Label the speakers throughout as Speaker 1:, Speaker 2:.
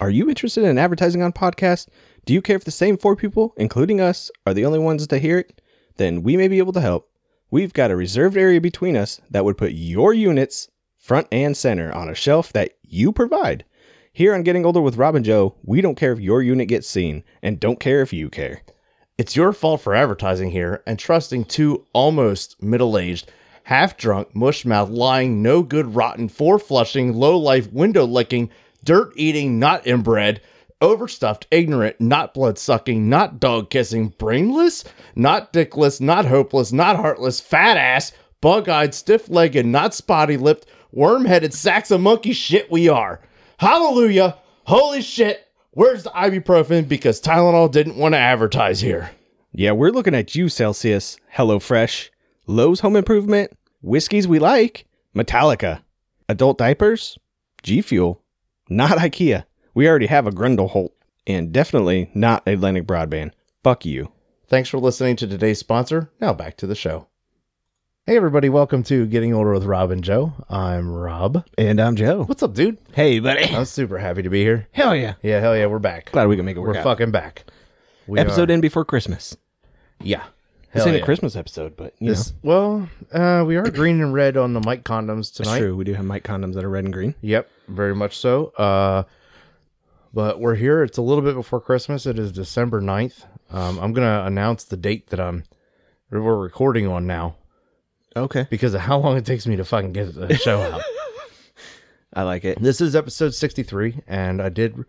Speaker 1: Are you interested in advertising on podcasts? Do you care if the same four people, including us, are the only ones to hear it? Then we may be able to help. We've got a reserved area between us that would put your units front and center on a shelf that you provide. Here on Getting Older with Rob and Joe, we don't care if your unit gets seen and don't care if you care.
Speaker 2: It's your fault for advertising here and trusting two almost middle aged, half drunk, mush mouth, lying, no good, rotten, four flushing, low life, window licking, dirt eating, not inbred, overstuffed, ignorant, not blood sucking, not dog kissing, brainless, not dickless, not hopeless, not heartless, fat ass, bug eyed, stiff legged, not spotty lipped, worm headed sacks of monkey shit we are. Hallelujah! Holy shit! Where's the ibuprofen? Because Tylenol didn't want to advertise here.
Speaker 1: Yeah, we're looking at you, Celsius, HelloFresh, Lowe's Home Improvement, Whiskies We Like, Metallica, Adult Diapers, G Fuel, not IKEA. We already have a Grundleholt, and definitely not Atlantic Broadband. Fuck you.
Speaker 2: Thanks for listening to today's sponsor. Now back to the show. Hey, everybody, welcome to Getting Older with Rob and Joe. I'm Rob.
Speaker 1: And I'm Joe.
Speaker 2: What's up, dude?
Speaker 1: Hey, buddy.
Speaker 2: I'm super happy to be here.
Speaker 1: Hell yeah.
Speaker 2: Yeah, hell yeah, we're back.
Speaker 1: Glad we can make it
Speaker 2: We're
Speaker 1: work. out.
Speaker 2: fucking back. We
Speaker 1: Episode
Speaker 2: are-
Speaker 1: in before Christmas.
Speaker 2: Yeah.
Speaker 1: This
Speaker 2: Hell
Speaker 1: ain't
Speaker 2: yeah.
Speaker 1: a Christmas episode, but you
Speaker 2: This- well, uh, we are green and red on the mic condoms
Speaker 1: know,
Speaker 2: tonight.
Speaker 1: it's true. We do have mic condoms that are red and green.
Speaker 2: Yep, very much so. Uh, but we're here. It's a little bit before Christmas. It is December 9th. Um, I'm going to announce the date that I'm that we're recording on now
Speaker 1: Okay.
Speaker 2: because of how long it takes me to fucking get the show out.
Speaker 1: I like it.
Speaker 2: this is episode 63 and I did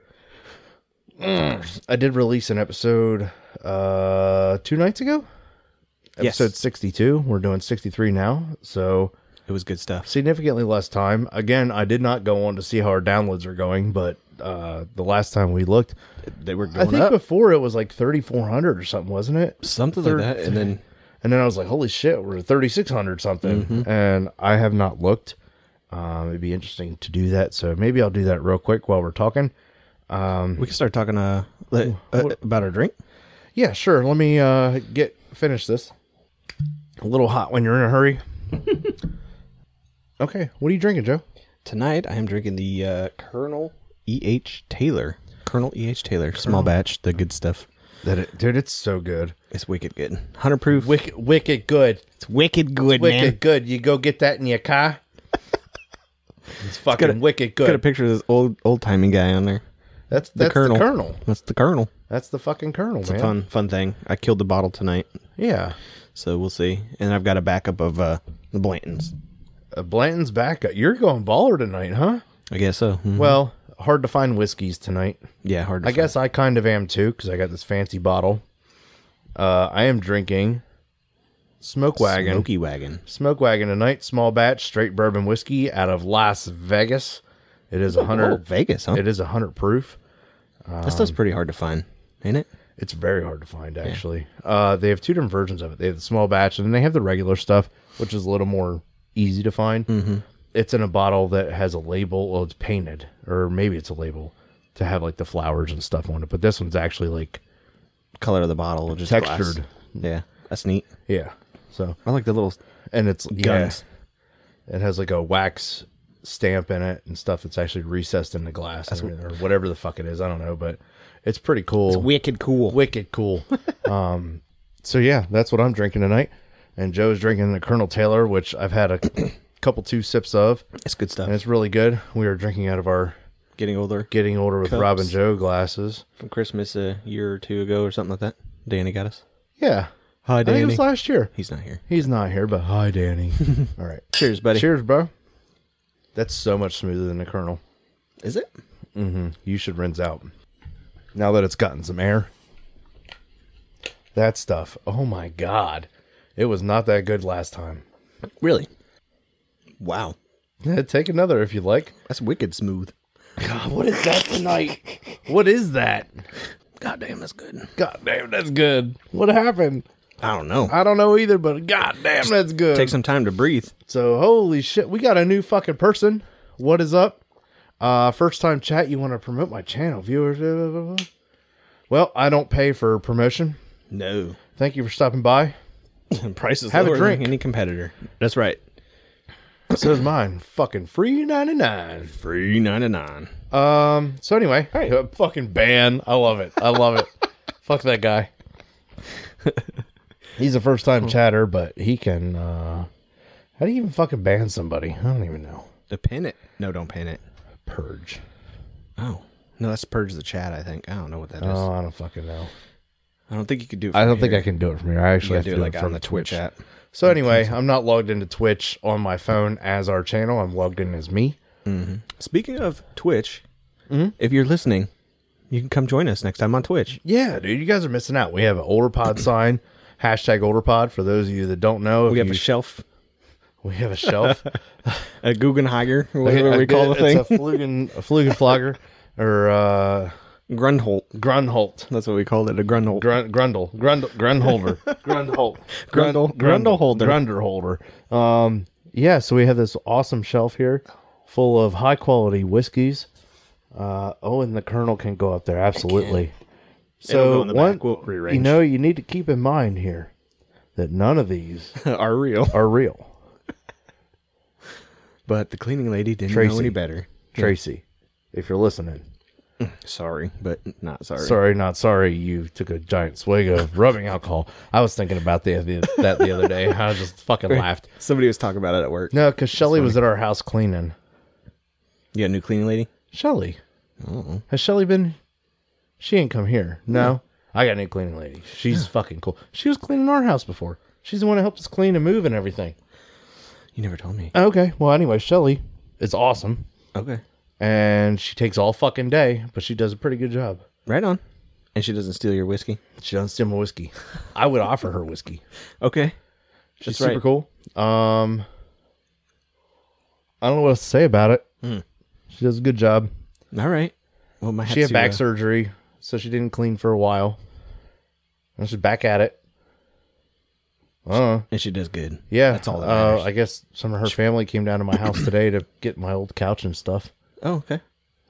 Speaker 2: Mm, I did release an episode uh two nights ago.
Speaker 1: Yes.
Speaker 2: Episode 62. We're doing 63 now. So
Speaker 1: It was good stuff.
Speaker 2: significantly less time. Again, I did not go on to see how our downloads are going, but uh, the last time we looked,
Speaker 1: They were
Speaker 2: I
Speaker 1: going
Speaker 2: think
Speaker 1: up.
Speaker 2: before it was like 3,400 or something, wasn't it?
Speaker 1: Something
Speaker 2: third-
Speaker 1: like that. And then
Speaker 2: And then I was like, holy shit, we're at 3,600 something. And I have not looked. Um, it'd be interesting to do that. So maybe I'll do that real quick while we're talking.
Speaker 1: we can start talking uh, le- uh, about our drink.
Speaker 2: Yeah, sure. Let me uh, get finish this. A little hot when you're in a hurry. okay. What are you drinking, Joe?
Speaker 1: Tonight, I am drinking the uh, Colonel E.H. Taylor. Colonel E.H. Taylor, small batch, the good stuff.
Speaker 2: That it, dude, it's so good.
Speaker 1: It's wicked good. 100 proof.
Speaker 2: Wicked, wicked good.
Speaker 1: it's wicked good,
Speaker 2: wicked good. You go get that in your car. It's fucking wicked
Speaker 1: Got a
Speaker 2: good.
Speaker 1: picture of this old old timey guy on there.
Speaker 2: that's that's the colonel.
Speaker 1: Colonel. That's the Colonel.
Speaker 2: That's the fucking colonel, man.
Speaker 1: Fun fun thing. I killed the bottle tonight,
Speaker 2: Yeah,
Speaker 1: so we'll see. And I've got a backup of uh, the Blantons.
Speaker 2: uh, Blanton's back. You're going baller tonight, huh?
Speaker 1: I guess so. Mhm.
Speaker 2: Well, hard to find whiskeys tonight.
Speaker 1: yeah, hard to
Speaker 2: I guess I kind of am too because I got this fancy bottle. Uh, I am drinking Smoke Wagon.
Speaker 1: Smoky Wagon.
Speaker 2: Smoke Wagon tonight, small batch straight bourbon whiskey out of Las Vegas. It is a
Speaker 1: Oh,
Speaker 2: hundred.
Speaker 1: Vegas, huh?
Speaker 2: It is a hundred proof. Um,
Speaker 1: that stuff's pretty hard to find, ain't it?
Speaker 2: It's very hard to find, actually. Uh, they have two different versions of it. They have the small batch, and then they have the regular stuff, which is a little more easy to find. Mm-hmm. It's in a bottle that has a label. Well, it's painted, or maybe it's a label to have like the flowers and stuff on it. But this one's actually like
Speaker 1: Color of the bottle, just glass.
Speaker 2: textured.
Speaker 1: Yeah, that's neat.
Speaker 2: Yeah. So
Speaker 1: I like the little
Speaker 2: and it's
Speaker 1: guns.
Speaker 2: Yeah, it has like a wax stamp in it and stuff that's actually recessed in the glass and everything, or whatever the fuck it is. I don't know, but it's pretty cool.
Speaker 1: Wicked cool.
Speaker 2: wicked cool. um, so yeah, that's what I'm drinking tonight. And Joe's drinking the Colonel Taylor, which I've had a couple two sips of,
Speaker 1: It's good
Speaker 2: and
Speaker 1: stuff.
Speaker 2: it's really good. We are drinking out of our
Speaker 1: Getting older.
Speaker 2: getting older with Rob and
Speaker 1: Cups.
Speaker 2: Joe glasses.
Speaker 1: From Christmas a year or two ago or something like that. Danny got us.
Speaker 2: Yeah,
Speaker 1: Hi,
Speaker 2: I think it was last year.
Speaker 1: He's not here.
Speaker 2: He's not here, but hi, Danny. All right,
Speaker 1: Cheers, buddy.
Speaker 2: cheers, bro. That's so much smoother than the Colonel.
Speaker 1: Is it?
Speaker 2: you should rinse out. Now that it's gotten some air. That stuff. Oh my god. It was not that good last time.
Speaker 1: Really? Wow.
Speaker 2: Yeah, Take another if you like.
Speaker 1: That's wicked smooth.
Speaker 2: God, what is that tonight? What is that?
Speaker 1: God damn, that's good.
Speaker 2: God damn, that's good. What happened?
Speaker 1: I don't know.
Speaker 2: I don't know either, but god damn, that's good.
Speaker 1: Take some time to breathe.
Speaker 2: so, holy shit, we got a new fucking person. What is up? Uh, first time chat, you want to promote my channel, viewers? blah, blah, blah, blah. Well, I don't pay for promotion.
Speaker 1: No.
Speaker 2: Thank you for stopping by.
Speaker 1: Prices
Speaker 2: Have a
Speaker 1: lower than
Speaker 2: drink.
Speaker 1: any competitor. That's right.
Speaker 2: So is mine. Fucking free ninety nine.
Speaker 1: Free ninety nine.
Speaker 2: Um. So anyway,
Speaker 1: All right.
Speaker 2: uh, fucking ban. I love it. I love it. Fuck that guy. He's a first time chatter, but he can. uh How do you even fucking ban somebody? I don't even know.
Speaker 1: To pin it. No, don't pin it.
Speaker 2: Purge.
Speaker 1: Oh. No, that's purge the chat, I think. I don't know what that is.
Speaker 2: Oh, I don't fucking know.
Speaker 1: I don't think you could do it.
Speaker 2: I
Speaker 1: from
Speaker 2: don't think
Speaker 1: here.
Speaker 2: I can do it from here. I actually
Speaker 1: You
Speaker 2: have
Speaker 1: gotta
Speaker 2: to
Speaker 1: do it like on the Twitch app.
Speaker 2: So anyway, I'm not logged into Twitch on my phone as our channel. I'm logged in as me.
Speaker 1: Speaking of Twitch,
Speaker 2: Mm-hmm.
Speaker 1: if you're listening, you can come join us next time on Twitch.
Speaker 2: Yeah, dude, you guys are missing out. We have an older pod sign, hashtag older pod. For those of you that don't know,
Speaker 1: We
Speaker 2: if
Speaker 1: have a
Speaker 2: you-
Speaker 1: shelf,
Speaker 2: we have a shelf.
Speaker 1: a Guggenheimer, or whatever we call the thing.
Speaker 2: It's a Flugen, a Flugenflogger or uh,
Speaker 1: Grundholt.
Speaker 2: Grunholt.
Speaker 1: That's what we called it, a Grundholt.
Speaker 2: Grun, grundle, grundle, grundholder, grundholt,
Speaker 1: Grundle- grundleholder.
Speaker 2: grundle holder. Um, yeah. So we have this awesome shelf here, full of high quality whiskeys. Uh, oh, and the Colonel can go up there
Speaker 1: It'll
Speaker 2: absolutely.
Speaker 1: go
Speaker 2: So
Speaker 1: in the
Speaker 2: one,
Speaker 1: back. We'll rearrange.
Speaker 2: you know, you need to keep in mind here that none of these
Speaker 1: are real.
Speaker 2: are real.
Speaker 1: But the cleaning lady didn't know
Speaker 2: Tracy.
Speaker 1: any better.
Speaker 2: Tracy, if you're listening,
Speaker 1: Sorry, but not sorry.
Speaker 2: Sorry, not sorry. You took a giant swig of rubbing alcohol. I was thinking about the, the that the other day. I just fucking laughed.
Speaker 1: Somebody was talking about it at work.
Speaker 2: No, because Shelly was at our house cleaning.
Speaker 1: You got a new cleaning lady?
Speaker 2: Shelly, has Shelly been? She ain't come here. No, I got a new cleaning lady. She's fucking cool. She was cleaning our house before. She's the one who helped us clean and move and everything.
Speaker 1: You never told me.
Speaker 2: Okay. Well, anyway, Shelly is awesome,
Speaker 1: Okay.
Speaker 2: and she takes all fucking day, but she does a pretty good job.
Speaker 1: Right on. And she doesn't steal your whiskey?
Speaker 2: She doesn't steal my whiskey. I would offer her whiskey.
Speaker 1: Okay.
Speaker 2: She's
Speaker 1: That's right.
Speaker 2: super cool. Um, I don't know what else to say about it.
Speaker 1: Hmm.
Speaker 2: She does a good job.
Speaker 1: All right. Well, my
Speaker 2: She had back surgery, so she didn't clean for a while. And she's back at it. Uh,
Speaker 1: and she does good.
Speaker 2: yeah.
Speaker 1: That's all that
Speaker 2: uh,
Speaker 1: matters.
Speaker 2: I guess some of her family came down to my house today to get my old couch and stuff
Speaker 1: oh, okay.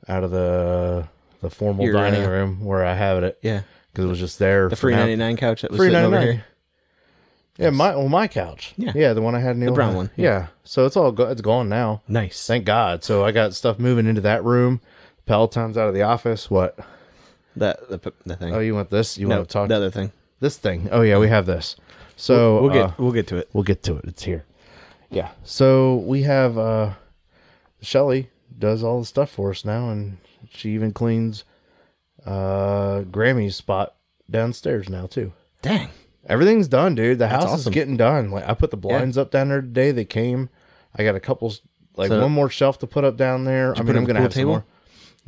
Speaker 2: out of the the formal
Speaker 1: Your,
Speaker 2: dining
Speaker 1: uh,
Speaker 2: room where I have it
Speaker 1: Yeah.
Speaker 2: because it was just there.
Speaker 1: The free ninety nine couch that was
Speaker 2: Free
Speaker 1: sitting
Speaker 2: ninety
Speaker 1: over
Speaker 2: nine.
Speaker 1: here.
Speaker 2: Yeah, my well, my couch.
Speaker 1: Yeah.
Speaker 2: yeah, the one I had in the, old
Speaker 1: brown
Speaker 2: house.
Speaker 1: one,
Speaker 2: Yeah. so it's all go- it's gone now.
Speaker 1: Nice.
Speaker 2: Thank God. So I got stuff moving into that room. Peloton's out of the office. What?
Speaker 1: that the, the thing.
Speaker 2: Oh, you want this? You
Speaker 1: no,
Speaker 2: want to talk
Speaker 1: the other thing.
Speaker 2: this thing? Oh yeah, we have this. So
Speaker 1: We'll
Speaker 2: uh,
Speaker 1: get we'll get to it.
Speaker 2: we'll get to it. It's here. Yeah. So we have uh Shelly does all the stuff for us now, and she even cleans uh Grammy's spot downstairs now too.
Speaker 1: Dang.
Speaker 2: Everything's done, dude. The house
Speaker 1: awesome.
Speaker 2: is getting done. Like I put the blinds up down there today. They came. I got a couple, like
Speaker 1: So-
Speaker 2: one more shelf to put up down there. I
Speaker 1: put
Speaker 2: mean,
Speaker 1: up
Speaker 2: I'm
Speaker 1: a
Speaker 2: gonna
Speaker 1: pool
Speaker 2: have
Speaker 1: table?
Speaker 2: some more.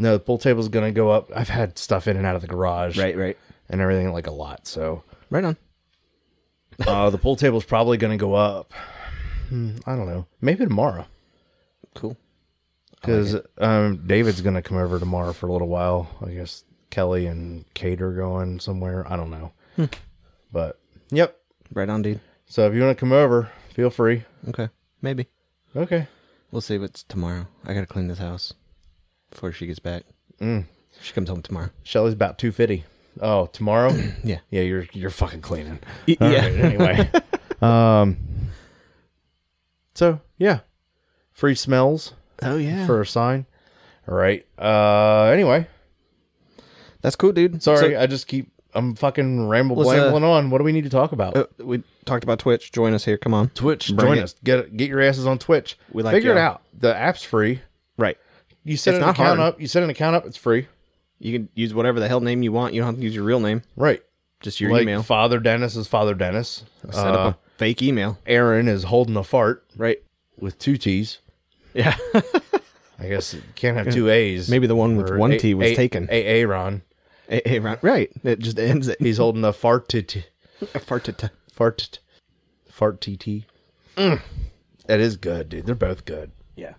Speaker 2: No, the pool table's gonna go up. I've had stuff in and out of the garage,
Speaker 1: Right, right.
Speaker 2: and everything like a lot. So
Speaker 1: Right on.
Speaker 2: uh, the pool table's probably gonna go up. Hmm, I don't know. Maybe tomorrow,
Speaker 1: Cool.
Speaker 2: because um, David's gonna come over tomorrow for a little while. I guess Kelly and Kate are going somewhere. I don't know,
Speaker 1: Hmm.
Speaker 2: but yep.
Speaker 1: Right on, dude.
Speaker 2: So if you want to come over, feel free.
Speaker 1: Okay. Maybe.
Speaker 2: Okay.
Speaker 1: We'll see what's tomorrow. I gotta clean this house before she gets back. She comes home tomorrow.
Speaker 2: Shelly's about two fifty. Oh, tomorrow?
Speaker 1: Yeah.
Speaker 2: yeah, you're you're fucking cleaning.
Speaker 1: yeah.
Speaker 2: All right, anyway. um So yeah. Free smells
Speaker 1: Oh yeah.
Speaker 2: for a sign. All right. Uh anyway.
Speaker 1: That's cool, dude.
Speaker 2: Sorry, I just keep I'm fucking ramble
Speaker 1: Let's, uh,
Speaker 2: blambling on. What do we need to talk about?
Speaker 1: So, uh, we talked about Twitch. Join us here. Come on.
Speaker 2: Twitch.
Speaker 1: bring
Speaker 2: Join
Speaker 1: it.
Speaker 2: us. Get get your asses on Twitch.
Speaker 1: We like
Speaker 2: Figure it
Speaker 1: y'all.
Speaker 2: out. The app's free.
Speaker 1: Right.
Speaker 2: You set
Speaker 1: It's
Speaker 2: an
Speaker 1: not
Speaker 2: account
Speaker 1: hard.
Speaker 2: up. You set an account up, it's free.
Speaker 1: You can use whatever the hell name you want. You don't have to use your real name.
Speaker 2: Right.
Speaker 1: Just your
Speaker 2: like
Speaker 1: email.
Speaker 2: Father Dennis is Father Dennis.
Speaker 1: Set
Speaker 2: Uh,
Speaker 1: up a fake email.
Speaker 2: Aaron is holding a fart.
Speaker 1: Right.
Speaker 2: with two T's.
Speaker 1: Yeah.
Speaker 2: I guess you can't have two A's.
Speaker 1: Maybe the one with
Speaker 2: Or
Speaker 1: one
Speaker 2: A-
Speaker 1: T was
Speaker 2: A-
Speaker 1: taken.
Speaker 2: A- Aaron.
Speaker 1: Eh, eh, right. Right. It just ends it.
Speaker 2: He's holding a fartit.
Speaker 1: Fartata.
Speaker 2: Fartit. Fart TT.
Speaker 1: Mm.
Speaker 2: That is good, dude. They're both good.
Speaker 1: Yeah.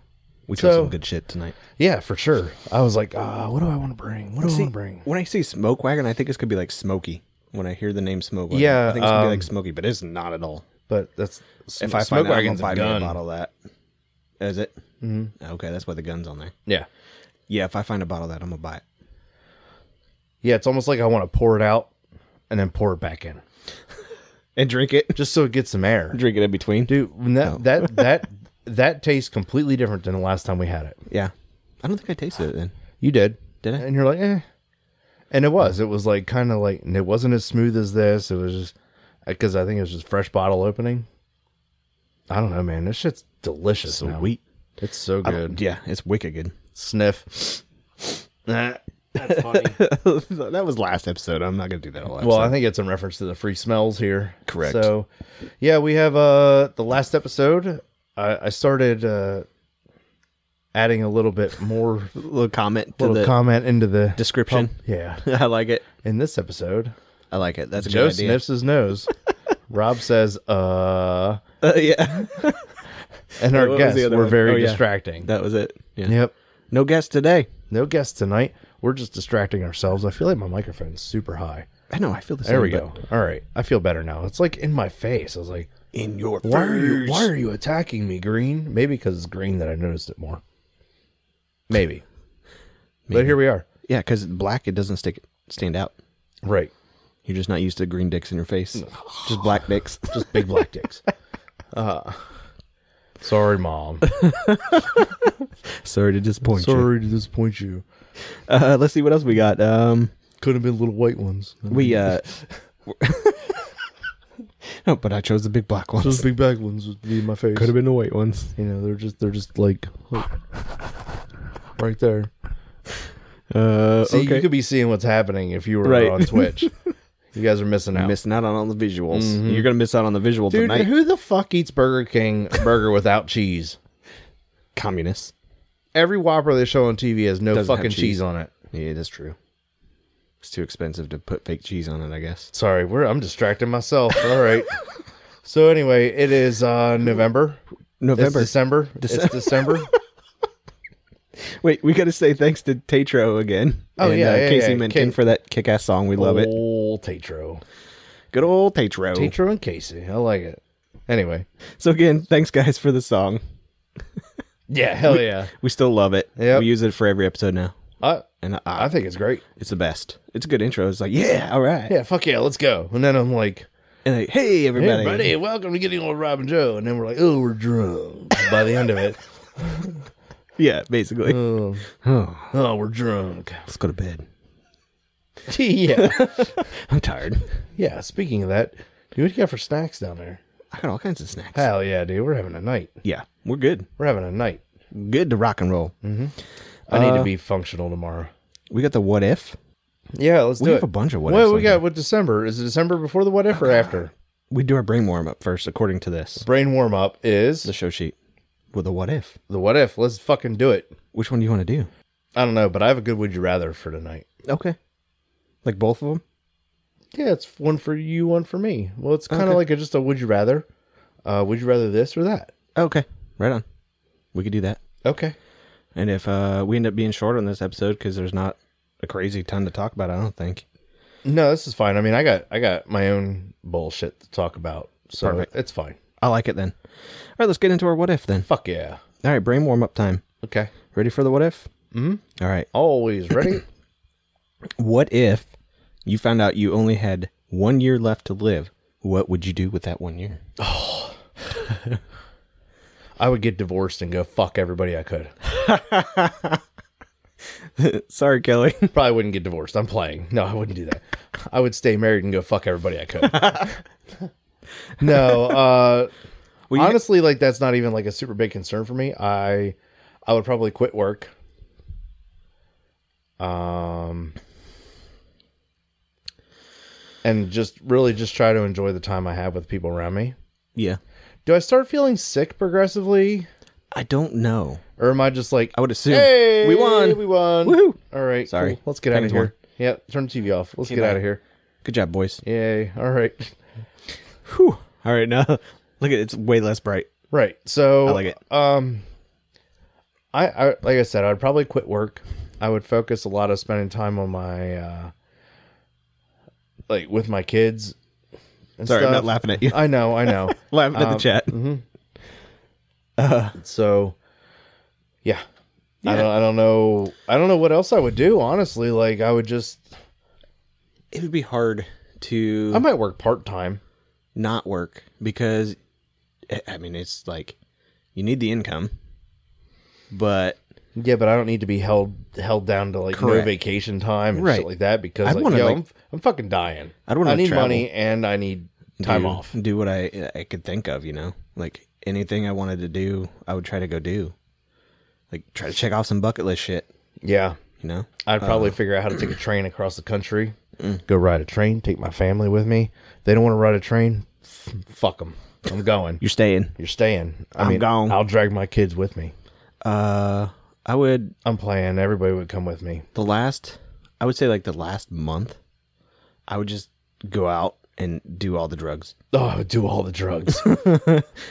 Speaker 1: We chose
Speaker 2: So-
Speaker 1: some good shit tonight.
Speaker 2: Yeah, for sure. I was like, ah, what do I want to bring? What do I want to bring?
Speaker 1: When I see smoke wagon, I think it's gonna be like smoky. When I hear the name smoke wagon,
Speaker 2: Yeah,
Speaker 1: I think it's gonna
Speaker 2: um,
Speaker 1: be like smoky, but it's not at all.
Speaker 2: But that's
Speaker 1: If I find out, I'm gonna buy me a bottle of that. Is it? Mm-hmm. Okay, that's why the gun's on there.
Speaker 2: Yeah,
Speaker 1: Yeah, if I find a bottle of that, I'm gonna buy it.
Speaker 2: yeah. It's almost like I want to pour it out and then pour it back in,
Speaker 1: And drink it.
Speaker 2: just so it gets some air.
Speaker 1: Drink it in between.
Speaker 2: Dude, when that that that that tastes completely different than the last time we had it.
Speaker 1: Yeah. I don't think I tasted it then.
Speaker 2: You did.
Speaker 1: Did I?
Speaker 2: And you're like, eh. And it was. It was like kind of like, and it wasn't as smooth as this. It was just, because I think it was just fresh bottle opening. I don't know, man. This shit's delicious. Sweet. It's so
Speaker 1: I don't-
Speaker 2: good.
Speaker 1: Yeah, it's wicked good.
Speaker 2: Sniff. Ah.
Speaker 1: that was last episode. I'm not gonna do that all.
Speaker 2: Well, I think it's in reference to the free smells here.
Speaker 1: Correct.
Speaker 2: So, yeah, we have uh the last episode. I, I started uh adding a little bit more
Speaker 1: a little comment to
Speaker 2: little
Speaker 1: the
Speaker 2: comment into the
Speaker 1: description.
Speaker 2: yeah.
Speaker 1: I like it.
Speaker 2: In this episode,
Speaker 1: I like it. That's a
Speaker 2: Joe
Speaker 1: good idea.
Speaker 2: sniffs his nose. Rob says, "Uh,"
Speaker 1: Uh, yeah,
Speaker 2: and
Speaker 1: What
Speaker 2: our
Speaker 1: was
Speaker 2: guests
Speaker 1: the other
Speaker 2: were
Speaker 1: one?
Speaker 2: very
Speaker 1: Oh, yeah.
Speaker 2: distracting.
Speaker 1: that was it. Yeah.
Speaker 2: Yep.
Speaker 1: No guest today.
Speaker 2: No guests tonight. We're just distracting ourselves. I feel like my microphone's super high.
Speaker 1: I know. I feel the same.
Speaker 2: There we
Speaker 1: but
Speaker 2: go. All right. I feel better now. It's like in my face. I was like,
Speaker 1: In your
Speaker 2: Why are you Why are you attacking me, Green? Maybe because it's green that I noticed it more. Maybe. But here we are.
Speaker 1: Yeah, because black it doesn't stick stand out.
Speaker 2: Right.
Speaker 1: You're just not used to green dicks in your face. just black dicks.
Speaker 2: Just big black dicks. Uh, sorry, mom.
Speaker 1: Sorry to disappoint you.
Speaker 2: sorry to disappoint you.
Speaker 1: Uh, let's see what else we got. Um,
Speaker 2: Could have been little white ones.
Speaker 1: we uh, oh, but I chose the big black ones.
Speaker 2: Those big black ones would be in my face.
Speaker 1: been the white ones.
Speaker 2: You know, they're just they're just like right there.
Speaker 1: Uh,
Speaker 2: See,
Speaker 1: okay.
Speaker 2: you could be seeing what's happening if you were
Speaker 1: Right.
Speaker 2: on Twitch. you guys are missing out.
Speaker 1: Missing out on all the visuals. You're gonna miss out on the visual
Speaker 2: Mm-hmm. Dude,
Speaker 1: tonight.
Speaker 2: who the fuck eats Burger King burger without cheese?
Speaker 1: Communists.
Speaker 2: every Whopper they show on TV has no
Speaker 1: Doesn't have
Speaker 2: fucking cheese.
Speaker 1: cheese.
Speaker 2: on it.
Speaker 1: Yeah, it is true. It's too expensive to put fake cheese on it. I guess.
Speaker 2: Sorry, we're I'm distracting myself. All right. so anyway, it is uh November. It's
Speaker 1: November.
Speaker 2: December. It's December.
Speaker 1: Wait, we got to say thanks to Tatro again.
Speaker 2: Oh,
Speaker 1: and,
Speaker 2: yeah,
Speaker 1: uh,
Speaker 2: yeah,
Speaker 1: Casey
Speaker 2: yeah.
Speaker 1: Minton
Speaker 2: Ca-
Speaker 1: for that kick-ass song. We love it.
Speaker 2: Old Tatro.
Speaker 1: Good old Tatro.
Speaker 2: Tatro and Casey. I like it. Anyway.
Speaker 1: So again, thanks guys for the song.
Speaker 2: Yeah, hell yeah. Uh,
Speaker 1: We still love it.
Speaker 2: Yep.
Speaker 1: We use it for every episode now,
Speaker 2: I
Speaker 1: and I,
Speaker 2: I think it's great.
Speaker 1: it's the best. It's a good intro. It's like, yeah, all right,
Speaker 2: Yeah, fuck yeah, let's go. And then I'm like,
Speaker 1: and like, hey
Speaker 2: Hey
Speaker 1: everybody.
Speaker 2: buddy, welcome to Getting Old Rob and Joe. And then we're like, oh, we're drunk. By the end of it.
Speaker 1: yeah, basically.
Speaker 2: Oh,
Speaker 1: oh,
Speaker 2: oh we're drunk.
Speaker 1: let's go to bed.
Speaker 2: yeah.
Speaker 1: I'm tired.
Speaker 2: Yeah, speaking of that, dude, what you got for snacks down there?
Speaker 1: I got all kinds of snacks.
Speaker 2: Hell yeah, dude. We're having a night.
Speaker 1: yeah, we're good.
Speaker 2: We're having a night.
Speaker 1: Good to rock and roll.
Speaker 2: Mm. I need to be functional tomorrow.
Speaker 1: We got the what if.
Speaker 2: Yeah, let's
Speaker 1: We
Speaker 2: do
Speaker 1: have
Speaker 2: it.
Speaker 1: a bunch of what ifs
Speaker 2: Well, we
Speaker 1: on
Speaker 2: got what December is it December before the what if or after?
Speaker 1: We do our brain warm up first, according to this
Speaker 2: Brain warm up is
Speaker 1: the show sheet with the what if.
Speaker 2: the what if. Let's fucking do it.
Speaker 1: Which one do you want to do?
Speaker 2: I don't know, but I have a good would you rather for tonight.
Speaker 1: Okay, like both of them.
Speaker 2: Yeah, it's one for you, one for me. Well, it's kind of
Speaker 1: Okay.
Speaker 2: like a, just a would you rather. Uh, would you rather this or that?
Speaker 1: Okay, right on. We could do that.
Speaker 2: Okay.
Speaker 1: And if uh, we end up being short on this episode because there's not a crazy ton to talk about, I don't think.
Speaker 2: No, this is fine. I mean, I got I got my own bullshit to talk about, so
Speaker 1: Perfect.
Speaker 2: it's fine.
Speaker 1: I like it then. All right, let's get into our what if then.
Speaker 2: Fuck yeah.
Speaker 1: All right, brain warm up time.
Speaker 2: Okay.
Speaker 1: Ready for the what if? Mm-hmm. right.
Speaker 2: Always ready.
Speaker 1: What if you found out you only had one year left to live? What would you do with that one year?
Speaker 2: I would get divorced and go fuck everybody I could.
Speaker 1: Sorry, Kelly.
Speaker 2: Probably wouldn't get divorced. I'm playing. No, I wouldn't do that. I would stay married and go fuck everybody I could. no, uh,
Speaker 1: you-
Speaker 2: honestly, like that's not even like a super big concern for me. I, I would probably quit work. Um, and just really just try to enjoy the time I have with people around me.
Speaker 1: yeah.
Speaker 2: Do I start feeling sick progressively,
Speaker 1: I don't know.
Speaker 2: or am I just like
Speaker 1: I would assume
Speaker 2: Hey,
Speaker 1: we won.
Speaker 2: We won.
Speaker 1: Woohoo.
Speaker 2: All right.
Speaker 1: Sorry.
Speaker 2: cool. Let's get out of
Speaker 1: Penguins
Speaker 2: here.
Speaker 1: won.
Speaker 2: Yep. Turn the TV off. Let's get
Speaker 1: bye.
Speaker 2: out of here.
Speaker 1: Good job, boys.
Speaker 2: Yay. All right.
Speaker 1: Whew. All right, now look at it's way less bright.
Speaker 2: Right. So
Speaker 1: I like it.
Speaker 2: Um, I, I like I said, I'd probably quit work. I would focus a lot of spending time on my, uh, like with my kids. And
Speaker 1: Sorry, I'm
Speaker 2: stuff.
Speaker 1: not laughing at you. Um,
Speaker 2: I know. I know.
Speaker 1: laughing at the chat.
Speaker 2: so, yeah. I don't. I don't know. I don't know what else I would do. Honestly, like I would just.
Speaker 1: It would be hard to
Speaker 2: I might work part time.
Speaker 1: not work because I- I mean it's like you need the income, but
Speaker 2: Yeah, but I don't need to be held held down to like no
Speaker 1: Correct.
Speaker 2: vacation time and
Speaker 1: Right.
Speaker 2: shit like that because
Speaker 1: I'd
Speaker 2: like,
Speaker 1: wanna,
Speaker 2: yo,
Speaker 1: like-
Speaker 2: I'm, I'm fucking dying.
Speaker 1: I'd wanna,
Speaker 2: I
Speaker 1: like,
Speaker 2: need
Speaker 1: travel.
Speaker 2: money and I need time
Speaker 1: do-
Speaker 2: off.
Speaker 1: Do what I I could think of, you know, like anything I wanted to do, I would try to go do, like try to check off some bucket list shit,
Speaker 2: Yeah,
Speaker 1: you know.
Speaker 2: I'd probably
Speaker 1: Uh,
Speaker 2: figure out how to take a train across the country,
Speaker 1: Mm.
Speaker 2: go ride a train, take my family with me. If they don't want to ride a train. F- fuck them. I'm going.
Speaker 1: You're staying.
Speaker 2: You're staying. I
Speaker 1: I'm
Speaker 2: mean,
Speaker 1: gone.
Speaker 2: I'll drag my kids with me.
Speaker 1: Uh, I would
Speaker 2: I'm playing. Everybody would come with me.
Speaker 1: the last, I would say like the last month, I would just go out and do all the drugs.
Speaker 2: Oh, I would do all the drugs.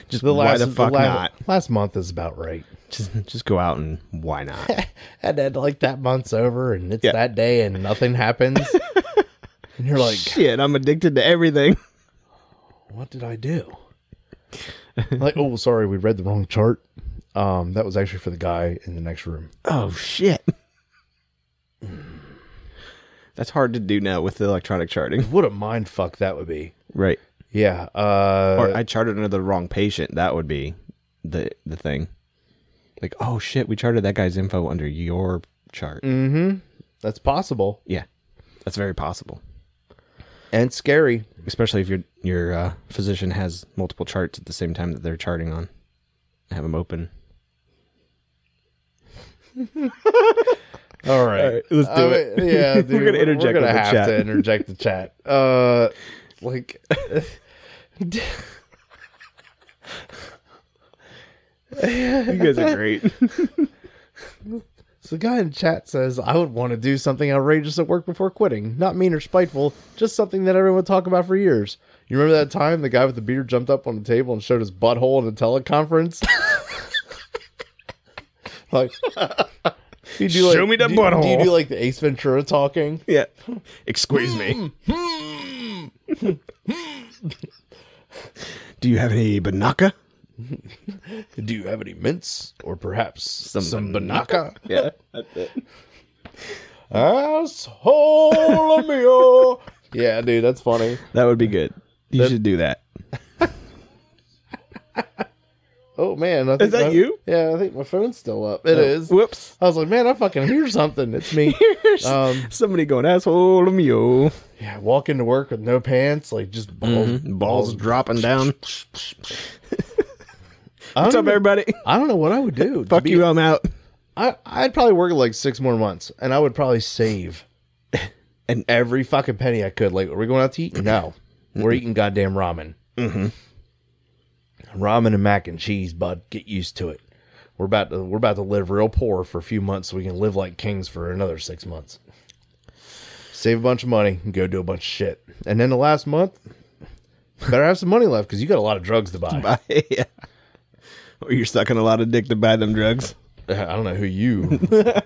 Speaker 1: Just
Speaker 2: The last,
Speaker 1: why the fuck
Speaker 2: la-
Speaker 1: not?
Speaker 2: Last month is about right.
Speaker 1: Just just go out and why not?
Speaker 2: and then like that month's over and it's
Speaker 1: Yeah.
Speaker 2: that day and nothing happens and you're like
Speaker 1: Shit, I'm addicted to everything.
Speaker 2: what did i do like oh sorry we read the wrong chart um that was actually for the guy in the next room
Speaker 1: Oh shit. That's hard to do now with the electronic charting.
Speaker 2: what a mind fuck that would be
Speaker 1: Right.
Speaker 2: yeah uh
Speaker 1: or I charted under the wrong patient. That would be the the thing. Like, oh shit, we charted that guy's info under your chart.
Speaker 2: mm-hmm that's possible
Speaker 1: Yeah, that's very possible.
Speaker 2: and scary
Speaker 1: Especially if your your uh, physician has multiple charts at the same time that they're charting on. Have them open.
Speaker 2: all right,
Speaker 1: let's do
Speaker 2: I
Speaker 1: it.
Speaker 2: mean, yeah dude,
Speaker 1: gonna interject
Speaker 2: we're gonna
Speaker 1: with the
Speaker 2: have
Speaker 1: chat.
Speaker 2: to interject the chat uh like
Speaker 1: You guys are great.
Speaker 2: So the guy in chat says, I would want to do something outrageous at work before quitting. Not mean or spiteful, just something that everyone would talk about for years. You remember that time the guy with the beard jumped up on the table and showed his butthole in a teleconference? like, you do
Speaker 1: Show me that
Speaker 2: do- Do you
Speaker 1: butthole.
Speaker 2: do like the Ace Ventura talking?
Speaker 1: yeah. Excuse me. do you have any banaka?
Speaker 2: Do you have any mints or perhaps some,
Speaker 1: some
Speaker 2: banaka?
Speaker 1: Yeah, that's it.
Speaker 2: Asshole mio. Yeah, dude, that's funny.
Speaker 1: That would be good. You should do that.
Speaker 2: Oh man, I think
Speaker 1: that
Speaker 2: my-
Speaker 1: you? Oh.
Speaker 2: Yeah, I think my phone's still up. It is.
Speaker 1: Whoops.
Speaker 2: I was like, man, I fucking hear something. It's me. um,
Speaker 1: Somebody going asshole mule.
Speaker 2: yeah, walk into work with no pants, like just balls.
Speaker 1: balls dropping down.
Speaker 2: I,
Speaker 1: What's up,
Speaker 2: don't even-
Speaker 1: everybody?
Speaker 2: I don't know what I would do. to
Speaker 1: Fuck
Speaker 2: be-
Speaker 1: you, I'm out.
Speaker 2: I, I'd probably work like six more months, and I would probably save, and every fucking penny I could. Like, are we going out to eat? No, we're eating goddamn ramen. Mm-hmm. Ramen and mac and cheese, bud. Get used to it. We're about to we're about to live real poor for a few months, so we can live like kings for another six months. Save a bunch of money and go do a bunch of shit, and then the last month, better have some money left because you got a lot of drugs to buy.
Speaker 1: yeah. Or you're sucking a lot of dick to buy them drugs.
Speaker 2: I don't know who you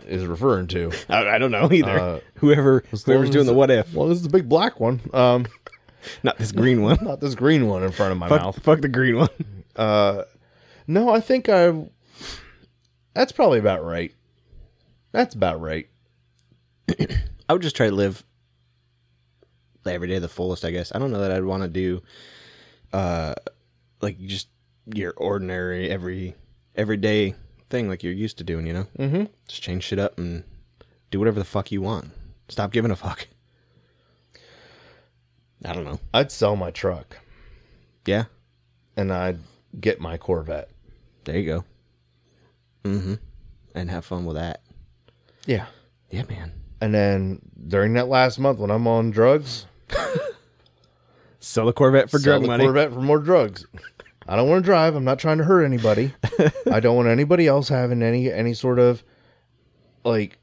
Speaker 2: is referring to.
Speaker 1: I, I don't know either. whoever whoever's
Speaker 2: long
Speaker 1: doing
Speaker 2: as-
Speaker 1: the what if,
Speaker 2: Well, this is the big black one. Um,
Speaker 1: not this green one.
Speaker 2: not this green one in front of my
Speaker 1: fuck,
Speaker 2: mouth.
Speaker 1: fuck the green one.
Speaker 2: No, I think I. That's probably about right. That's about right.
Speaker 1: I would just try to live every day the fullest. I guess I don't know that I'd want to do, uh, like just your ordinary every everyday thing like you're used to doing. You know, mm-hmm. just change shit up and do whatever the fuck you want. Stop giving a fuck. I don't know.
Speaker 2: I'd sell my truck
Speaker 1: Yeah,
Speaker 2: and I'd get my Corvette.
Speaker 1: There you go. Mm-hmm. And have fun with that.
Speaker 2: Yeah.
Speaker 1: Yeah, man.
Speaker 2: And then during that last month when I'm on drugs,
Speaker 1: Sell a Corvette for
Speaker 2: sell the Corvette for more drugs. I don't want to drive. I'm not trying to hurt anybody. I don't want anybody else having any any sort of like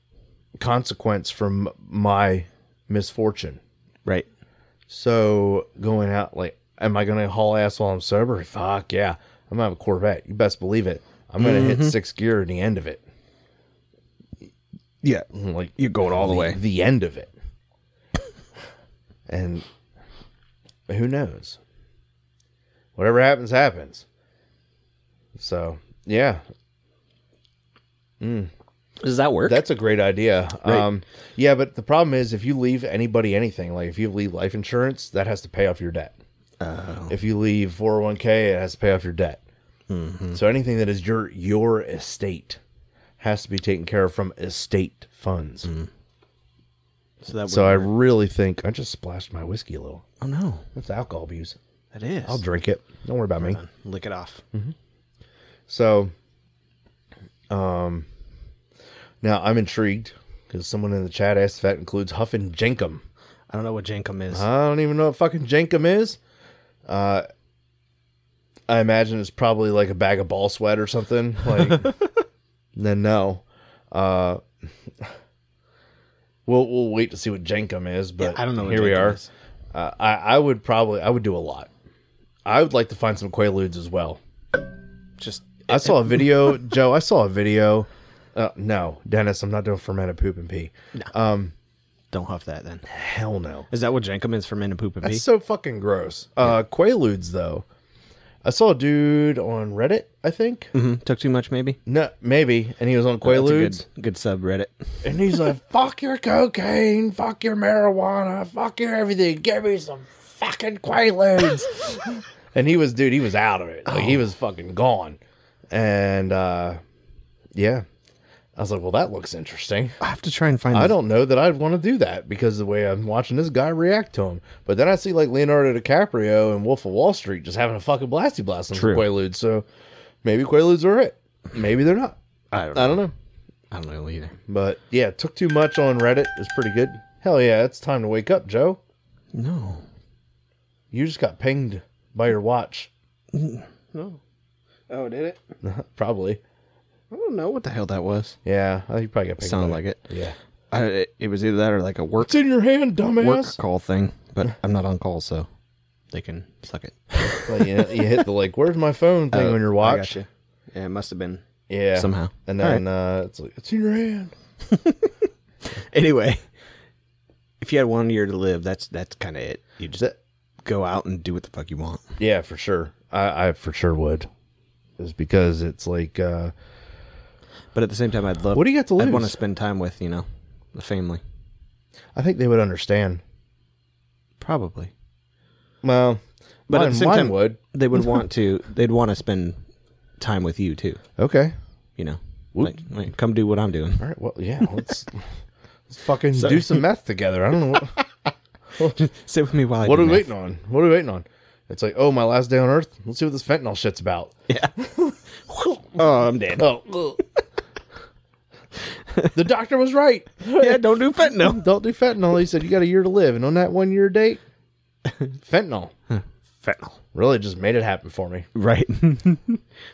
Speaker 2: consequence from my misfortune.
Speaker 1: Right.
Speaker 2: So going out, like, am I going to haul ass while I'm sober? Fuck yeah. I'm going to have a Corvette. You best believe it. I'm going to
Speaker 1: Mm-hmm.
Speaker 2: hit sixth gear at the end of it.
Speaker 1: Yeah.
Speaker 2: Like,
Speaker 1: You're going all the
Speaker 2: the,
Speaker 1: way.
Speaker 2: the end of it. and who knows? Whatever happens, happens. So, yeah,
Speaker 1: Does that work?
Speaker 2: that's a great idea. Um, yeah, but the problem is if you leave anybody anything, like if you leave life insurance, that has to pay off your debt. If you leave 401k, it has to pay off your debt. So anything that is your your estate has to be taken care of from estate funds.
Speaker 1: So that would
Speaker 2: So I really think I just splashed my whiskey a little.
Speaker 1: oh no,
Speaker 2: That's alcohol abuse.
Speaker 1: that is.
Speaker 2: I'll drink it. Don't worry about me.
Speaker 1: lick it off.
Speaker 2: So, um, now I'm intrigued because someone in the chat asked if that includes Huffin Jenkum.
Speaker 1: I don't know what Jankum is.
Speaker 2: I don't even know what fucking Jenkum is. Uh, I imagine it's probably like a bag of ball sweat or something. Like, then no. Uh, we'll we'll wait to see what Jenkum is. But
Speaker 1: I don't know. What
Speaker 2: Here we
Speaker 1: Jankum
Speaker 2: are.
Speaker 1: is.
Speaker 2: Uh, I I would probably I would do a lot. I would like to find some quaaludes as well.
Speaker 1: Just
Speaker 2: I saw a video, Joe. I saw a video. Uh, no, Dennis, I'm not doing fermented poop and pee.
Speaker 1: don't huff that. Then
Speaker 2: Hell no.
Speaker 1: is that what Jankum is for men to poop and pee?
Speaker 2: It's so fucking gross. Uh, Quaaludes, though. I saw a dude on Reddit, I think.
Speaker 1: hmm Took too much, maybe.
Speaker 2: No, maybe. And he was on
Speaker 1: That's a
Speaker 2: Quaaludes.
Speaker 1: good, good subreddit.
Speaker 2: and he's like, fuck your cocaine, fuck your marijuana, fuck your everything. Give me some fucking Quaaludes. and he was, dude, he was out of it. Like,
Speaker 1: Oh.
Speaker 2: he was fucking gone. And, uh, yeah. I was like, well, that looks interesting.
Speaker 1: I have to try and find.
Speaker 2: I
Speaker 1: this-
Speaker 2: don't know that I'd want to do that because the way I'm watching this guy react to him. But then I see like Leonardo DiCaprio and Wolf of Wall Street just having a fucking blasty blast on some
Speaker 1: True.
Speaker 2: Quaaludes. So maybe Quaaludes are it. Maybe they're not.
Speaker 1: I don't.
Speaker 2: I don't know.
Speaker 1: I don't know either.
Speaker 2: But yeah, took too much on Reddit is pretty good. Hell yeah, it's time to wake up, Joe.
Speaker 1: No.
Speaker 2: You just got pinged by your watch.
Speaker 1: Oh, did it?
Speaker 2: Probably.
Speaker 1: I don't know what the hell that was.
Speaker 2: Yeah, you probably got pinged.
Speaker 1: Sounded
Speaker 2: by
Speaker 1: like it.
Speaker 2: Yeah.
Speaker 1: I, it- it was either that or like a work
Speaker 2: It's in your hand,
Speaker 1: work
Speaker 2: dumbass.
Speaker 1: call thing, but I'm not on call, so they can suck it. Uh,
Speaker 2: Like, you, know, you hit the like, where's my phone thing on your
Speaker 1: Oh,
Speaker 2: watch?
Speaker 1: I gotcha. Yeah, it must have been
Speaker 2: Yeah.
Speaker 1: somehow.
Speaker 2: And
Speaker 1: All
Speaker 2: then uh, it's like, it's in your hand.
Speaker 1: Anyway, if you had one year to live, that's that's kind of it. You just
Speaker 2: That-
Speaker 1: go out and do what the fuck you want.
Speaker 2: Yeah, for sure. I, I for sure would. Is because it's like, uh,
Speaker 1: But at the same time, I'd love.
Speaker 2: what do you got to
Speaker 1: I'd want to
Speaker 2: lose?
Speaker 1: spend time with you know, the family.
Speaker 2: I think they would understand.
Speaker 1: Probably,
Speaker 2: Well,
Speaker 1: but
Speaker 2: mine,
Speaker 1: at the same
Speaker 2: mine
Speaker 1: time,
Speaker 2: would.
Speaker 1: they would want to. They'd want to spend time with you too.
Speaker 2: Okay.
Speaker 1: You know, like, like come do what I'm doing.
Speaker 2: All right. Well, yeah. Let's let's fucking do some meth together. I don't know what
Speaker 1: Sit with me while I.
Speaker 2: what
Speaker 1: do
Speaker 2: are we
Speaker 1: that.
Speaker 2: waiting on. What are we waiting on? It's like, oh, my last day on Earth. Let's see what this fentanyl shit's about.
Speaker 1: Oh, I'm dead.
Speaker 2: Oh. ugh. the doctor was right.
Speaker 1: yeah, don't do fentanyl.
Speaker 2: Don't do fentanyl. He said you got a year to live, and on that one year date, fentanyl
Speaker 1: Fentanyl.
Speaker 2: really just made it happen for me.
Speaker 1: Right.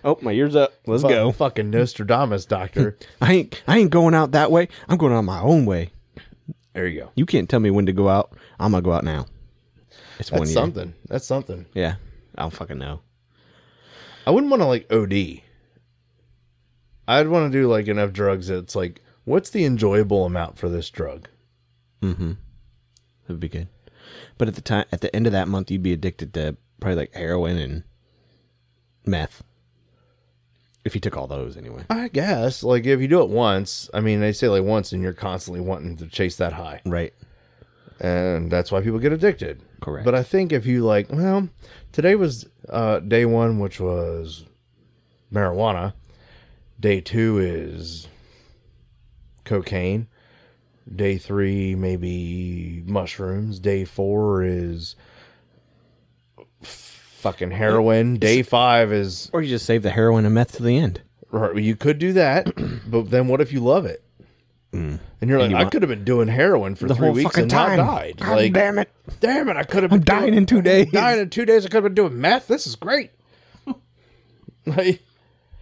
Speaker 1: oh, my ear's up. Let's
Speaker 2: Fuck-
Speaker 1: go.
Speaker 2: Fucking Nostradamus, doctor.
Speaker 1: I ain't I ain't going out that way. I'm going out my own way.
Speaker 2: there you go.
Speaker 1: You can't tell me when to go out. I'm gonna go out now. It's one
Speaker 2: That's
Speaker 1: year.
Speaker 2: something. That's something.
Speaker 1: Yeah. I don't fucking know.
Speaker 2: I wouldn't want to like OD. I'd want to do like enough drugs that's like, what's the enjoyable amount for this drug?
Speaker 1: It would be good. But at the time at the end of that month you'd be addicted to probably like heroin and meth. If you took all those anyway.
Speaker 2: I guess like if you do it once, I mean they say like once, and you're constantly wanting to chase that high,
Speaker 1: Right.
Speaker 2: and that's why people get addicted.
Speaker 1: Correct.
Speaker 2: But I think if you like, well, today was uh, day one, which was marijuana. Day two is cocaine. Day three, maybe mushrooms. Day four is fucking heroin. Day five is
Speaker 1: Or you just save the heroin and meth to the end.
Speaker 2: or you could do that, but then what if you love it?
Speaker 1: Mm.
Speaker 2: And you're like, I could have been doing heroin for three weeks and not died.
Speaker 1: God
Speaker 2: like,
Speaker 1: damn it.
Speaker 2: damn it, I could have been
Speaker 1: dying
Speaker 2: doing-
Speaker 1: in two days.
Speaker 2: Dying in two days, I could have been doing meth. This is great. like,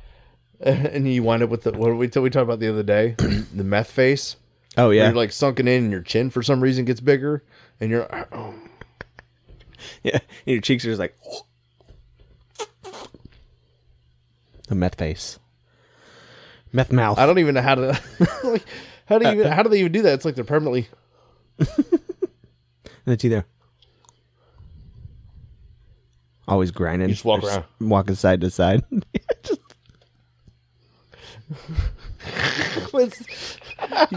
Speaker 2: and you wind up with the what did we we talked about the other day, the meth face.
Speaker 1: Oh yeah.
Speaker 2: You're like sunken in, and your chin for some reason gets bigger, and you're oh,
Speaker 1: yeah. And your cheeks are just like a meth face. Meth mouth.
Speaker 2: I don't even know how to like how do you even, how do they even do that? It's like they're permanently
Speaker 1: And it's either always grinding.
Speaker 2: just walk
Speaker 1: or s-
Speaker 2: around.
Speaker 1: walking side to side.
Speaker 2: you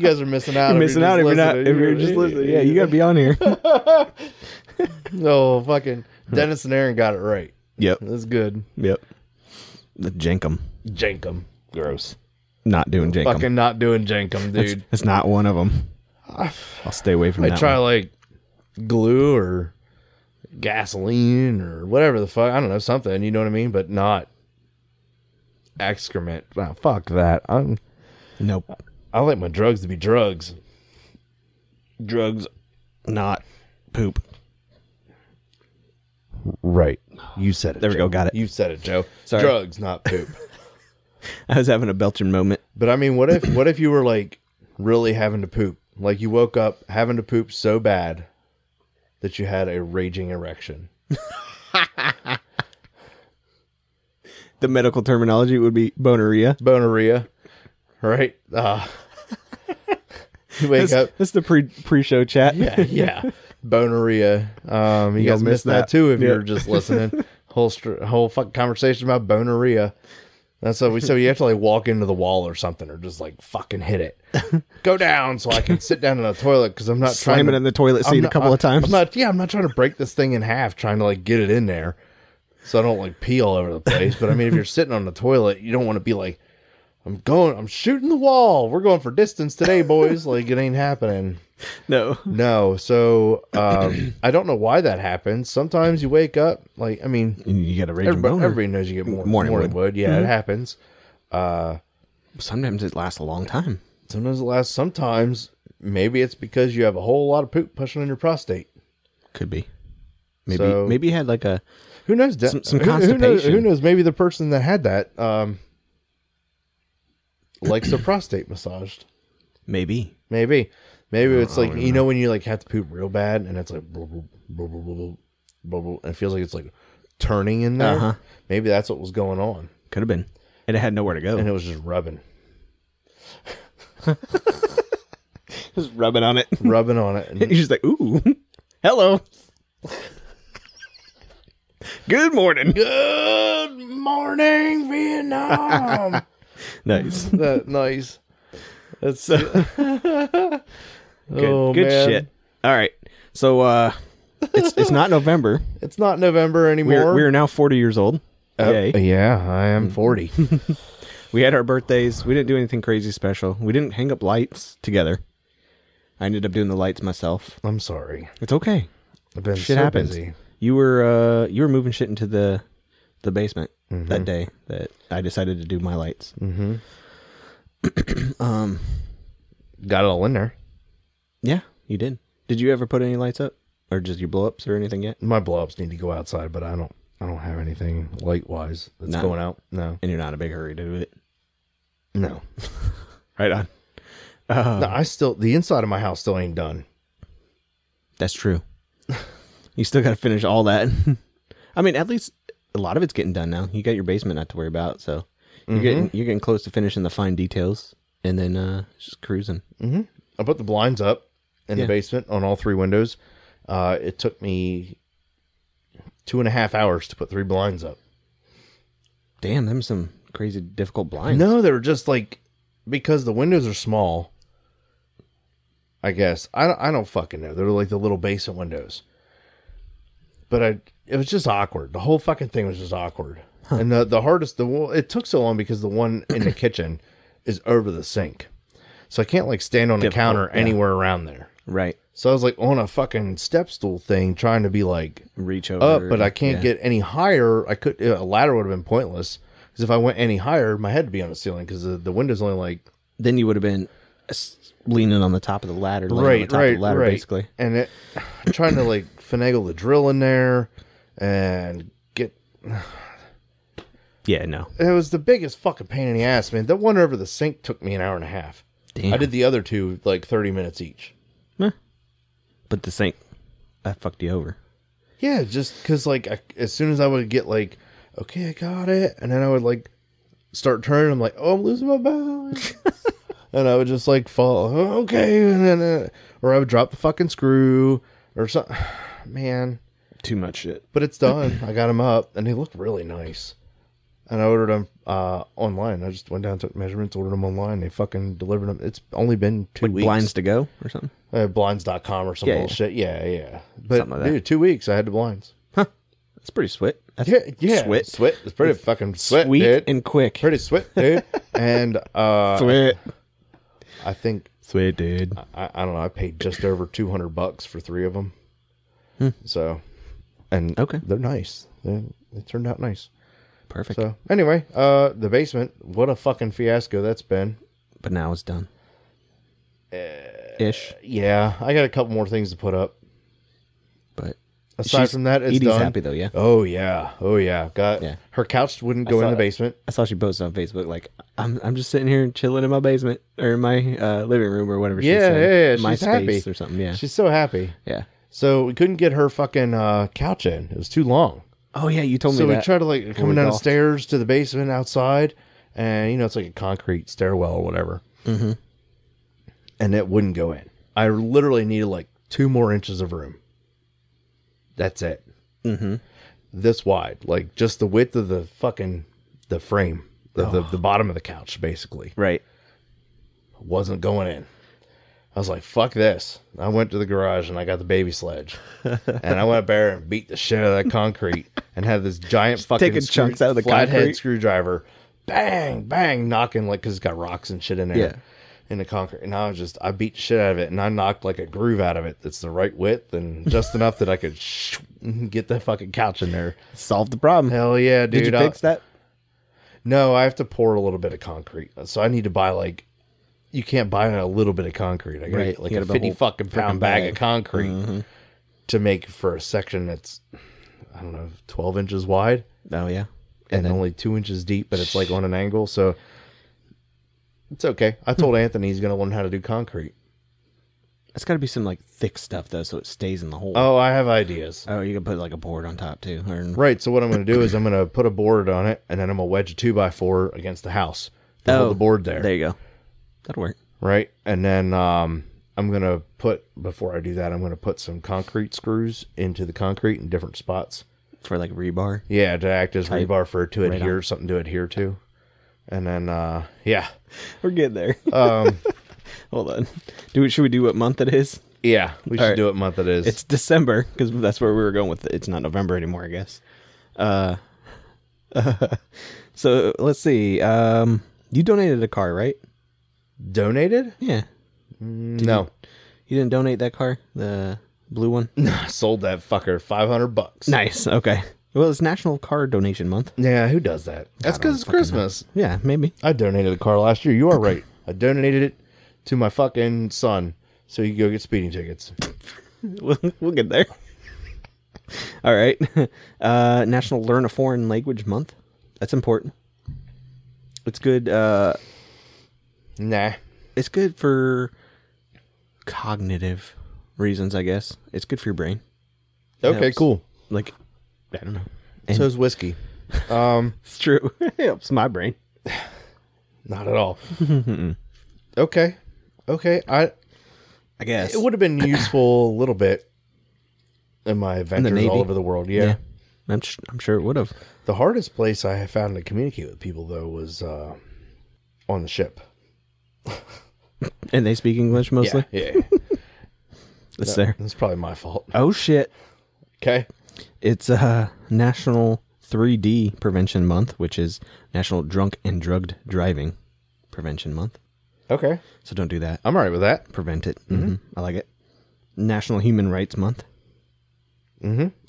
Speaker 2: guys are missing out. if
Speaker 1: Missing
Speaker 2: you're
Speaker 1: out if
Speaker 2: just
Speaker 1: you're not
Speaker 2: listening.
Speaker 1: if you're just listening. Yeah, you gotta be on here.
Speaker 2: Oh fucking Dennis and Aaron got it right.
Speaker 1: yep.
Speaker 2: That's good.
Speaker 1: Yep. The Jenkum.
Speaker 2: Jankum. Gross.
Speaker 1: not doing Jankum.
Speaker 2: Fucking not doing Jenkum,
Speaker 1: It's-
Speaker 2: dude. Ah.
Speaker 1: It's, not one of them. I'll stay away from
Speaker 2: I
Speaker 1: that.
Speaker 2: try
Speaker 1: one.
Speaker 2: like glue or gasoline or whatever the fuck. I don't know something. You know what I mean? But not excrement. Nah, fuck that. I'm.
Speaker 1: Nope.
Speaker 2: I like my drugs to be drugs.
Speaker 1: Drugs, not poop.
Speaker 2: Right. You said it.
Speaker 1: There we
Speaker 2: Joe.
Speaker 1: go. Got it.
Speaker 2: You said it, Joe.
Speaker 1: Sorry.
Speaker 2: Drugs, not poop.
Speaker 1: I was having a belching moment.
Speaker 2: But I mean, what if what if you were like really having to poop? Like you woke up having to poop so bad that you had a raging erection.
Speaker 1: The medical terminology would be boneria.
Speaker 2: Boneria, right? Uh, you wake
Speaker 1: That's,
Speaker 2: up.
Speaker 1: that's the pre pre show chat.
Speaker 2: Yeah, yeah. Boneria. Um, you,
Speaker 1: You
Speaker 2: guys
Speaker 1: guys
Speaker 2: missed
Speaker 1: missed
Speaker 2: that,
Speaker 1: that.
Speaker 2: too if
Speaker 1: Yeah.
Speaker 2: you were just listening. whole str- whole fucking conversation about boneria. That's what we so you have to like walk into the wall or something or just like fucking hit it. Go down so I can sit down in the toilet because I'm not trying
Speaker 1: Slam
Speaker 2: to
Speaker 1: it in the toilet
Speaker 2: I'm
Speaker 1: seat a
Speaker 2: not-
Speaker 1: couple
Speaker 2: I-
Speaker 1: of times.
Speaker 2: I'm not, yeah, I'm not trying to break this thing in half, trying to like get it in there, so I don't like pee all over the place. But I mean, if you're sitting on the toilet, you don't want to be like, I'm going, I'm shooting the wall. We're going for distance today, boys. like it ain't happening.
Speaker 1: no.
Speaker 2: No, so um, I don't know why that happens. Sometimes you wake up, like I mean,
Speaker 1: You get a raging
Speaker 2: everybody,
Speaker 1: boner.
Speaker 2: everybody knows you get more morning,
Speaker 1: Morning
Speaker 2: wood.
Speaker 1: wood. Mm-hmm.
Speaker 2: Yeah, it happens.
Speaker 1: Sometimes it lasts a long time.
Speaker 2: Sometimes it lasts. Sometimes maybe it's because you have a whole lot of poop pushing on your prostate.
Speaker 1: Could be. Maybe
Speaker 2: So-
Speaker 1: maybe you had like a
Speaker 2: Who knows? That,
Speaker 1: Some- some
Speaker 2: who- who knows- Who knows,
Speaker 1: constipation.
Speaker 2: Maybe the person that had that um, likes their prostate massaged.
Speaker 1: maybe.
Speaker 2: Maybe, maybe it's like you know when you like have to poop real bad and it's like blub, blub, blub, blub, blub, blub, blub, and it feels like it's like turning in there.
Speaker 1: Uh-huh.
Speaker 2: Maybe that's what was going on,
Speaker 1: Could have been. And it had nowhere to go.
Speaker 2: and it was just rubbing,
Speaker 1: just rubbing on it.
Speaker 2: rubbing on it.
Speaker 1: You're
Speaker 2: And
Speaker 1: just like, ooh. Hello. Good morning.
Speaker 2: Good morning, Vietnam.
Speaker 1: Nice.
Speaker 2: that nice. That's
Speaker 1: Good,
Speaker 2: Oh,
Speaker 1: good shit. All right. So uh it's it's not November.
Speaker 2: It's not November anymore.
Speaker 1: We're Mm. we're now forty years old.
Speaker 2: Uh,
Speaker 1: Yay.
Speaker 2: yeah, I am 40.
Speaker 1: We had our birthdays. We didn't do anything crazy special. We didn't hang up lights together. I ended up doing the lights myself.
Speaker 2: I'm sorry.
Speaker 1: It's okay.
Speaker 2: I've been
Speaker 1: Shit
Speaker 2: so
Speaker 1: happens.
Speaker 2: busy.
Speaker 1: You were uh you were moving shit into the the basement that day that I decided to do my lights.
Speaker 2: Got it all in there.
Speaker 1: Yeah, you did. Did you ever put any lights up or just your blow ups or anything yet?
Speaker 2: My blobs need to go outside, but I don't. I don't have anything light wise that's
Speaker 1: No.
Speaker 2: going out. No,
Speaker 1: And you're not in a big hurry to do it.
Speaker 2: no.
Speaker 1: Right on.
Speaker 2: no I still the inside of my house still ain't done.
Speaker 1: That's true. you still got to finish all that. I mean, at least a lot of it's getting done now. You got your basement not to worry about, so you're getting you're getting close to finishing the fine details, and then uh it's just cruising.
Speaker 2: I put the blinds up in
Speaker 1: Yeah.
Speaker 2: the basement on all three windows. Uh, it took me two and a half hours to put three blinds up.
Speaker 1: Damn, them some crazy difficult blinds.
Speaker 2: No, they were just like because the windows are small. I guess I don't, I don't fucking know. They're like the little basement windows. But I it was just awkward. The whole fucking thing was just awkward. And the the hardest the one- it took so long because the one in the kitchen is over the sink. So I can't like stand on the
Speaker 1: Difficult,
Speaker 2: counter anywhere around there.
Speaker 1: right?
Speaker 2: So I was like on a fucking step stool thing trying to be like
Speaker 1: Reach over
Speaker 2: up, but I can't
Speaker 1: yeah.
Speaker 2: get any higher. I could a ladder would have been pointless because if I went any higher, my head would be on the ceiling because the, the window's only like
Speaker 1: Then you would have been uh, s- leaning on the top of the ladder, laying on the
Speaker 2: right,
Speaker 1: top
Speaker 2: right,
Speaker 1: of the ladder,
Speaker 2: right.
Speaker 1: basically.
Speaker 2: And it trying to like finagle the drill in there and get
Speaker 1: Yeah, no,
Speaker 2: it was the biggest fucking pain in the ass, man. That one over the sink took me an hour and a half.
Speaker 1: Damn.
Speaker 2: I did the other two like thirty minutes each.
Speaker 1: but the sink, I fucked you over.
Speaker 2: Yeah, just because like I, as soon as I would get like, okay, I got it, and then I would like start turning. I'm like, oh, I'm losing my balance, and I would just like fall. "Oh, Okay, and then uh, or I would drop the fucking screw or something. Man,
Speaker 1: Too much shit.
Speaker 2: but it's done. I got them up, and they look really nice. And I ordered them uh, online. I just went down, took measurements, ordered them online. They fucking delivered them. It's only been two weeks
Speaker 1: Blinds to go or something.
Speaker 2: uh, blinds.com or some
Speaker 1: Yeah, yeah.
Speaker 2: bullshit. Yeah, yeah. But
Speaker 1: Something like that.
Speaker 2: dude, two weeks I had the blinds. Huh.
Speaker 1: It's pretty sweet. That's
Speaker 2: Yeah, yeah.
Speaker 1: Swit.
Speaker 2: Swit. It's pretty fucking sweet,
Speaker 1: sweet
Speaker 2: dude.
Speaker 1: and quick.
Speaker 2: pretty sweet, dude. and uh,
Speaker 1: sweet.
Speaker 2: I think
Speaker 1: Sweet, dude.
Speaker 2: I, I don't know. I paid just over two hundred bucks for three of them. So, and
Speaker 1: Hmm. Okay.
Speaker 2: they're nice. They, they turned out nice.
Speaker 1: Perfect.
Speaker 2: So anyway, uh, the basement. What a fucking fiasco that's been.
Speaker 1: But now it's done.
Speaker 2: Uh,
Speaker 1: Ish.
Speaker 2: Yeah, I got a couple more things to put up.
Speaker 1: But
Speaker 2: Aside
Speaker 1: She's-
Speaker 2: from that, it's
Speaker 1: Edie's
Speaker 2: done.
Speaker 1: happy though, yeah.
Speaker 2: Oh yeah, oh yeah. Got
Speaker 1: Yeah.
Speaker 2: her couch wouldn't go in
Speaker 1: saw
Speaker 2: the
Speaker 1: that.
Speaker 2: basement.
Speaker 1: I saw she posted on Facebook like I'm I'm just sitting here chilling in my basement or in my uh, living room or whatever. she
Speaker 2: Yeah, yeah, yeah,
Speaker 1: said. my
Speaker 2: she's happy.
Speaker 1: space or something. Yeah,
Speaker 2: She's so happy.
Speaker 1: yeah.
Speaker 2: So we couldn't get her fucking uh, couch in. It was too long.
Speaker 1: Oh yeah, you told
Speaker 2: So
Speaker 1: me
Speaker 2: we
Speaker 1: that.
Speaker 2: tried to like coming
Speaker 1: we
Speaker 2: down the
Speaker 1: golfed.
Speaker 2: stairs to the basement outside, and you know it's like a concrete stairwell or whatever, mm-hmm. and it wouldn't go in. I literally needed like two more inches of room. That's it. Mm-hmm. This wide, like just the width of the fucking the frame, the, the
Speaker 1: Oh.
Speaker 2: the bottom of the couch, basically
Speaker 1: right.
Speaker 2: wasn't going in. I was like, fuck this. I went to the garage and I got the baby sledge. and I went up there and beat the shit out of that concrete and had this giant fucking
Speaker 1: taking chunks out of the
Speaker 2: flathead
Speaker 1: concrete.
Speaker 2: screwdriver. Bang, bang, knocking like because it's got rocks and shit in there.
Speaker 1: Yeah.
Speaker 2: In the concrete. And I was just I beat the shit out of it and I knocked like a groove out of it that's the right width and just enough that I could sh- get the fucking couch in there.
Speaker 1: Solved the problem.
Speaker 2: Hell yeah, dude.
Speaker 1: Did you
Speaker 2: I-
Speaker 1: fix that?
Speaker 2: no, I have to pour a little bit of concrete. So I need to buy like you can't buy a little bit of concrete. I got
Speaker 1: Right,
Speaker 2: like
Speaker 1: you
Speaker 2: a
Speaker 1: gotta buy a
Speaker 2: fifty
Speaker 1: whole
Speaker 2: fucking pound
Speaker 1: frickin'
Speaker 2: bag,
Speaker 1: bag. Mm-hmm.
Speaker 2: of concrete to make for a section that's I don't know twelve inches wide
Speaker 1: Oh yeah.
Speaker 2: and, only two inches deep, but it's like on an angle. So it's okay. I told
Speaker 1: Hmm.
Speaker 2: Anthony he's gonna learn how to do concrete.
Speaker 1: It's got to be some like thick stuff though, so it stays in the hole.
Speaker 2: Oh, I have ideas.
Speaker 1: Oh, you can put like a board on top too. Or
Speaker 2: Right. So what I'm gonna do is I'm gonna put a board on it, and then I'm gonna wedge a two by four against the house to hold the board there.
Speaker 1: Oh, There you go. That'll work.
Speaker 2: right? And then um, I'm gonna put before I do that, I'm gonna put some concrete screws into the concrete in different spots.
Speaker 1: For like rebar.
Speaker 2: Yeah, to act as rebar for to adhere something to adhere to. And then uh, yeah,
Speaker 1: We're getting there. Um Hold on. Do we, should we do what month it is?
Speaker 2: yeah, we should
Speaker 1: right.
Speaker 2: do it month it is.
Speaker 1: It's December because that's where we were going with it. It's not November anymore, I guess. Uh, so let's see. Um, you donated a car, right?
Speaker 2: donated?
Speaker 1: Yeah.
Speaker 2: no,
Speaker 1: You didn't donate that car, the blue one.
Speaker 2: I sold that fucker five hundred bucks.
Speaker 1: nice. Okay. Well, it's National Car Donation Month.
Speaker 2: Yeah, who does that? That's because it's Christmas.
Speaker 1: Yeah, maybe.
Speaker 2: I donated the car last year. You are right. I donated it to my fucking son so he could go get speeding tickets.
Speaker 1: We'll, we'll get there. All right. Uh, National Learn a Foreign Language Month. That's important. It's good. Uh,
Speaker 2: Nah,
Speaker 1: it's good for cognitive reasons, I guess. It's good for your brain.
Speaker 2: okay,
Speaker 1: Helps.
Speaker 2: cool.
Speaker 1: Like, I don't know.
Speaker 2: So is whiskey. Um.
Speaker 1: It's true. it helps my brain.
Speaker 2: Not at all. okay. Okay. I
Speaker 1: I guess.
Speaker 2: it would have been useful a little bit in my adventures
Speaker 1: Navy?
Speaker 2: all over the world. Yeah.
Speaker 1: yeah. I'm, sh- I'm sure it would have.
Speaker 2: The hardest place I have found to communicate with people though was uh, on the ship.
Speaker 1: And they speak English mostly.
Speaker 2: Yeah. Yeah.
Speaker 1: It's there.
Speaker 2: That's probably my fault.
Speaker 1: Oh, shit.
Speaker 2: Okay.
Speaker 1: It's uh, National 3D Prevention Month, which is National Drunk and Drugged Driving Prevention Month.
Speaker 2: Okay.
Speaker 1: So don't do that.
Speaker 2: I'm all right with that.
Speaker 1: Prevent it.
Speaker 2: Mm-hmm.
Speaker 1: hmm I like it. National Human Rights Month.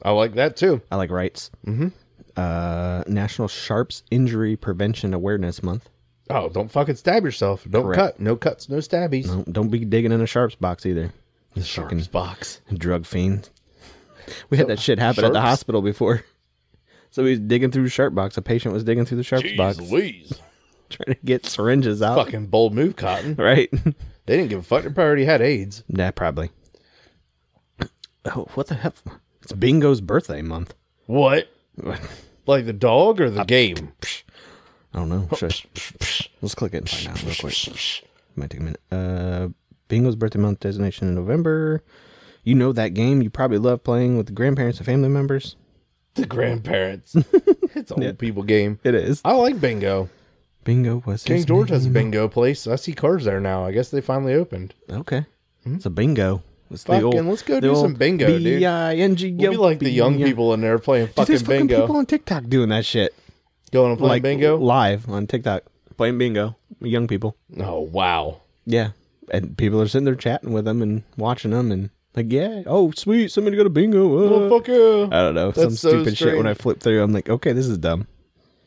Speaker 2: I like that too.
Speaker 1: I like rights. Mm-hmm. Uh, National Sharps Injury Prevention Awareness Month.
Speaker 2: Oh, don't fucking stab yourself. Don't cut. No cuts, no stabbies.
Speaker 1: Don't, don't be digging in a sharps box either.
Speaker 2: The sharp's box.
Speaker 1: Drug fiends. We had that shit happen at the
Speaker 2: sharps?
Speaker 1: hospital before. So he was digging through the sharp box. A patient was digging through the sharps box,
Speaker 2: Louise.
Speaker 1: trying to get syringes out.
Speaker 2: fucking bold move, Cotton.
Speaker 1: Right?
Speaker 2: They didn't give a fuck. They probably already had AIDS.
Speaker 1: nah, probably. Oh, what the heck? It's Bingo's birthday month.
Speaker 2: What?
Speaker 1: I
Speaker 2: Like the dog or the game?
Speaker 1: don't know. Shush. Let's click it and find out real quick. Might take a minute. Uh, Bingo's birthday month designation in November. You know that game you probably love playing with the grandparents and family members.
Speaker 2: the grandparents. it's an old people game.
Speaker 1: It is.
Speaker 2: I like bingo.
Speaker 1: Bingo was
Speaker 2: King
Speaker 1: his
Speaker 2: George has a bingo place. I see cars there now. I guess they finally opened.
Speaker 1: name. Okay. It's a bingo. It's the
Speaker 2: Hmm? Fucking,
Speaker 1: old-
Speaker 2: let's go
Speaker 1: the
Speaker 2: do some
Speaker 1: old
Speaker 2: bingo, dude.
Speaker 1: B-I-N-G-O,
Speaker 2: We'll be like the young
Speaker 1: B-I-
Speaker 2: people in there playing
Speaker 1: Dude,
Speaker 2: fucking
Speaker 1: there's fucking
Speaker 2: bingo.
Speaker 1: people on TikTok doing that shit.
Speaker 2: Going and
Speaker 1: like
Speaker 2: playing bingo.
Speaker 1: live on TikTok, playing bingo. Young people.
Speaker 2: Oh wow.
Speaker 1: Yeah, and people are sitting there chatting with them and watching them and like, yeah, oh sweet, somebody got a bingo. uh.
Speaker 2: Motherfucker.
Speaker 1: I don't know some
Speaker 2: That's so
Speaker 1: stupid shit. When I
Speaker 2: strange.
Speaker 1: flip through, I'm like, okay, this is dumb.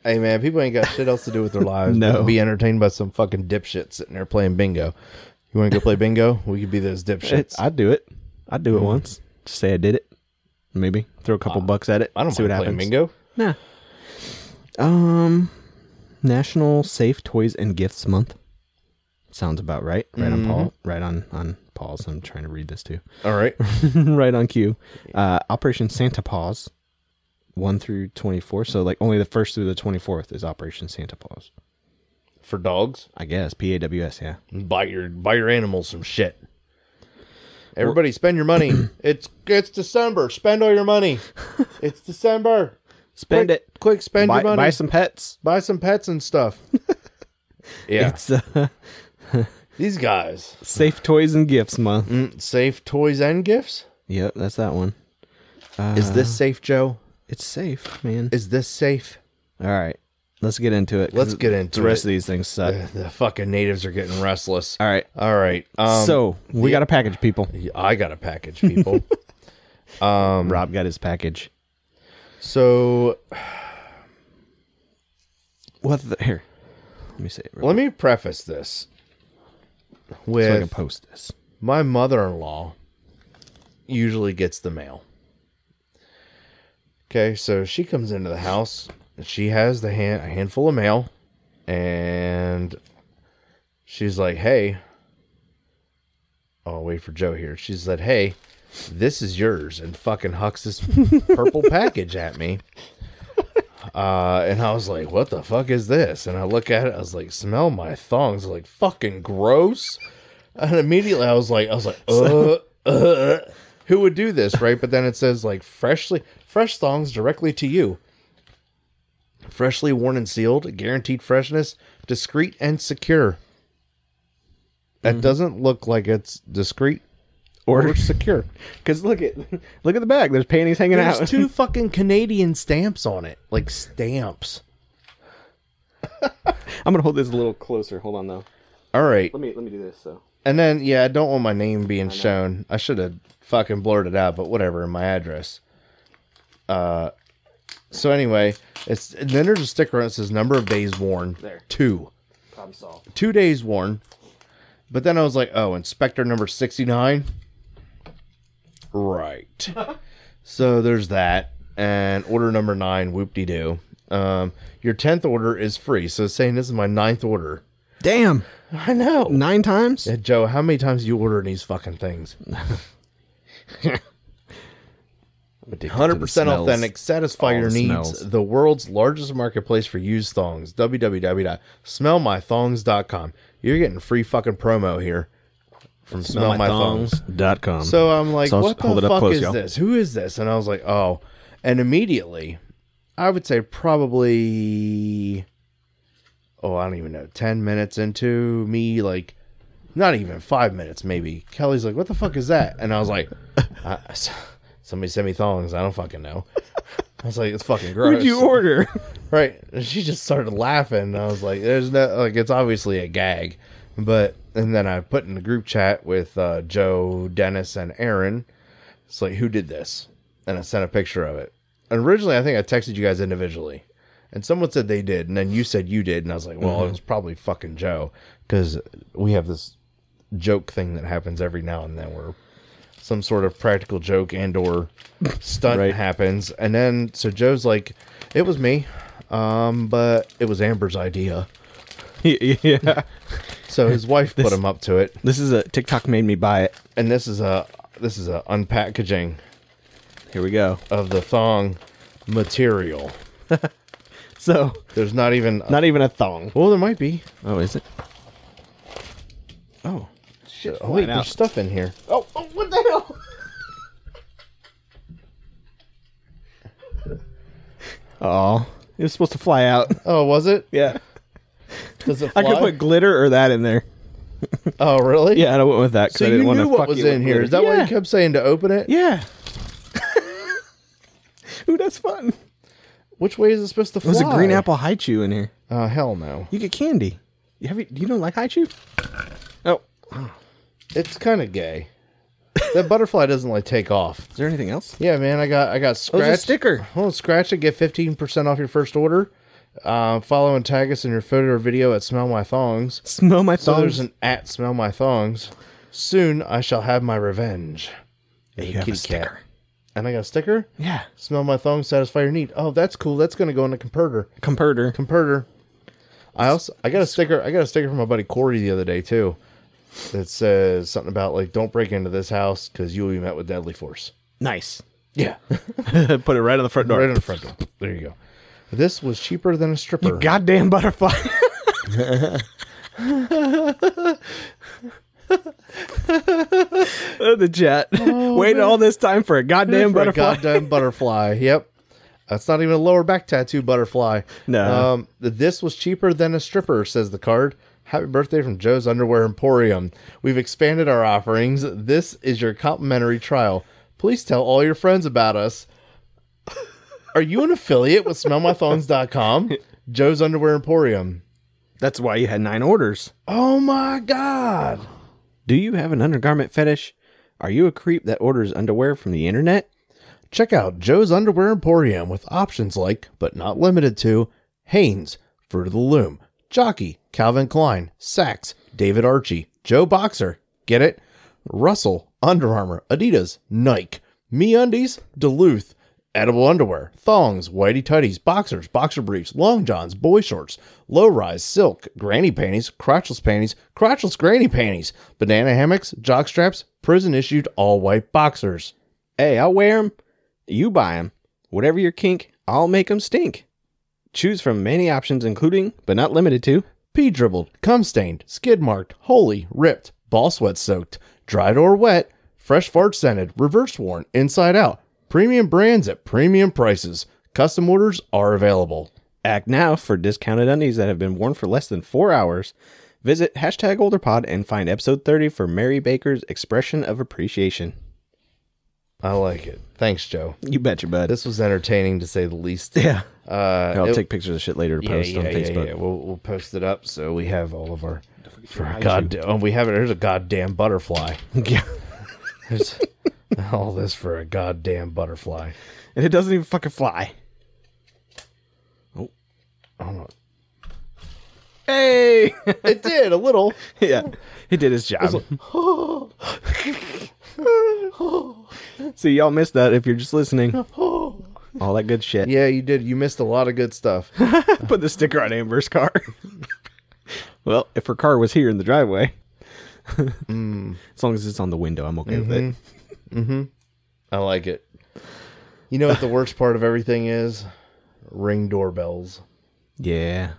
Speaker 2: Hey man, people ain't got shit else to do with their lives.
Speaker 1: No.
Speaker 2: but be entertained by some fucking dipshit sitting there playing bingo. You want to go play bingo? We could be those dipshits.
Speaker 1: I'd do it. I'd
Speaker 2: Mm-hmm.
Speaker 1: do it once. Just say I did it. Maybe throw a couple bucks at it.
Speaker 2: I don't
Speaker 1: see
Speaker 2: mind
Speaker 1: what
Speaker 2: playing
Speaker 1: happens.
Speaker 2: bingo.
Speaker 1: Nah. Um, National Safe Toys and Gifts Month. Sounds about right. Right on Paul.
Speaker 2: Mm-hmm.
Speaker 1: Right on on Paul's. I'm trying to read this too.
Speaker 2: All right.
Speaker 1: right on cue. Uh, Operation Santa Paws, one through twenty four. So like only the first through the twenty fourth is Operation Santa Paws.
Speaker 2: For dogs,
Speaker 1: I guess P A W S. Yeah.
Speaker 2: buy your buy your animals some shit. Everybody, spend your money. it's it's December. Spend all your money. it's December.
Speaker 1: Spend
Speaker 2: quick,
Speaker 1: it.
Speaker 2: Quick, spend
Speaker 1: Buy,
Speaker 2: your money.
Speaker 1: buy
Speaker 2: Buy,
Speaker 1: some pets.
Speaker 2: some pets and stuff. yeah,
Speaker 1: It's uh,
Speaker 2: these guys.
Speaker 1: Safe Toys and Gifts Month.
Speaker 2: Mm, safe toys and gifts. Uh.
Speaker 1: Yep, that's that one.
Speaker 2: Is this safe, Joe?
Speaker 1: It's safe, man.
Speaker 2: Is this safe?
Speaker 1: All right, let's get into it. 'cause
Speaker 2: Let's get into
Speaker 1: the rest of
Speaker 2: it.
Speaker 1: these things suck.
Speaker 2: the fucking natives are getting restless.
Speaker 1: All right,
Speaker 2: All right. Um,
Speaker 1: so we got a package, people.
Speaker 2: I got a package, people.
Speaker 1: Rob got his package.
Speaker 2: so
Speaker 1: What the here? Let me say it. Real
Speaker 2: let me preface this
Speaker 1: so I
Speaker 2: with
Speaker 1: can post this.
Speaker 2: my mother-in-law usually gets the mail. Okay, so she comes into the house. And she has the hand a handful of mail, and she's like, "Hey." Oh, wait for Joe here. She said, "Hey, this is yours," and fucking hucks this purple package at me. Uh, and I was like, "What the fuck is this?" And I look at it. I was like, "Smell my thongs!" Like fucking gross. And immediately I was like, I was like, uh, uh, who would do this, right? But then it says like freshly fresh thongs directly to you. Freshly worn and sealed, guaranteed freshness, discreet and secure. That doesn't look like it's discreet Mm-hmm. or, secure.
Speaker 1: Cause look at look at the back. There's panties hanging out.
Speaker 2: There's two fucking Canadian stamps on it, like stamps.
Speaker 1: I'm gonna hold this a little closer. Hold on though.
Speaker 2: All right,
Speaker 1: Let me let me do this. So
Speaker 2: and then yeah, I don't want my name being shown. I should have fucking blurred it out, but whatever. My address. Uh, so anyway, it's and then there's a sticker that says number of days worn.
Speaker 1: There.
Speaker 2: two,
Speaker 1: problem solved.
Speaker 2: two days worn. But then I was like, oh, inspector number sixty nine. Right. so there's that, and order number nine. Whoop de doo. Um, your tenth order is free. So it's saying this is my ninth order.
Speaker 1: Damn,
Speaker 2: I know.
Speaker 1: nine times.
Speaker 2: Yeah, Uh, Joe, how many times you ordering these fucking things? Hundred percent authentic. Satisfy
Speaker 1: All
Speaker 2: your
Speaker 1: the
Speaker 2: needs.
Speaker 1: smells.
Speaker 2: The world's largest marketplace for used thongs. www.smellmythongs.com. You're getting free fucking promo here from Smell, My Thongs.
Speaker 1: com.
Speaker 2: So I'm like,
Speaker 1: Um, So I'll
Speaker 2: what
Speaker 1: hold it
Speaker 2: the
Speaker 1: up
Speaker 2: fuck
Speaker 1: close,
Speaker 2: is
Speaker 1: y'all.
Speaker 2: this? Who is this? And I was like, oh. And immediately, I would say probably, oh, I don't even know, 10 minutes into me, like, not even five minutes, maybe. Kelly's like, what the fuck is that? And I was like, I, somebody sent me thongs. I don't fucking know. I was like, it's fucking gross.
Speaker 1: What'd you order?
Speaker 2: Right. And she just started laughing. And I was like, there's no, like, it's obviously a gag. But, and then I put in the group chat with uh, Joe, Dennis, and Aaron. It's like, who did this? And I sent a picture of it. And originally, I think I texted you guys individually. And someone said they did. And then you said you did. And I was like, well, it
Speaker 1: Mm-hmm.
Speaker 2: was probably fucking Joe. Because we have this joke thing that happens every now and then where some sort of practical joke and or stunt
Speaker 1: Right.
Speaker 2: happens and then so joe's like it was me um but it was amber's idea
Speaker 1: yeah.
Speaker 2: so his wife put him up to it
Speaker 1: This is a TikTok made me buy it.
Speaker 2: and this is a this is a unpackaging
Speaker 1: Here we go.
Speaker 2: of the thong material
Speaker 1: So
Speaker 2: there's not even a,
Speaker 1: not even a thong.
Speaker 2: well there might be
Speaker 1: Oh, is it? Oh.
Speaker 2: Shit, oh wait
Speaker 1: flying out.
Speaker 2: there's stuff in here
Speaker 1: Oh, oh what the hell? Oh, it was supposed to fly out.
Speaker 2: oh was it
Speaker 1: Yeah.
Speaker 2: does it fly?
Speaker 1: I could put glitter or that in there.
Speaker 2: Oh, really?
Speaker 1: Yeah, and I went with that because
Speaker 2: So
Speaker 1: I
Speaker 2: you
Speaker 1: didn't want
Speaker 2: knew
Speaker 1: to
Speaker 2: what
Speaker 1: fuck
Speaker 2: was
Speaker 1: you up
Speaker 2: in here.
Speaker 1: later.
Speaker 2: Is that why
Speaker 1: yeah.
Speaker 2: you kept saying to open it?
Speaker 1: Yeah. Ooh, that's fun.
Speaker 2: Which way is it supposed to fly?
Speaker 1: There's a green apple haichu in here.
Speaker 2: Oh, hell no.
Speaker 1: You get candy. You have you, you don't like haichu? Oh,
Speaker 2: It's kind of gay. that butterfly doesn't like take off.
Speaker 1: is there anything else?
Speaker 2: Yeah, man, I got I got
Speaker 1: Oh,
Speaker 2: scratch
Speaker 1: there's a sticker.
Speaker 2: Hold on, scratch it. Get fifteen percent off your first order. Uh, follow and tag us in your photo or video at Smell My Thongs.
Speaker 1: Smell my
Speaker 2: So there's
Speaker 1: thongs.
Speaker 2: an at Smell My Thongs. Soon I shall have my revenge.
Speaker 1: Yeah, you
Speaker 2: a
Speaker 1: have a
Speaker 2: kitty cat.
Speaker 1: sticker.
Speaker 2: And I got a sticker.
Speaker 1: Yeah,
Speaker 2: Smell my thongs, satisfy your need. Oh, that's cool. That's gonna go in the comperter.
Speaker 1: comperter.
Speaker 2: Comperter. I also I got a sticker. I got a sticker from my buddy Corey the other day too. That says something about like don't break into this house because you will be met with deadly force.
Speaker 1: Nice.
Speaker 2: Yeah,
Speaker 1: Put it right on the front door.
Speaker 2: right on the front door. There you go. This was cheaper than a stripper.
Speaker 1: Goddamn butterfly. Oh, the jet waited all this time for a goddamn
Speaker 2: for
Speaker 1: butterfly.
Speaker 2: A goddamn butterfly. Yep. That's not even a lower back tattoo butterfly.
Speaker 1: No.
Speaker 2: Um, th- this was cheaper than a stripper, says the card. Happy birthday from Joe's Underwear Emporium. We've expanded our offerings. This is your complimentary trial. Please tell all your friends about us. Are you an affiliate with smellmythongs.com? Joe's Underwear Emporium.
Speaker 1: That's why you had nine orders.
Speaker 2: Oh my God.
Speaker 1: Do you have an undergarment fetish? Are you a creep that orders underwear from the internet?
Speaker 2: Check out Joe's Underwear Emporium with options like, but not limited to, Hanes, Fruit of the Loom, Jockey, Calvin Klein, Saks, David Archie, Joe Boxer, get it? Russell, Under Armour, Adidas, Nike, Me Undies, Duluth, Edible Underwear, Thongs, Whitey Tighties, Boxers, Boxer Briefs, Long Johns, Boy Shorts, Low Rise, Silk, Granny Panties, Crotchless Panties, Crotchless Granny Panties, Banana Hammocks, Jock Straps, Prison Issued All White Boxers.
Speaker 1: Hey, I'll wear 'em. You buy 'em. Whatever your kink, I'll make 'em stink. Choose from many options, including, but not limited to,
Speaker 2: pee dribbled, cum stained, skid marked, holy, ripped, ball sweat soaked, dried or wet, fresh fart scented, reverse worn, inside out. Premium brands at premium prices. Custom orders are available.
Speaker 1: Act now for discounted undies that have been worn for less than four hours. Visit hashtag olderpod and find episode 30 for Mary Baker's expression of appreciation.
Speaker 2: I like it. Thanks, Joe.
Speaker 1: You betcha, bud.
Speaker 2: This was entertaining to say the least.
Speaker 1: yeah.
Speaker 2: Uh,
Speaker 1: I'll
Speaker 2: it-
Speaker 1: take pictures of shit later to
Speaker 2: yeah,
Speaker 1: post
Speaker 2: yeah,
Speaker 1: on
Speaker 2: yeah,
Speaker 1: Facebook.
Speaker 2: yeah. We'll, we'll post it up so we have all of our. For goddamn, oh, we have it. There's a goddamn butterfly.
Speaker 1: Yeah.
Speaker 2: There's all this for a goddamn butterfly.
Speaker 1: and it doesn't even fucking fly. Oh.
Speaker 2: I don't know.
Speaker 1: Hey!
Speaker 2: It did a little.
Speaker 1: yeah. He did his job. See, y'all missed that if you're just listening. All that good shit.
Speaker 2: Yeah, you did. You missed a lot of good stuff.
Speaker 1: Put the sticker on Amber's car. well, if her car was here in the driveway, as long as it's on the window, I'm okay with it.
Speaker 2: I like it. You know what the worst part of everything is? Ring doorbells.
Speaker 1: Yeah.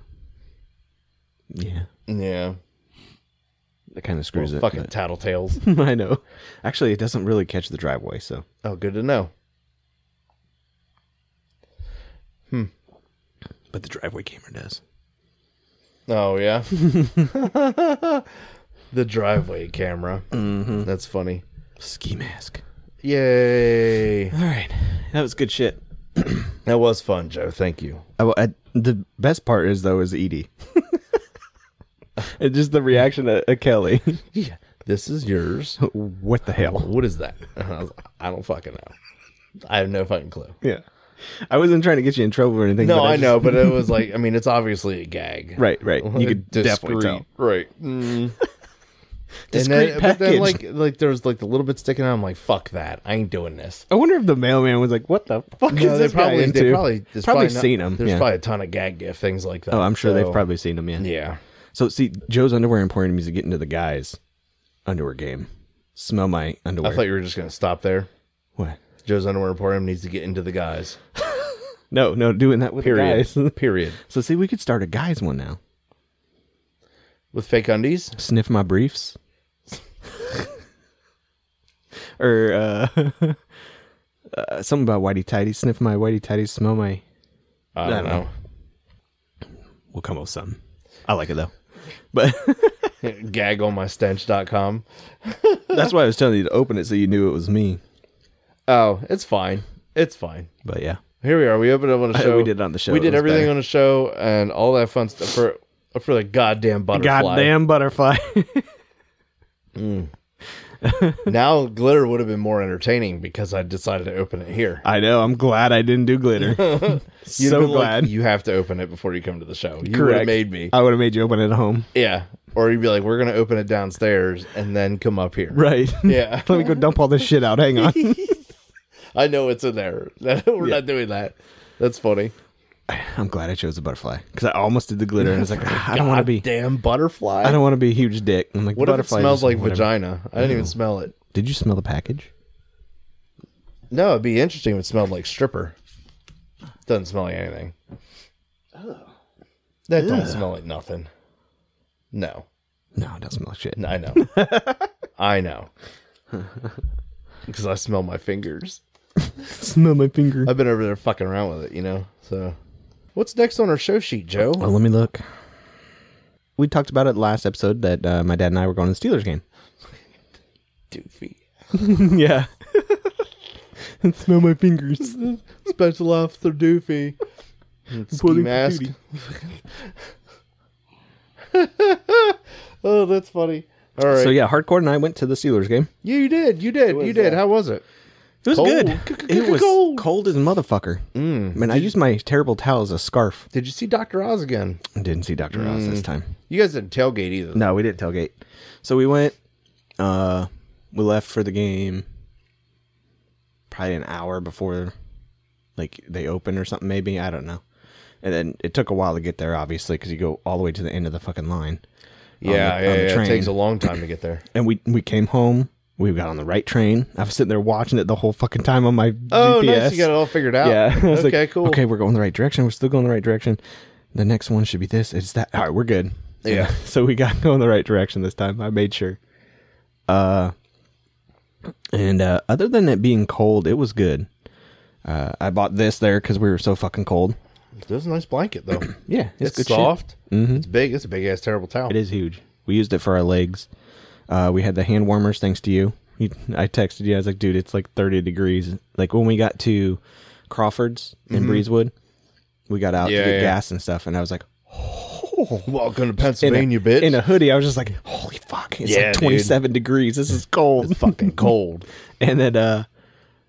Speaker 1: Yeah.
Speaker 2: Yeah.
Speaker 1: That kind of screws
Speaker 2: Fucking
Speaker 1: it.
Speaker 2: tattletales.
Speaker 1: but- I know. Actually, it doesn't really catch the driveway, so.
Speaker 2: oh, good to know.
Speaker 1: But the driveway camera does.
Speaker 2: Oh, yeah. the driveway camera. Mm-hmm. That's funny.
Speaker 1: Ski mask.
Speaker 2: Yay.
Speaker 1: All right. That was good shit.
Speaker 2: That was fun, Joe. Thank you.
Speaker 1: I, I, the best part is, though, is Edie. and just the reaction of, of Kelly.
Speaker 2: Yeah. This is yours.
Speaker 1: what the hell?
Speaker 2: What is that? And I was like, I don't fucking know. I have no fucking clue.
Speaker 1: Yeah. I wasn't trying to get you in trouble or anything.
Speaker 2: No,
Speaker 1: but
Speaker 2: I
Speaker 1: just-
Speaker 2: know, but it was like, I mean, it's obviously a gag.
Speaker 1: Right, right. You could definitely
Speaker 2: Discreet,
Speaker 1: tell.
Speaker 2: Right. Mm. and
Speaker 1: Discreet
Speaker 2: then, but then,
Speaker 1: package.
Speaker 2: like, like there was like the little bit sticking out. I'm like, fuck that. I ain't doing this.
Speaker 1: I wonder if the mailman was like, "What the fuck
Speaker 2: No,
Speaker 1: is
Speaker 2: they
Speaker 1: this guy
Speaker 2: probably,
Speaker 1: into?"
Speaker 2: they probably, there's
Speaker 1: Probably
Speaker 2: not-
Speaker 1: seen 'em,
Speaker 2: There's
Speaker 1: yeah.
Speaker 2: probably a ton of gag gift things like that.
Speaker 1: oh, I'm sure
Speaker 2: so-
Speaker 1: they've probably seen him. Yeah.
Speaker 2: Yeah.
Speaker 1: So see, Joe's underwear and porn music get into the guys' underwear game. Smell my underwear.
Speaker 2: I thought you were just gonna stop there.
Speaker 1: what?
Speaker 2: Joe's underwear emporium needs to get into the guys.
Speaker 1: No, no, doing that with
Speaker 2: Period.
Speaker 1: the guys.
Speaker 2: Period.
Speaker 1: so see, we could start a guys one now.
Speaker 2: With fake undies.
Speaker 1: Sniff my briefs. or uh, uh, something about whitey tighties. Sniff my whitey tighties. Smell my.
Speaker 2: I don't know.
Speaker 1: We'll come up with something. I like it though. But
Speaker 2: Gag on my stench.com.
Speaker 1: That's why I was telling you to open it so you knew it was me.
Speaker 2: Oh, it's fine. It's fine.
Speaker 1: But yeah,
Speaker 2: Here we are. We opened up on a show.
Speaker 1: we did it on the show.
Speaker 2: We
Speaker 1: It
Speaker 2: did
Speaker 1: was
Speaker 2: everything
Speaker 1: better.
Speaker 2: on a show and all that fun stuff for for the goddamn butterfly.
Speaker 3: Goddamn butterfly.
Speaker 2: Now glitter would have been more entertaining because I decided to open it here.
Speaker 1: I know. I'm glad I didn't do glitter.
Speaker 2: You'd have
Speaker 1: so
Speaker 2: been like,
Speaker 1: glad.
Speaker 2: you have to open it before you come to the show. You would
Speaker 1: Correct.
Speaker 2: have made me.
Speaker 1: I would have made you open it at home.
Speaker 2: Yeah. Or you'd be like, we're gonna open it downstairs and then come up here.
Speaker 1: Right.
Speaker 2: Yeah.
Speaker 3: Let me go dump all this shit out. Hang on.
Speaker 2: I know it's in there. we're not doing that. That's funny.
Speaker 1: I'm glad I chose the butterfly because I almost did the glitter and I was like, "Ah, I don't want to be.
Speaker 2: damn butterfly.
Speaker 1: I don't want to be a huge dick. I'm like,
Speaker 2: what if it
Speaker 1: butterfly
Speaker 2: smells
Speaker 1: is-
Speaker 2: like
Speaker 1: whatever.
Speaker 2: vagina? I didn't even smell it.
Speaker 1: Did you smell the package?
Speaker 2: No, it'd be interesting if it smelled like stripper. Doesn't smell like anything.
Speaker 1: Oh.
Speaker 2: That don't smell like nothing. No.
Speaker 1: No, it doesn't smell like shit.
Speaker 2: No, I know. I know. Because I smell my fingers.
Speaker 1: Smell my finger.
Speaker 2: I've been over there fucking around with it, you know? So. What's next on our show sheet, Joe?
Speaker 1: Well, let me look. We talked about it last episode that uh, my dad and I were going to the Steelers game.
Speaker 2: Doofy.
Speaker 1: yeah. smell my fingers.
Speaker 2: Special Officer Doofy. Ski
Speaker 1: Pulling for
Speaker 2: mask.
Speaker 1: duty.
Speaker 2: oh, that's funny. All right.
Speaker 1: So yeah, hardcore and I went to the Steelers game.
Speaker 2: yeah, you did. You did. You did. How was it?
Speaker 1: It was
Speaker 2: Cold.
Speaker 1: good. It was
Speaker 2: Cold.
Speaker 1: cold as a motherfucker. Mm. Man, I used my terrible towel as a scarf.
Speaker 2: Did you see Dr. Oz again?
Speaker 1: I didn't see Doctor Oz this time.
Speaker 2: You guys didn't tailgate either.
Speaker 1: No, we didn't tailgate. So we went. Uh, we left for the game. Probably an hour before, like they open or something. Maybe I don't know. And then it took a while to get there, obviously, because you go all the way to the end of the fucking line.
Speaker 2: Yeah,
Speaker 1: on the
Speaker 2: yeah, yeah.
Speaker 1: train.
Speaker 2: It takes a long time to get there.
Speaker 1: And we we came home. We got on the right train. I was sitting there watching it the whole fucking time on my
Speaker 2: Oh,
Speaker 1: GPS.
Speaker 2: nice. You got it all figured out.
Speaker 1: Yeah. I was
Speaker 2: okay,
Speaker 1: like,
Speaker 2: cool.
Speaker 1: Okay, we're going the right direction. We're still going the right direction. The next one should be this. It's that. All right, we're good.
Speaker 2: Yeah.
Speaker 1: so we got going the right direction this time. I made sure. Uh, and uh, other than it being cold, it was good. Uh, I bought this there because we were so fucking cold.
Speaker 2: There's a nice blanket, though.
Speaker 1: Yeah,
Speaker 2: it's
Speaker 1: good shit. Mm-hmm.
Speaker 2: soft. It's big. It's a big ass terrible towel.
Speaker 1: It is huge. We used it for our legs. Uh, we had the hand warmers thanks to you. you. I texted you. I was like, dude, it's like 30 degrees. Like when we got to Crawford's in Breezewood, we got out
Speaker 2: Mm-hmm. Yeah,
Speaker 1: to get
Speaker 2: yeah.
Speaker 1: gas and stuff, and I was like,
Speaker 2: Welcome to
Speaker 1: in
Speaker 2: Pennsylvania,
Speaker 1: a,
Speaker 2: bitch.
Speaker 1: in a hoodie, I was just like, holy fuck, it's
Speaker 2: Yeah,
Speaker 1: like
Speaker 2: dude.
Speaker 1: 27 degrees. This is cold.
Speaker 2: fucking cold.
Speaker 1: and then uh,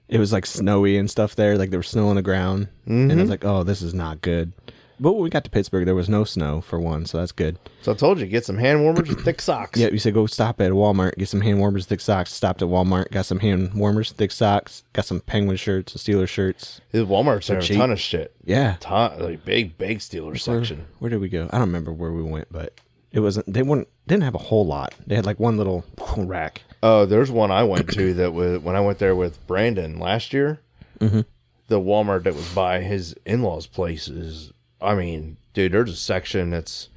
Speaker 1: it was like snowy and stuff there. Like there was snow on the ground, and I
Speaker 2: Mm-hmm.
Speaker 1: was like, oh, this is not good. But when we got to Pittsburgh, there was no snow for one, so that's good.
Speaker 2: So I told you, get some hand warmers and thick socks.
Speaker 1: Yeah, you said go stop at Walmart, get some hand warmers, thick socks. Stopped at Walmart, got some hand warmers, thick socks, got some Penguin shirts, Steeler shirts.
Speaker 2: Walmart's there a
Speaker 1: cheap.
Speaker 2: ton of shit.
Speaker 1: Yeah.
Speaker 2: Ton, like big, big Steelers section.
Speaker 1: Where did we go? I don't remember where we went, but it wasn't. They weren't. Didn't have a whole lot. They had like one little rack.
Speaker 2: Oh, there's one I went to that was when I went there with Brandon last year.
Speaker 1: Mm-hmm.
Speaker 2: The Walmart that was by his in laws' place is, I mean, dude, there's a section that's,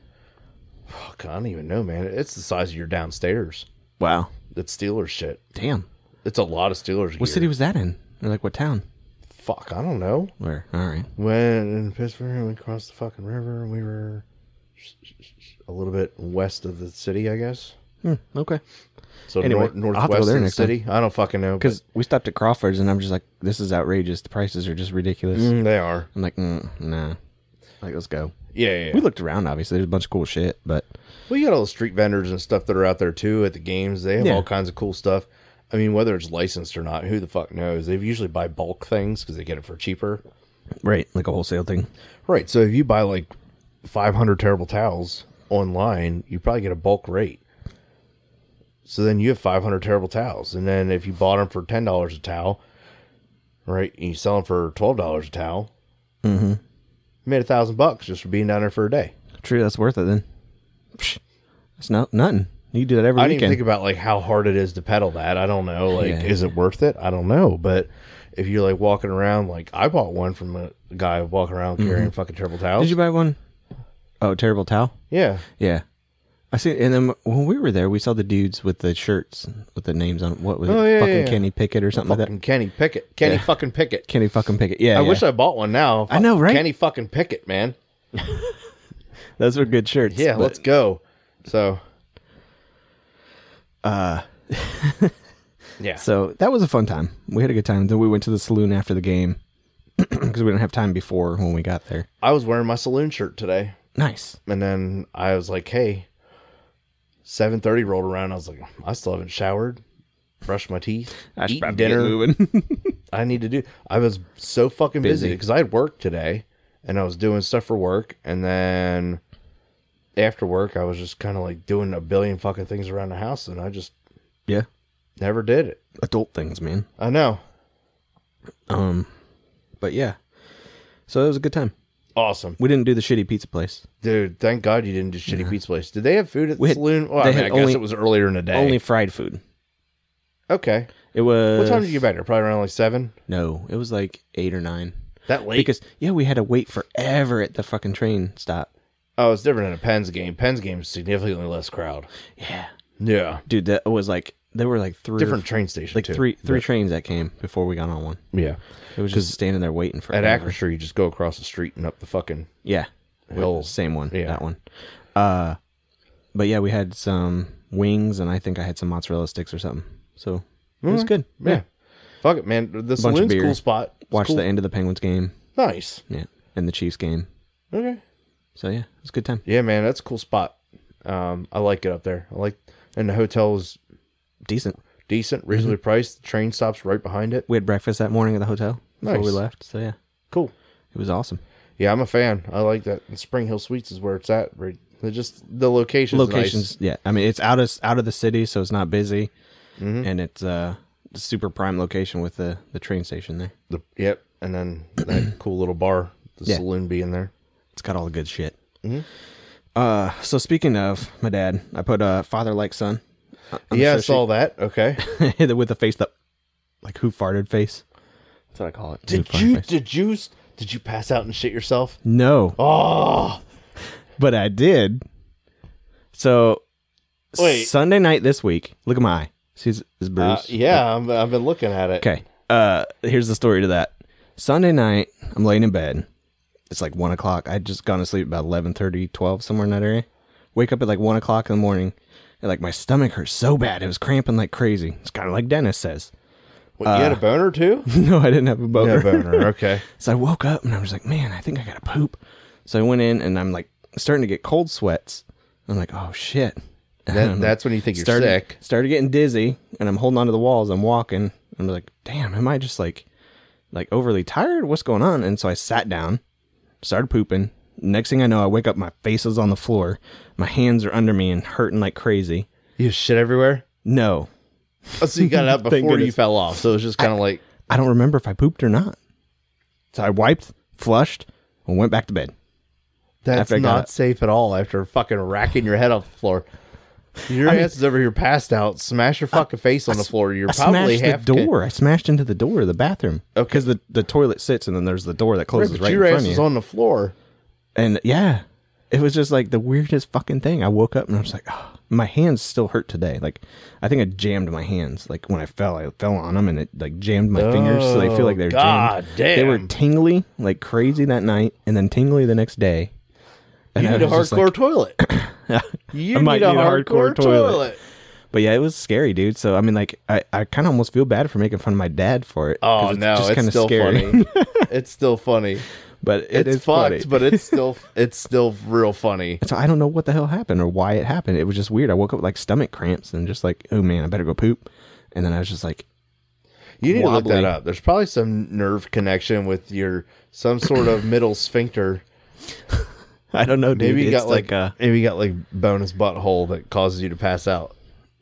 Speaker 2: fuck, I don't even know, man. It's the size of your downstairs.
Speaker 1: Wow.
Speaker 2: That's Steelers shit.
Speaker 1: Damn.
Speaker 2: It's a lot of Steelers.
Speaker 1: What city was that in? Or like what town?
Speaker 2: Fuck, I don't know.
Speaker 1: Where? All right.
Speaker 2: When in Pittsburgh, and we crossed the fucking river, and we were a little bit west of the city, I guess.
Speaker 1: Okay.
Speaker 2: So
Speaker 1: Anyway,
Speaker 2: north,
Speaker 1: I'll have to go
Speaker 2: northwest
Speaker 1: there
Speaker 2: of the
Speaker 1: next time.
Speaker 2: city. I don't fucking know.
Speaker 1: Because we stopped at Crawford's, and I'm just like, this is outrageous. The prices are just ridiculous.
Speaker 2: but- Mm, they are.
Speaker 1: I'm like, mm, nah. Like, let's go.
Speaker 2: Yeah, yeah. yeah.
Speaker 1: We looked around. Obviously, there's a bunch of cool shit, but
Speaker 2: Well, you got all the street vendors and stuff that are out there too at the games. They have
Speaker 1: Yeah.
Speaker 2: all kinds of cool stuff. I mean, whether it's licensed or not, who the fuck knows? They usually buy bulk things because they get it for cheaper.
Speaker 1: right, like a wholesale thing.
Speaker 2: Right. So if you buy like 500 terrible towels online, you probably get a bulk rate. So then you have 500 terrible towels. And then if you bought them for $10 a towel, right, and you sell them for $12 a towel, mm-hmm. you made a thousand bucks just for being down there for a day.
Speaker 1: True, that's worth it then. Psh, That's not nothing. You can do that every
Speaker 2: I didn't even
Speaker 1: weekend.
Speaker 2: think about like how hard it is to pedal that. I don't know. Like,
Speaker 1: Yeah.
Speaker 2: is it worth it? I don't know. But if you're like walking around, like I bought one from a guy walking around carrying fucking terrible towels.
Speaker 1: Mm-hmm. Did you buy one? Oh, terrible towel.
Speaker 2: yeah.
Speaker 1: Yeah, I see. And then when we were there, we saw the dudes with the shirts with the names on. What was
Speaker 2: Oh,
Speaker 1: it?
Speaker 2: yeah,
Speaker 1: fucking
Speaker 2: yeah, yeah.
Speaker 1: Kenny Pickett or something like
Speaker 2: Fucking Kenny Pickett. Kenny fucking
Speaker 1: that.
Speaker 2: Pickett.
Speaker 1: Kenny fucking Pickett. Yeah,
Speaker 2: I wish I bought one now. Fuck,
Speaker 1: know, right?
Speaker 2: Kenny fucking Pickett, man.
Speaker 1: those were good shirts.
Speaker 2: Yeah,
Speaker 1: but-
Speaker 2: let's go. So
Speaker 1: Uh,
Speaker 2: Yeah.
Speaker 1: so that was a fun time. We had a good time. Then we went to the saloon after the game because we didn't have time before when we got there.
Speaker 2: I was wearing my saloon shirt today,
Speaker 1: Nice.
Speaker 2: and then I was like, "Hey." 7:30 rolled around. I was like, "I still haven't showered, brushed my teeth,
Speaker 1: I should
Speaker 2: eaten
Speaker 1: probably get
Speaker 2: dinner."
Speaker 1: moving.
Speaker 2: I need to do. I was so fucking busy
Speaker 1: Busy.
Speaker 2: because I had work today and I was doing stuff for work. And then after work, I was just kind of like doing a billion fucking things around the house and I just
Speaker 1: yeah,
Speaker 2: never did it.
Speaker 1: adult things, man.
Speaker 2: I know.
Speaker 1: Um, but yeah, so it was a good time.
Speaker 2: Awesome.
Speaker 1: We didn't do the shitty pizza place.
Speaker 2: Dude, thank God you didn't do Shitty Pizza Place. Did they have food at the
Speaker 1: We had-
Speaker 2: saloon? Well, I,
Speaker 1: they
Speaker 2: mean,
Speaker 1: had
Speaker 2: I guess
Speaker 1: only-
Speaker 2: it was earlier in the day.
Speaker 1: Only fried food.
Speaker 2: okay.
Speaker 1: It was.
Speaker 2: What time did you get back there? Probably around like seven.
Speaker 1: No, it was like eight or nine.
Speaker 2: That late.
Speaker 1: Because yeah, we had to wait forever at the fucking train stop.
Speaker 2: oh, it's different in a Penn's game. Penn's game is significantly less crowd.
Speaker 1: Yeah,
Speaker 2: Yeah.
Speaker 1: dude, that was like there were like three
Speaker 2: Different train station.
Speaker 1: like
Speaker 2: too.
Speaker 1: three three trains that came before we got on one.
Speaker 2: Yeah.
Speaker 1: It was just standing there waiting for
Speaker 2: At Acrisure, you just go across the street and up the fucking
Speaker 1: Yeah,
Speaker 2: hill.
Speaker 1: same one.
Speaker 2: Yeah.
Speaker 1: that one. Uh, but yeah, we had some wings, and I think I had some mozzarella sticks or something. So it was good.
Speaker 2: Yeah. Fuck it, man. The saloon's a
Speaker 1: beer.
Speaker 2: cool spot. It's
Speaker 1: Watched
Speaker 2: cool.
Speaker 1: the end of the Penguins game.
Speaker 2: Nice.
Speaker 1: Yeah, and the Chiefs game.
Speaker 2: Okay.
Speaker 1: So yeah, it was a good time.
Speaker 2: Yeah, man, that's a cool spot. Um, I like it up there. I like, and the hotel is
Speaker 1: Decent.
Speaker 2: decent,
Speaker 1: Mm-hmm.
Speaker 2: reasonably priced. The train stops right behind it.
Speaker 1: We had breakfast that morning at the hotel before we
Speaker 2: Nice.
Speaker 1: left. So yeah,
Speaker 2: Cool.
Speaker 1: it was awesome.
Speaker 2: Yeah, I'm a fan. I like that. And Spring Hill Suites is where it's at. Right. They're just the location's
Speaker 1: Locations, yeah. I mean, it's out of out of the city, so it's not busy,
Speaker 2: Mm-hmm.
Speaker 1: and it's uh super prime location with the the train station there.
Speaker 2: nice. The, yep. And then that cool little bar, the
Speaker 1: Yeah.
Speaker 2: saloon being there.
Speaker 1: It's got all the good shit.
Speaker 2: Mm-hmm.
Speaker 1: Uh, so speaking of my dad, I put uh, father like son. on the
Speaker 2: yeah, I
Speaker 1: show
Speaker 2: saw that. Okay.
Speaker 1: sheet. with the face that, like who farted face. That's what I call it. Who
Speaker 2: did
Speaker 1: farted
Speaker 2: you?
Speaker 1: face.
Speaker 2: Did you? s- Did you pass out and shit yourself?
Speaker 1: No,
Speaker 2: Oh,
Speaker 1: but I did. So
Speaker 2: Wait.
Speaker 1: Sunday night this week. Look at my eye. See his, his bruise.
Speaker 2: uh, yeah. I'm, I've been looking at it.
Speaker 1: Okay. Uh, here's the story to that. Sunday night, I'm laying in bed. It's like one o'clock. I'd just gone to sleep about 11:30, 12, somewhere in that area. Wake up at like one o'clock in the morning, and like my stomach hurt so bad, it was cramping like crazy. It's kind of like Dennis says.
Speaker 2: What, you had a boner too?
Speaker 1: no, I didn't have a uh, boner.
Speaker 2: boner. Okay.
Speaker 1: So I woke up and I was like, man, I think I gotta poop. So I went in and I'm like starting to get cold sweats. I'm like, oh shit.
Speaker 2: That, that's when you think you're
Speaker 1: started,
Speaker 2: sick.
Speaker 1: Started getting dizzy, and I'm holding onto the walls. I'm walking. I'm like, damn, am I just like, like overly tired? What's going on? And so I sat down, started pooping. Next thing I know, I wake up. My face is on the floor. My hands are under me and hurting like crazy.
Speaker 2: You shit everywhere.
Speaker 1: No,
Speaker 2: Oh, so you got out before you
Speaker 1: goodness.
Speaker 2: fell off. So it was just kind of like,
Speaker 1: I don't remember if I pooped or not. So I wiped, flushed, and went back to bed.
Speaker 2: that's
Speaker 1: After I got
Speaker 2: not
Speaker 1: up.
Speaker 2: safe at all after fucking racking your head off the floor. Your ass is over here passed out. Smash your fucking face on the floor. You're
Speaker 1: I
Speaker 2: probably
Speaker 1: smashed
Speaker 2: half
Speaker 1: the
Speaker 2: con-
Speaker 1: door. I smashed into the door of the bathroom.
Speaker 2: Okay.
Speaker 1: Because the, the toilet sits and then there's the door that
Speaker 2: Right,
Speaker 1: closes
Speaker 2: but
Speaker 1: right in
Speaker 2: your
Speaker 1: front
Speaker 2: ass
Speaker 1: of you.
Speaker 2: is on the floor.
Speaker 1: and yeah, it was just like the weirdest fucking thing. I woke up and I was like, oh, my hands still hurt today. Like, I think I jammed my hands. Like when I fell, I fell on them and it like jammed my fingers, so they feel
Speaker 2: Oh,
Speaker 1: like they're
Speaker 2: God
Speaker 1: jammed.
Speaker 2: damn.
Speaker 1: They were tingly like crazy that night, and then tingly the next day. And
Speaker 2: You
Speaker 1: I
Speaker 2: need a
Speaker 1: was just
Speaker 2: hardcore
Speaker 1: like-
Speaker 2: toilet. You
Speaker 1: I might
Speaker 2: need a
Speaker 1: need a
Speaker 2: hardcore,
Speaker 1: hardcore
Speaker 2: toilet.
Speaker 1: toilet. but yeah, it was scary, dude. So I mean, like, I, I kind of almost feel bad for making fun of my dad for it. 'cause
Speaker 2: Oh no,
Speaker 1: just
Speaker 2: it's
Speaker 1: kinda
Speaker 2: still funny. it's still funny.
Speaker 1: but it
Speaker 2: it's
Speaker 1: is
Speaker 2: fucked,
Speaker 1: funny.
Speaker 2: but it's still it's still real funny.
Speaker 1: So I don't know what the hell happened or why it happened. It was just weird. I woke up with like stomach cramps and just like, oh man, I better go poop. And then I was just like,
Speaker 2: You need to look
Speaker 1: wobbly.
Speaker 2: that up. There's probably some nerve connection with your some sort of middle sphincter.
Speaker 1: I don't know, dude.
Speaker 2: Maybe you
Speaker 1: It's
Speaker 2: got like,
Speaker 1: uh,
Speaker 2: maybe you got like bonus butthole that causes you to pass out.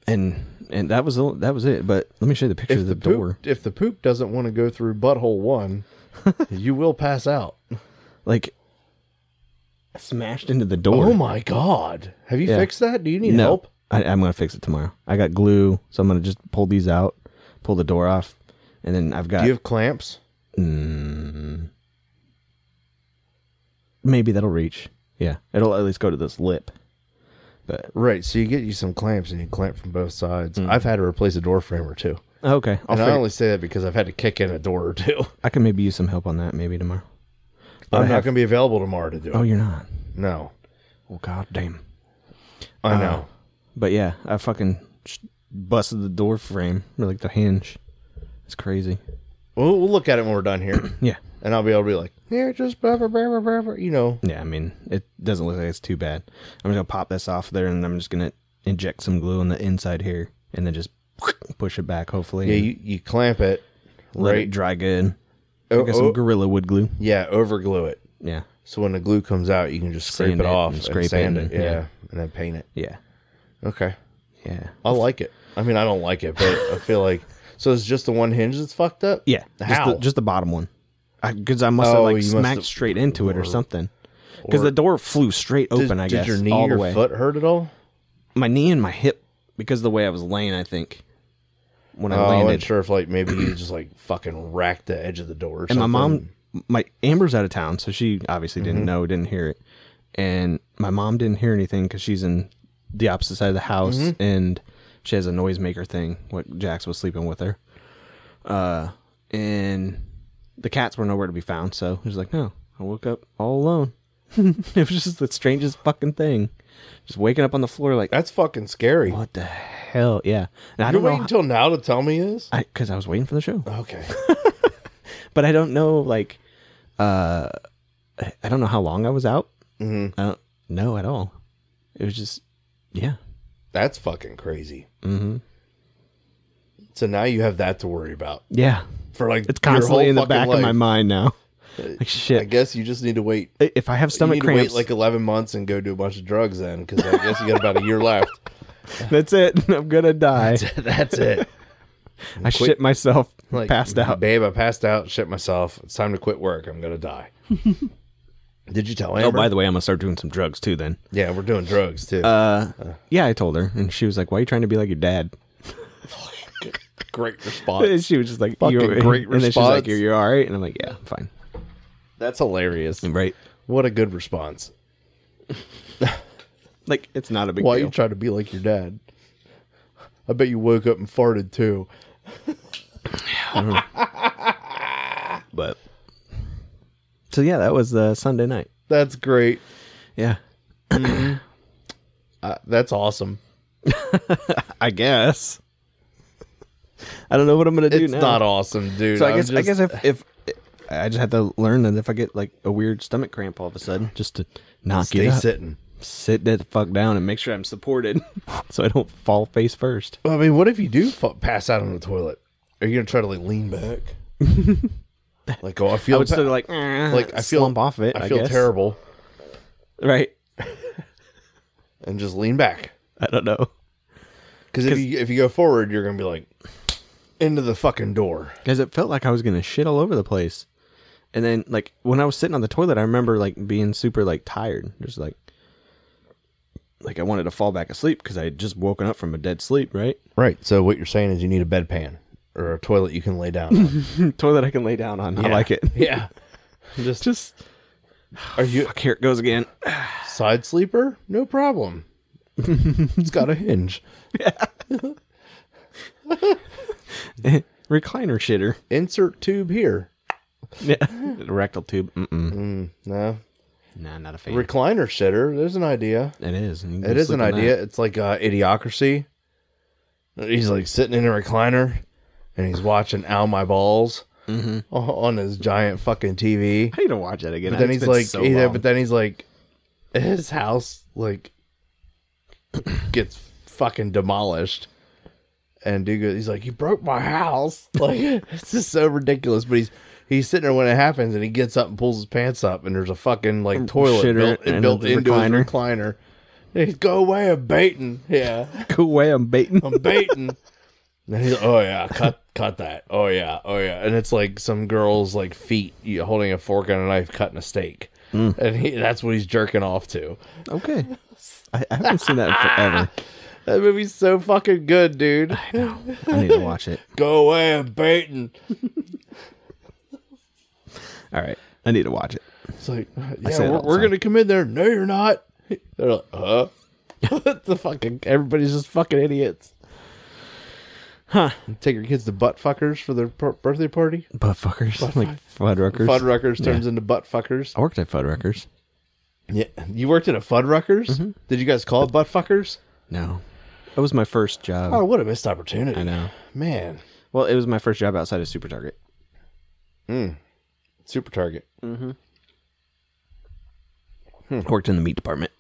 Speaker 1: and and that was the- that was it. But let me show you the picture of the,
Speaker 2: Poop-
Speaker 1: door.
Speaker 2: if the poop doesn't want to go through butthole one, you will pass out.
Speaker 1: Like I smashed into the door.
Speaker 2: Oh my god! Have you
Speaker 1: Yeah.
Speaker 2: fixed that? Do you need
Speaker 1: no,
Speaker 2: help?
Speaker 1: I, I'm gonna fix it tomorrow. I got glue, so I'm gonna just pull these out, pull the door off, and then I've got
Speaker 2: Do you have clamps?
Speaker 1: Mm. maybe that'll reach. Yeah, it'll at least go to this lip. But
Speaker 2: Right. So you get you some clamps and you clamp from both sides. I've had to replace a door frame or two,
Speaker 1: okay, Mm. I'll
Speaker 2: and I
Speaker 1: figure,
Speaker 2: only say that because I've had to kick in a door or two.
Speaker 1: I can maybe use some help on that maybe tomorrow.
Speaker 2: I'm not going to be available tomorrow to do it.
Speaker 1: Oh, you're not.
Speaker 2: No,
Speaker 1: Well, god damn.
Speaker 2: I know.
Speaker 1: Oh. But yeah, I fucking sh- busted the door frame or like the hinge. It's crazy.
Speaker 2: We'll, we'll look at it when we're done here,
Speaker 1: Yeah.
Speaker 2: and I'll be able to be like, yeah, just blah, blah, blah, blah, blah, blah," you know.
Speaker 1: Yeah, I mean, it doesn't look like it's too bad. I'm just gonna pop this off there, and I'm just gonna inject some glue on the inside here, and then just push it back. Hopefully,
Speaker 2: Yeah,
Speaker 1: and
Speaker 2: you, you clamp it,
Speaker 1: let
Speaker 2: right?
Speaker 1: it dry good.
Speaker 2: Oh,
Speaker 1: I got some
Speaker 2: oh,
Speaker 1: gorilla wood glue.
Speaker 2: yeah, overglue it.
Speaker 1: Yeah,
Speaker 2: So when the glue comes out, you can just scrape
Speaker 1: Sand
Speaker 2: it
Speaker 1: it
Speaker 2: off
Speaker 1: and
Speaker 2: and
Speaker 1: scrape it
Speaker 2: sand
Speaker 1: and-
Speaker 2: it. Yeah.
Speaker 1: yeah.
Speaker 2: and then paint it.
Speaker 1: yeah,
Speaker 2: Okay,
Speaker 1: yeah,
Speaker 2: I like it. I mean, I don't like it, but I feel like so. It's just the one hinge that's fucked up.
Speaker 1: yeah.
Speaker 2: How?
Speaker 1: Just the, just the bottom one, because I, must have
Speaker 2: Oh,
Speaker 1: like
Speaker 2: you must
Speaker 1: smacked
Speaker 2: have-
Speaker 1: straight into it or something.
Speaker 2: Or-
Speaker 1: Because the door flew straight open.
Speaker 2: did,
Speaker 1: I
Speaker 2: did
Speaker 1: guess
Speaker 2: your knee
Speaker 1: all
Speaker 2: or
Speaker 1: the way.
Speaker 2: foot hurt at all?
Speaker 1: My knee and my hip, because of the way I was laying, I think when I
Speaker 2: Oh, I wasn't
Speaker 1: landed.
Speaker 2: sure if like maybe you just like fucking racked the edge of the door. Or
Speaker 1: and
Speaker 2: something.
Speaker 1: my mom my amber's out of town so she obviously didn't
Speaker 2: Mm-hmm.
Speaker 1: know didn't hear it and my mom didn't hear anything because she's in the opposite side of the house
Speaker 2: Mm-hmm.
Speaker 1: and she has a noisemaker thing what jax was sleeping with her uh and the cats were nowhere to be found so it was like no i woke up all alone it was just the strangest fucking thing just waking up on the floor like
Speaker 2: that's fucking scary.
Speaker 1: what the hell yeah and i
Speaker 2: You're
Speaker 1: don't
Speaker 2: waiting
Speaker 1: know
Speaker 2: until now to tell me this?
Speaker 1: because I was waiting for the show
Speaker 2: Okay.
Speaker 1: but I don't know like uh I- I don't know how long I was out.
Speaker 2: Mhm.
Speaker 1: I don't know at all. It was just yeah.
Speaker 2: That's fucking crazy.
Speaker 1: Mhm.
Speaker 2: So now you have that to worry about
Speaker 1: Yeah.
Speaker 2: for like
Speaker 1: It's
Speaker 2: your
Speaker 1: constantly
Speaker 2: whole
Speaker 1: in the
Speaker 2: fucking
Speaker 1: back of my
Speaker 2: life.
Speaker 1: mind now. Like
Speaker 2: I
Speaker 1: shit.
Speaker 2: guess you just need to wait.
Speaker 1: I- if I have stomach
Speaker 2: you need
Speaker 1: cramps,
Speaker 2: to wait like 11 months and go do a bunch of drugs then because I guess you got about a year left.
Speaker 1: that's it. I'm gonna die.
Speaker 2: That's it.
Speaker 1: I shit myself.
Speaker 2: Like,
Speaker 1: passed out.
Speaker 2: Babe, I passed out, shit myself. It's time to quit work. I'm going to die. Did you tell Amber? Uh,
Speaker 1: Oh, by the way, I'm gonna start doing some drugs too. Then.
Speaker 2: yeah, we're doing drugs too.
Speaker 1: Yeah, I told her, and she was like, "Why are you trying to be like your dad?"
Speaker 2: Great
Speaker 1: And
Speaker 2: response.
Speaker 1: she was just like,
Speaker 2: Fucking
Speaker 1: "You're
Speaker 2: great
Speaker 1: And then she's
Speaker 2: response.
Speaker 1: like, "You're, you're all right," and I'm like, "Yeah, fine."
Speaker 2: That's hilarious.
Speaker 1: Right.
Speaker 2: What a good response.
Speaker 1: Like it's not a big
Speaker 2: Why
Speaker 1: deal.
Speaker 2: you trying to be like your dad? I bet you woke up and farted too.
Speaker 1: but so yeah, that was uh, Sunday night.
Speaker 2: That's great.
Speaker 1: Yeah,
Speaker 2: Uh, that's awesome.
Speaker 1: I guess. I don't know what I'm gonna do
Speaker 2: It's
Speaker 1: now.
Speaker 2: not awesome, dude.
Speaker 1: so I
Speaker 2: I'm
Speaker 1: guess I
Speaker 2: just-
Speaker 1: guess if if I just have to learn that if I get like a weird stomach cramp all of a sudden, just to knock
Speaker 2: stay
Speaker 1: it up, sit.
Speaker 2: sitting.
Speaker 1: the fuck down and make sure I'm supported, so I don't fall face first.
Speaker 2: Well, I mean, what if you do fa- pass out on the toilet? Are you gonna try to like lean back? like, oh, I feel
Speaker 1: I would
Speaker 2: pa-
Speaker 1: still be like
Speaker 2: like I feel
Speaker 1: slump off it.
Speaker 2: I
Speaker 1: I,
Speaker 2: feel
Speaker 1: guess.
Speaker 2: terrible,
Speaker 1: Right.
Speaker 2: and just lean back.
Speaker 1: I don't know.
Speaker 2: Because if you if you go forward, you're gonna be like into the fucking door.
Speaker 1: Because it felt like I was gonna shit all over the place. And then like when I was sitting on the toilet, I remember like being super like tired, just like like I wanted to fall back asleep because I had just woken up from a dead sleep. Right,
Speaker 2: Right. So what you're saying is you need a bedpan or a toilet you can lay down. on.
Speaker 1: toilet I can lay down on. I
Speaker 2: Yeah.
Speaker 1: like it.
Speaker 2: yeah. Just
Speaker 1: Just
Speaker 2: are you
Speaker 1: fuck, here it goes again.
Speaker 2: side sleeper? No problem. it's got a hinge.
Speaker 1: Recliner shitter.
Speaker 2: Insert tube here.
Speaker 1: Yeah, rectal tube. Mm-mm.
Speaker 2: No
Speaker 1: Nah, not a fan.
Speaker 2: recliner shitter. There's an idea.
Speaker 1: it is. You can go
Speaker 2: It is
Speaker 1: sleep
Speaker 2: an
Speaker 1: on
Speaker 2: idea.
Speaker 1: that.
Speaker 2: It's like uh, Idiocracy. He's like sitting in a recliner, and he's watching "Ow My Balls" o- on his giant fucking TV.
Speaker 1: I need to watch that again.
Speaker 2: But then
Speaker 1: It's
Speaker 2: he's
Speaker 1: been
Speaker 2: like,
Speaker 1: so
Speaker 2: yeah,
Speaker 1: long.
Speaker 2: but then he's like, his house like gets fucking demolished. And dude, goes- he's like, you broke my house. Like it's just so ridiculous. But he's he's sitting there when it happens, and he gets up and pulls his pants up, and there's a fucking like toilet
Speaker 1: Mm, shitter
Speaker 2: built,
Speaker 1: and
Speaker 2: built
Speaker 1: a
Speaker 2: into his
Speaker 1: recliner.
Speaker 2: recliner. And he's go away. I'm baiting. Yeah,
Speaker 1: cool way I'm baiting.
Speaker 2: I'm baiting. and he's like, oh yeah, cut cut that. Oh yeah, oh yeah. And it's like some girl's like feet you- holding a fork and a knife, cutting a steak.
Speaker 1: Hmm.
Speaker 2: And he, that's what he's jerking off to.
Speaker 1: okay, I, I haven't seen that in forever.
Speaker 2: That movie's so fucking good, dude.
Speaker 1: I need to watch it.
Speaker 2: Go away, I'm baiting.
Speaker 1: All right, I need to watch it.
Speaker 2: It's like, yeah,
Speaker 1: say it
Speaker 2: we're,
Speaker 1: all the
Speaker 2: we're
Speaker 1: time.
Speaker 2: gonna come in there. No, you're not. They're like, huh? the fucking everybody's just fucking idiots. Huh? Take your kids to butt fuckers for their per- birthday party.
Speaker 1: Butt fuckers, like Fuddruckers.
Speaker 2: Fuddruckers turns into butt fuckers.
Speaker 1: I worked at Fuddruckers. Mm-hmm.
Speaker 2: Yeah, you worked at a Fuddruckers. Did you guys call it Buttfuckers?
Speaker 1: No, That was my first job.
Speaker 2: Oh, what a missed opportunity.
Speaker 1: I know.
Speaker 2: Man.
Speaker 1: Well, it was my first job outside of Super Target.
Speaker 2: Super Target.
Speaker 1: I worked in the meat department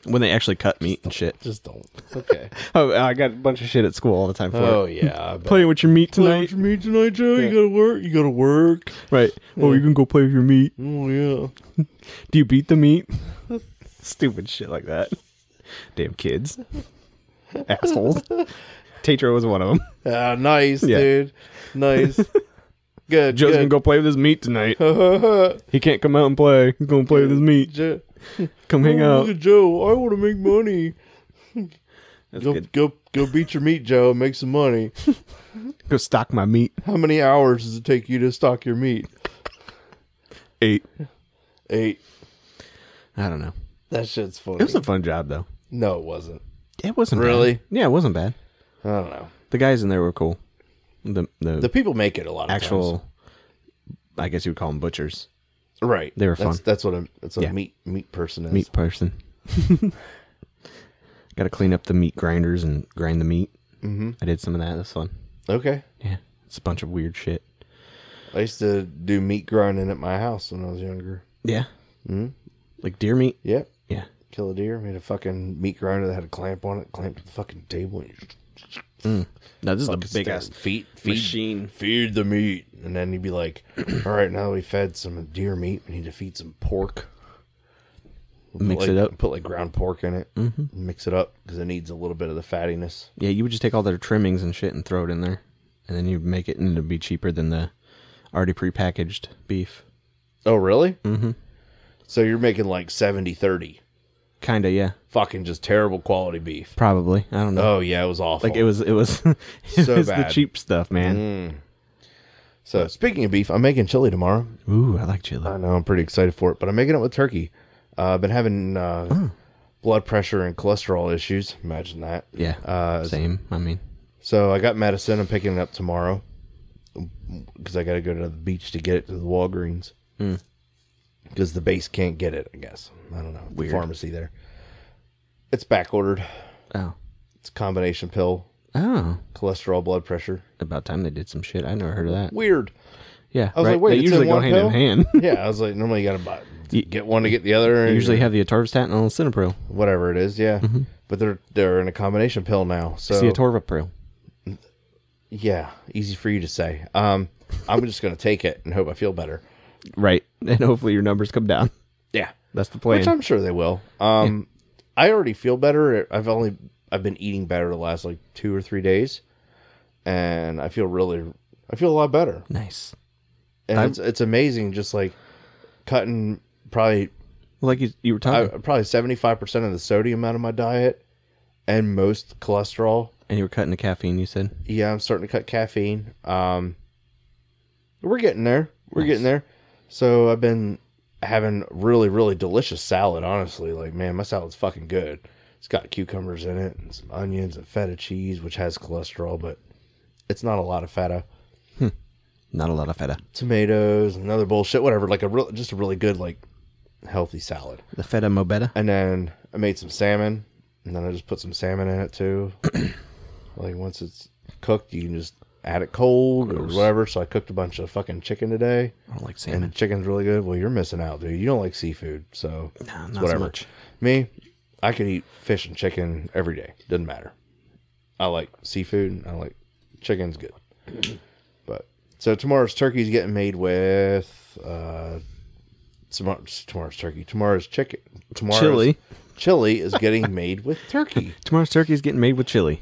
Speaker 1: when they actually cut meat and shit.
Speaker 2: Just don't. Okay.
Speaker 1: Oh, I got a bunch of shit at school all the time for it.
Speaker 2: oh, yeah. I bet.
Speaker 1: Playing with your meat tonight,
Speaker 2: you mean tonight, Joe? You gotta work. You gotta work.
Speaker 1: right? Oh, you can go play with your meat.
Speaker 2: Oh yeah.
Speaker 1: Do you beat the meat? Stupid shit like that. Damn kids. Assholes. Tatro was one of them.
Speaker 2: Ah, nice,
Speaker 1: Yeah.
Speaker 2: dude. Nice. good.
Speaker 1: Joe's gonna
Speaker 2: good.
Speaker 1: go play with his meat tonight. he can't come out and play. He's gonna play with his meat.
Speaker 2: Joe,
Speaker 1: Come hang
Speaker 2: look
Speaker 1: out.
Speaker 2: at Joe. I want to make money.
Speaker 1: That's
Speaker 2: Go,
Speaker 1: good.
Speaker 2: go, go beat your meat, Joe. and Make some money.
Speaker 1: Go stock my meat.
Speaker 2: How many hours does it take you to stock your meat?
Speaker 1: Eight.
Speaker 2: Eight.
Speaker 1: I don't know.
Speaker 2: That shit's funny.
Speaker 1: It was a fun job though.
Speaker 2: no, it wasn't.
Speaker 1: It wasn't
Speaker 2: Really?
Speaker 1: Bad. Yeah, it wasn't bad.
Speaker 2: I don't know.
Speaker 1: The guys in there were cool. The the,
Speaker 2: The people make it a lot. Of
Speaker 1: actual,
Speaker 2: times.
Speaker 1: I guess you would call them butchers,
Speaker 2: right?
Speaker 1: they were
Speaker 2: that's,
Speaker 1: fun.
Speaker 2: That's what a that's what
Speaker 1: Yeah.
Speaker 2: a meat meat person is.
Speaker 1: meat person. Got to clean up the meat grinders and grind the meat. Mm-hmm. I did some of that. That's fun.
Speaker 2: Okay.
Speaker 1: Yeah, it's a bunch of weird shit.
Speaker 2: I used to do meat grinding at my house when I was younger.
Speaker 1: Yeah. Mm-hmm. Like deer meat.
Speaker 2: Yep.
Speaker 1: Yeah.
Speaker 2: Kill a deer. Made a fucking meat grinder that had a clamp on it. Clamped to the fucking table. And you just
Speaker 1: No, this is a
Speaker 2: stick
Speaker 1: big ass
Speaker 2: it. feed, feed
Speaker 1: machine.
Speaker 2: Feed the meat, and then you'd be like, "All right, now that we fed some deer meat. We need to feed some pork. We'll put
Speaker 1: Mix
Speaker 2: like-
Speaker 1: it up.
Speaker 2: Put like ground pork in it. Mm-hmm. Mix it up because it needs a little bit of the fattiness.
Speaker 1: Yeah, you would just take all their trimmings and shit and throw it in there, and then you make it, and it'd be cheaper than the already prepackaged beef.
Speaker 2: Oh, really? Mm-hmm. So you're making like 70 30.
Speaker 1: Kinda, yeah.
Speaker 2: Fucking just terrible quality beef.
Speaker 1: Probably. I don't know.
Speaker 2: Oh, yeah, it was awful.
Speaker 1: Like it was, it was, it
Speaker 2: So
Speaker 1: was
Speaker 2: bad. Mm.
Speaker 1: the cheap stuff, man.
Speaker 2: so, speaking of beef, I'm making chili tomorrow.
Speaker 1: Ooh, I like chili.
Speaker 2: I know I'm pretty excited for it, but I'm making it with turkey. Uh, I've been having uh,
Speaker 1: Oh.
Speaker 2: blood pressure and cholesterol issues. Imagine that.
Speaker 1: yeah,
Speaker 2: Uh,
Speaker 1: same. I mean,
Speaker 2: So I got medicine. I'm picking it up tomorrow because I got to go to the beach to get it to the Walgreens
Speaker 1: Hmm.
Speaker 2: because the base can't get it. I guess I don't know. The pharmacy there. It's back ordered.
Speaker 1: oh,
Speaker 2: It's a combination pill,
Speaker 1: oh,
Speaker 2: cholesterol, blood pressure.
Speaker 1: about time they did some shit. I never heard of that.
Speaker 2: Weird.
Speaker 1: Yeah,
Speaker 2: was
Speaker 1: right.
Speaker 2: like, wait,
Speaker 1: they
Speaker 2: it's in
Speaker 1: usually go
Speaker 2: one
Speaker 1: hand
Speaker 2: pill?
Speaker 1: in hand.
Speaker 2: yeah, I was like, normally you got to buy, get one to get the other.
Speaker 1: They
Speaker 2: and-
Speaker 1: usually have the atorvastatin and the Cinepro,
Speaker 2: whatever it is, yeah. But they're they're in a combination pill now, so
Speaker 1: it's the atorvapril.
Speaker 2: yeah, easy for you to say. Um, I'm just gonna take it and hope I feel better.
Speaker 1: Right, and hopefully your numbers come down.
Speaker 2: Yeah,
Speaker 1: That's the plan.
Speaker 2: which I'm sure they will. Um, I already feel better. I've only I've been eating better the last like two or three days, and I feel really I feel a lot better.
Speaker 1: nice.
Speaker 2: And it's it's amazing, just like cutting probably
Speaker 1: Well, like you, you were
Speaker 2: I,
Speaker 1: talking,
Speaker 2: probably 75 percent of the sodium out of my diet, and most cholesterol.
Speaker 1: and you were cutting the caffeine. You said
Speaker 2: yeah, I'm starting to cut caffeine. Um, we're getting there. We're getting there. So I've been having really, really delicious salad. Honestly, like man, my salad's fucking good. It's got cucumbers in it and some onions and feta cheese, which has cholesterol, but it's not a lot of feta.
Speaker 1: not a lot of feta.
Speaker 2: Tomatoes, and other bullshit, whatever. Like a real, just a really good, like healthy salad.
Speaker 1: The feta mobetta.
Speaker 2: And then I made some salmon, and then I just put some salmon in it too. like once it's cooked, you can just add it cold or whatever. So I cooked a bunch of fucking chicken today,
Speaker 1: I don't like
Speaker 2: and the
Speaker 1: salmon.
Speaker 2: chicken's really good. Well, you're missing out, dude. You don't like seafood, so
Speaker 1: Nah,
Speaker 2: it's
Speaker 1: not so much.
Speaker 2: Me, I could eat fish and chicken every day. Doesn't matter. I like seafood. and I like chicken's good. But so tomorrow's turkey's getting made with uh, tomorrow- tomorrow's turkey. Tomorrow's chicken. Tomorrow's
Speaker 1: Chili.
Speaker 2: Chili is getting made with turkey.
Speaker 1: Tomorrow's turkey is getting made with chili.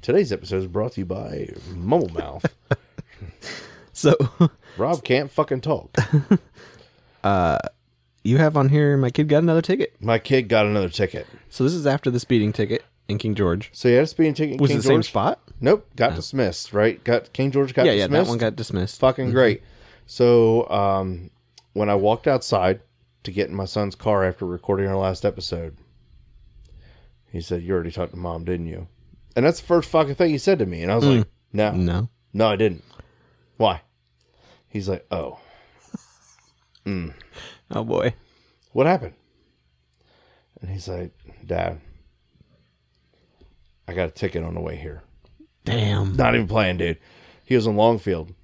Speaker 2: Today's episode is brought to you by Mumble Mouth.
Speaker 1: So
Speaker 2: Rob can't fucking talk.
Speaker 1: you have on here. My kid got another ticket.
Speaker 2: My kid got another ticket.
Speaker 1: So this is after the speeding ticket in King George.
Speaker 2: So he had a speeding ticket. in
Speaker 1: Was
Speaker 2: King
Speaker 1: it the same
Speaker 2: George.
Speaker 1: spot?
Speaker 2: Nope. Got dismissed. Right. Got King George got
Speaker 1: Uh-huh. yeah, yeah.
Speaker 2: dismissed.
Speaker 1: That one got Mm-hmm. dismissed.
Speaker 2: fucking great. So um, when I walked outside to get in my son's car after recording our last episode, he said, "You already talked to mom, didn't you?" And that's the first fucking thing he said to me, and I
Speaker 1: Mm.
Speaker 2: was like, "No, no,
Speaker 1: No.
Speaker 2: I didn't." Why? He's like, "Oh,
Speaker 1: Oh boy.
Speaker 2: what happened?" And he's like, "Dad, I got a ticket on the way here.
Speaker 1: Damn.
Speaker 2: Not even playing, dude. He was in Longfield.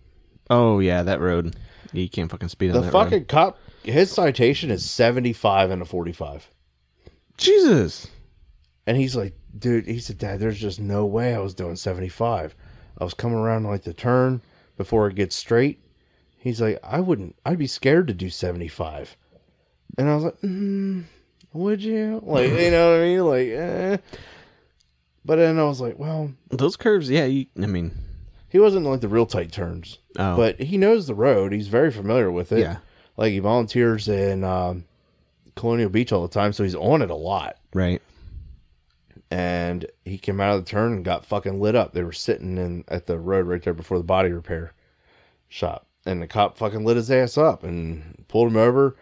Speaker 1: Oh yeah, that road. You can't fucking speed on
Speaker 2: The
Speaker 1: that road.
Speaker 2: fucking cop, his citation is 75 and a 45.
Speaker 1: Jesus.
Speaker 2: And he's like, dude, he said, Dad, there's just no way I was doing 75. I was coming around like the turn before it gets straight. He's like, I wouldn't, I'd be scared to do 75. And I was like, mm, would you? Like, you know what I mean? Like, eh. But then I was like, well,
Speaker 1: Those curves, yeah. You, I mean,
Speaker 2: he wasn't like the real tight turns,
Speaker 1: oh,
Speaker 2: but he knows the road. He's very familiar with it.
Speaker 1: yeah,
Speaker 2: Like, he volunteers in um, Colonial Beach all the time, so he's on it a lot.
Speaker 1: right.
Speaker 2: and he came out of the turn and got fucking lit up. They were sitting in at the road right there before the body repair shop, and the cop fucking lit his ass up and pulled him over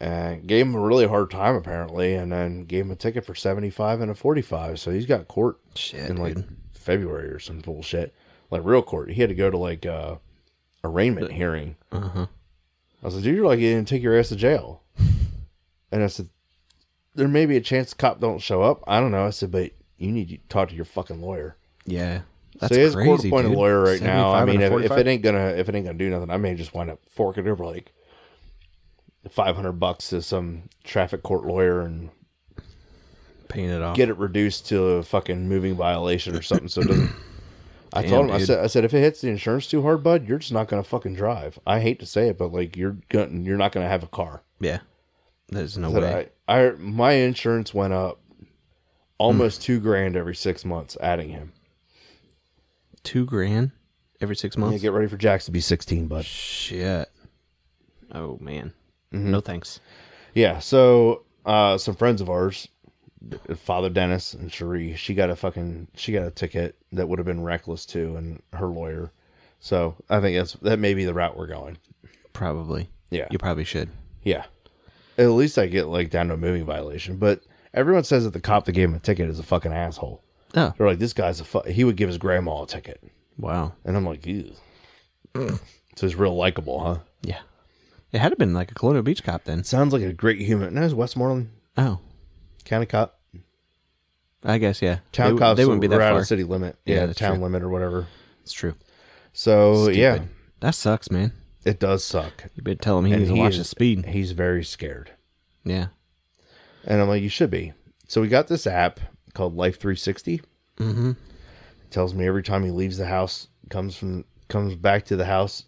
Speaker 2: and gave him a really hard time apparently, and then gave him a ticket for seventy five and a forty five. So he's got court
Speaker 1: Shit.
Speaker 2: in like
Speaker 1: dude.
Speaker 2: February or some bullshit, like real court. He had to go to like uh arraignment hearing.
Speaker 1: Uh-huh.
Speaker 2: I was like, dude, you're like you didn't take your ass to jail. and I said, there may be a chance the cop don't show up. I don't know. I said, but you need to talk to your fucking lawyer.
Speaker 1: Yeah.
Speaker 2: so he
Speaker 1: That's
Speaker 2: has a court
Speaker 1: crazy,
Speaker 2: appointed
Speaker 1: dude.
Speaker 2: lawyer right now. I
Speaker 1: 75 and
Speaker 2: mean,
Speaker 1: a
Speaker 2: if, if
Speaker 1: 45?
Speaker 2: it ain't gonna if it ain't gonna do nothing, I may just wind up forking over like five hundred bucks to some traffic court lawyer and
Speaker 1: paying it off.
Speaker 2: get it reduced to a fucking moving violation or something. So it doesn't. I told him,
Speaker 1: Damn,
Speaker 2: I
Speaker 1: dude.
Speaker 2: said, I said, if it hits the insurance too hard, bud, you're just not gonna fucking drive. I hate to say it, but like you're gonna, you're not gonna have a car.
Speaker 1: yeah. There's no
Speaker 2: that
Speaker 1: way.
Speaker 2: I, I my insurance went up almost two grand every six months adding him.
Speaker 1: Two grand every six
Speaker 2: Yeah,
Speaker 1: months.
Speaker 2: get ready for Jax to be sixteen, bud.
Speaker 1: Shit. Oh man.
Speaker 2: Mm-hmm.
Speaker 1: No thanks.
Speaker 2: Yeah, so uh, some friends of ours, Father Dennis and Cherie, she got a fucking she got a ticket that would have been reckless too, and her lawyer. So I think that's that may be the route we're going.
Speaker 1: Probably.
Speaker 2: Yeah,
Speaker 1: You probably should.
Speaker 2: yeah. At least I get like down to a moving violation, but everyone says that the cop that gave him a ticket is a fucking asshole.
Speaker 1: Oh
Speaker 2: They're like, this guy's a fu- he would give his grandma a ticket.
Speaker 1: wow.
Speaker 2: And I'm like, ew.
Speaker 1: Mm.
Speaker 2: so he's real likable, huh?
Speaker 1: Yeah. It had to been like a Colonial Beach cop then.
Speaker 2: Sounds like a great human. No, it's Westmoreland
Speaker 1: Oh,
Speaker 2: County cop.
Speaker 1: I guess yeah.
Speaker 2: Town
Speaker 1: they,
Speaker 2: cops
Speaker 1: They wouldn't be that
Speaker 2: were out of
Speaker 1: far.
Speaker 2: the city limit.
Speaker 1: Yeah,
Speaker 2: Yeah, the
Speaker 1: that's
Speaker 2: town
Speaker 1: true.
Speaker 2: limit or whatever.
Speaker 1: It's true.
Speaker 2: So, yeah,
Speaker 1: Stupid. That sucks, man.
Speaker 2: it does suck.
Speaker 1: You better tell him he
Speaker 2: And
Speaker 1: needs to
Speaker 2: he
Speaker 1: watch
Speaker 2: is-
Speaker 1: his speed.
Speaker 2: He's very scared.
Speaker 1: Yeah.
Speaker 2: And I'm like, you should be. So we got this app called Life 360. Mm-hmm. It tells me every time he leaves the house, comes from comes back to the house,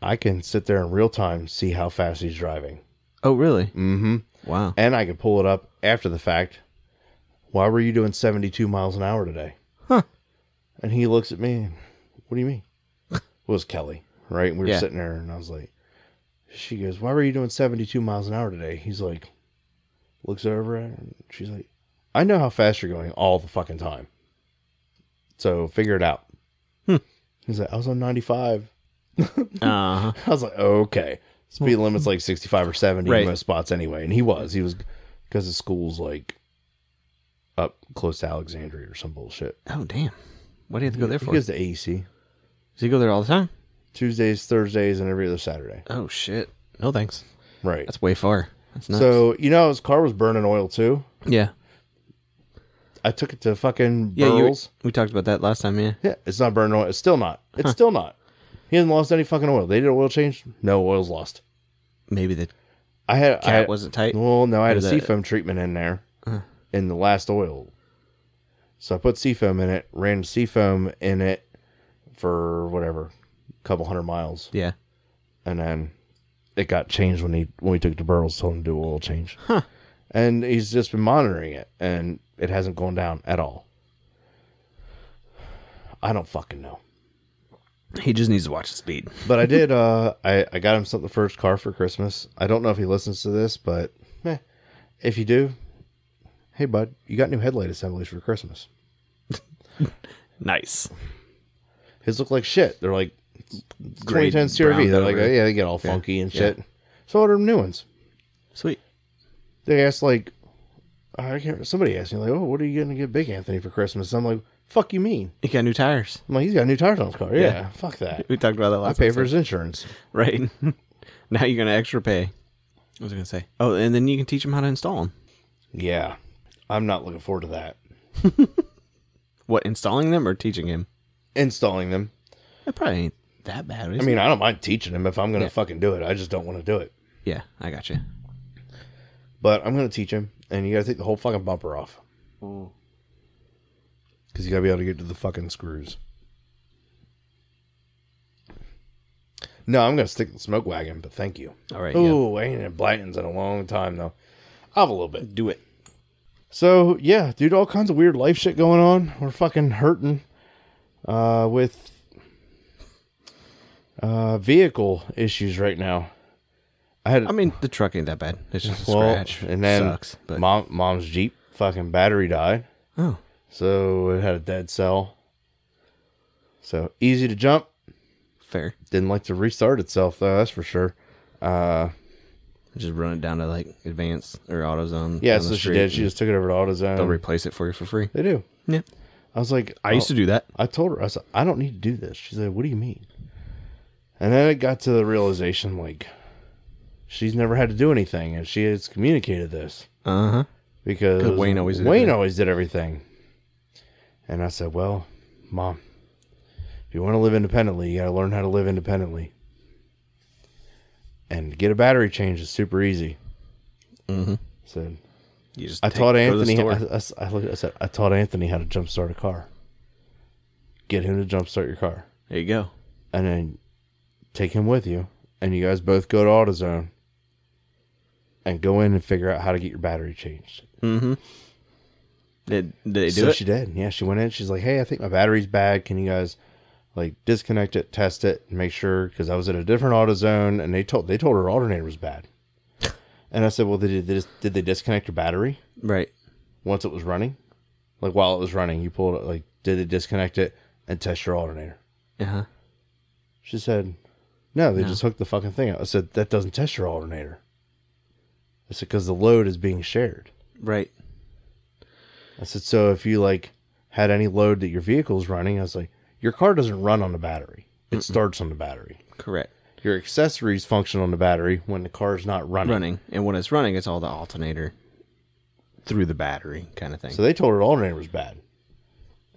Speaker 2: I can sit there in real time see how fast he's driving.
Speaker 1: Oh really?
Speaker 2: Mm-hmm.
Speaker 1: Wow.
Speaker 2: and I could pull it up after the fact. Why were you doing 72 miles an hour today?
Speaker 1: Huh.
Speaker 2: And he looks at me, what do you mean? it was Kelly, right? And we were
Speaker 1: Yeah.
Speaker 2: sitting there, and I was like, she goes, why were you doing 72 miles an hour today? He's like, looks over at her, and she's like, I know how fast you're going all the fucking time. So figure it out.
Speaker 1: Hmm.
Speaker 2: He's like, I was on 95.
Speaker 1: Uh huh.
Speaker 2: I was like, okay. Speed limit's like 65 or 70
Speaker 1: Right.
Speaker 2: in most spots anyway. And he was. He was because the school's like up close to Alexandria or some bullshit.
Speaker 1: Oh damn. What do you have to go there
Speaker 2: He
Speaker 1: for?
Speaker 2: goes to E AEC
Speaker 1: Does he go there all the time?
Speaker 2: Tuesdays, Thursdays, and every other Saturday.
Speaker 1: Oh shit. No thanks.
Speaker 2: Right.
Speaker 1: That's way far. That's nuts.
Speaker 2: So, you know, his car was burning oil too.
Speaker 1: yeah.
Speaker 2: I took it to fucking
Speaker 1: Yeah, you-
Speaker 2: Burls.
Speaker 1: We talked about that last time, yeah.
Speaker 2: Yeah, it's not burning oil. It's still not. It's still not. He hasn't lost any fucking oil. They did an oil change. No oil's lost.
Speaker 1: Maybe the
Speaker 2: I had. I
Speaker 1: cat
Speaker 2: had,
Speaker 1: wasn't tight.
Speaker 2: Well, no, I had
Speaker 1: Or
Speaker 2: a
Speaker 1: the-
Speaker 2: seafoam treatment in there
Speaker 1: Uh.
Speaker 2: in the last oil. So I put seafoam in it, ran seafoam in it for whatever, a couple hundred miles,
Speaker 1: Yeah.
Speaker 2: and then it got changed when he when we took it to Burles, told him to do oil change.
Speaker 1: Huh.
Speaker 2: And he's just been monitoring it, and it hasn't gone down at all. I don't fucking know,
Speaker 1: He just needs to watch the speed.
Speaker 2: but I did. uh I I got him something for his car for Christmas. I don't know if he listens to this, but eh, if you do, hey bud, you got new headlight assemblies for Christmas.
Speaker 1: Nice.
Speaker 2: His look like shit. They're like
Speaker 1: Gray
Speaker 2: 2010 CRV.
Speaker 1: browned
Speaker 2: They're like,
Speaker 1: over.
Speaker 2: yeah, they get all funky and shit. So I ordered him new ones.
Speaker 1: Sweet.
Speaker 2: They asked like, I can't. Somebody asked me like, oh, what are you going to get Big Anthony for Christmas? I'm like, fuck you mean?
Speaker 1: He got new tires.
Speaker 2: I'm like, he's got new tires on his car. Yeah,
Speaker 1: Yeah.
Speaker 2: fuck that.
Speaker 1: We talked about that
Speaker 2: I
Speaker 1: last
Speaker 2: pay for his insurance.
Speaker 1: Right. now you're gonna extra pay. What was I gonna say? Oh, and then you can teach him how to install them.
Speaker 2: Yeah, I'm not looking forward to that.
Speaker 1: what installing them or teaching him?
Speaker 2: installing them.
Speaker 1: That probably ain't that bad. Is
Speaker 2: I mean, I don't mind teaching him if I'm gonna fucking do it. I just don't want to do it.
Speaker 1: it? yeah, I got you.
Speaker 2: But I'm gonna teach him, and you gotta take the whole fucking bumper off.
Speaker 1: Mm.
Speaker 2: Because you gotta be able to get to the fucking screws. No, I'm gonna stick to the smoke wagon, but thank you.
Speaker 1: All right, yeah.
Speaker 2: Ooh, I ain't in Blanton's in a long time though. I have a little bit.
Speaker 4: Do it.
Speaker 2: So yeah, dude, all kinds of weird life shit going on. We're fucking hurting uh, with uh, vehicle issues right now. I had
Speaker 1: I mean, the truck ain't that bad. It's just a
Speaker 2: well,
Speaker 1: scratch.
Speaker 2: and then
Speaker 1: sucks. But
Speaker 2: mom, mom's Jeep fucking battery died,
Speaker 1: oh,
Speaker 2: so it had a dead cell. So easy to jump.
Speaker 1: fair.
Speaker 2: Didn't like to restart itself though. That's for sure. Uh,
Speaker 1: Just run it down to like advance or AutoZone.
Speaker 2: yeah,
Speaker 1: down
Speaker 2: so
Speaker 1: the
Speaker 2: she
Speaker 1: street,
Speaker 2: did. She
Speaker 1: and
Speaker 2: just took it over to
Speaker 1: they'll
Speaker 2: AutoZone.
Speaker 1: replace it for you for free.
Speaker 2: they do.
Speaker 1: Yeah,
Speaker 2: I was like, oh,
Speaker 1: I used to do that.
Speaker 2: I told her, I said, I don't need to do this. She said, What do you mean? And then it got to the realization like, she's never had to do anything, and she has communicated this
Speaker 1: Uh huh.
Speaker 2: because
Speaker 1: 'Cause Wayne always did
Speaker 2: Wayne
Speaker 1: everything.
Speaker 2: always did everything. And I said, Well, mom, if you want to live independently, you got to learn how to live independently. And to get a battery change is super easy.
Speaker 1: Mhm.
Speaker 2: Said,
Speaker 1: You just
Speaker 2: I
Speaker 1: take-
Speaker 2: taught
Speaker 1: go to the
Speaker 2: Anthony.
Speaker 1: store.
Speaker 2: I, I, I looked- I said, I taught Anthony how to jump start a car. Get him to jump start your car,
Speaker 1: There you go.
Speaker 2: and then take him with you, and you guys both go to AutoZone and go in and figure out how to get your battery changed.
Speaker 1: Mm-hmm. Did did they do
Speaker 2: so
Speaker 1: it?
Speaker 2: she did. Yeah, she went in. She's like, "Hey, I think my battery's bad. Can you guys like disconnect it, test it, and make sure?" Because I was at a different AutoZone, and they told they told her alternator was bad. And I said, "Well, did they, did they disconnect your battery?"
Speaker 1: right.
Speaker 2: once it was running, like while it was running, you pulled it, like did it disconnect it and test your alternator?
Speaker 1: Uh huh.
Speaker 2: She said, no, they just hooked the fucking thing up. I said that doesn't test your alternator. I said because the load is being shared.
Speaker 1: Right.
Speaker 2: I said so if you like had any load that your vehicle's running, I was like your car doesn't run on the battery. It starts on the battery.
Speaker 1: Correct.
Speaker 2: Your accessories function on the battery when the car's not running.
Speaker 1: Running, and when it's running, it's all the alternator through the battery kind of thing.
Speaker 2: So they told her the alternator was bad.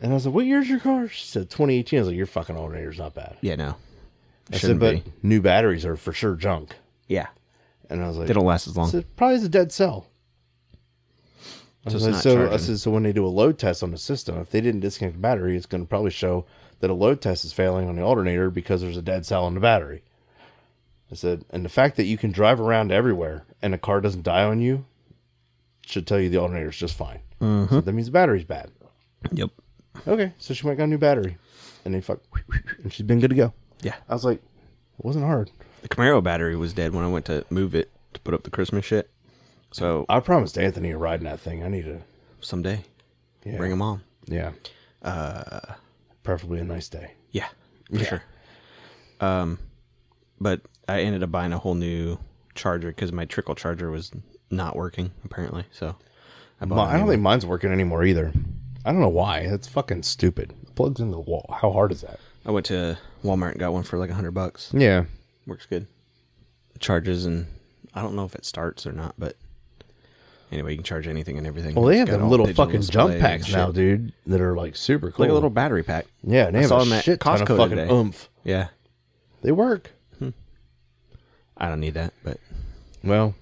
Speaker 2: And I said, "What year's your car?" She said, "2018." I was like, "Your fucking alternator's not bad."
Speaker 1: yeah. No.
Speaker 2: I said,
Speaker 1: Shouldn't
Speaker 2: but new batteries are for sure junk.
Speaker 1: Yeah.
Speaker 2: And I was like,
Speaker 1: They don't last as
Speaker 2: I
Speaker 1: long.
Speaker 2: said, probably is a dead cell. I
Speaker 1: So
Speaker 2: was
Speaker 1: it's
Speaker 2: like,
Speaker 1: not
Speaker 2: so I
Speaker 1: charging.
Speaker 2: said, so when they do a load test on the system, if they didn't disconnect the battery, it's going to probably show that a load test is failing on the alternator because there's a dead cell on the battery. I said, and the fact that you can drive around everywhere and the car doesn't die on you should tell you the alternator's just fine. I
Speaker 1: Mm-hmm.
Speaker 2: said, that means the battery's bad.
Speaker 1: Yep.
Speaker 2: Okay, so she went and got a new battery, and they fuck, and she's been good to go.
Speaker 1: Yeah.
Speaker 2: I was like, it wasn't hard.
Speaker 1: The Camaro battery was dead when I went to move it to put up the Christmas shit. So
Speaker 2: I promised Anthony a ride in that thing. I need to.
Speaker 1: someday,
Speaker 2: Yeah.
Speaker 1: bring them on.
Speaker 2: Yeah. Uh,
Speaker 1: Uh.
Speaker 2: Preferably a nice day.
Speaker 1: Yeah, for sure. Um, but I ended up buying a whole new charger because my trickle charger was not working apparently. So I bought.
Speaker 2: Mi- I don't think mine's working anymore either. I don't know why. That's fucking stupid. It plugs into the wall. How hard is that?
Speaker 1: I went to Walmart and got one for like a hundred bucks.
Speaker 2: Yeah.
Speaker 1: Works good. Charges and I don't know if it starts or not, but anyway, you can charge anything and everything.
Speaker 2: Well, they
Speaker 1: It's
Speaker 2: have
Speaker 1: got
Speaker 2: them
Speaker 1: all
Speaker 2: little
Speaker 1: digital
Speaker 2: fucking jump
Speaker 1: display and
Speaker 2: packs
Speaker 1: shit.
Speaker 2: now, dude, that are like super cool.
Speaker 1: like a little battery pack.
Speaker 2: yeah, and they
Speaker 1: I
Speaker 2: have
Speaker 1: saw
Speaker 2: a
Speaker 1: them at
Speaker 2: shit ton of
Speaker 1: Costco
Speaker 2: fucking
Speaker 1: today.
Speaker 2: oomph.
Speaker 1: Yeah,
Speaker 2: They work.
Speaker 1: I don't need that, but
Speaker 2: Well,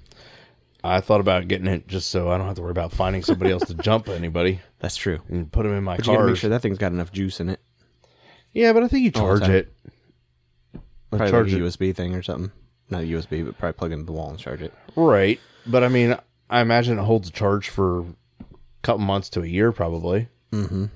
Speaker 2: I thought about getting it just so I don't have to worry about finding somebody else to jump anybody
Speaker 1: that's true.
Speaker 2: and put them in my
Speaker 1: But you gotta
Speaker 2: car.
Speaker 1: make sure that thing's got enough juice in it.
Speaker 2: yeah, but I think you
Speaker 1: the
Speaker 2: charge
Speaker 1: time.
Speaker 2: it.
Speaker 1: Probably
Speaker 2: charge
Speaker 1: like
Speaker 2: it.
Speaker 1: a USB thing or something. Not a USB, but probably plug it into the wall and charge it.
Speaker 2: Right. But I mean, I imagine it holds a charge for a couple months to a year, probably.
Speaker 1: True.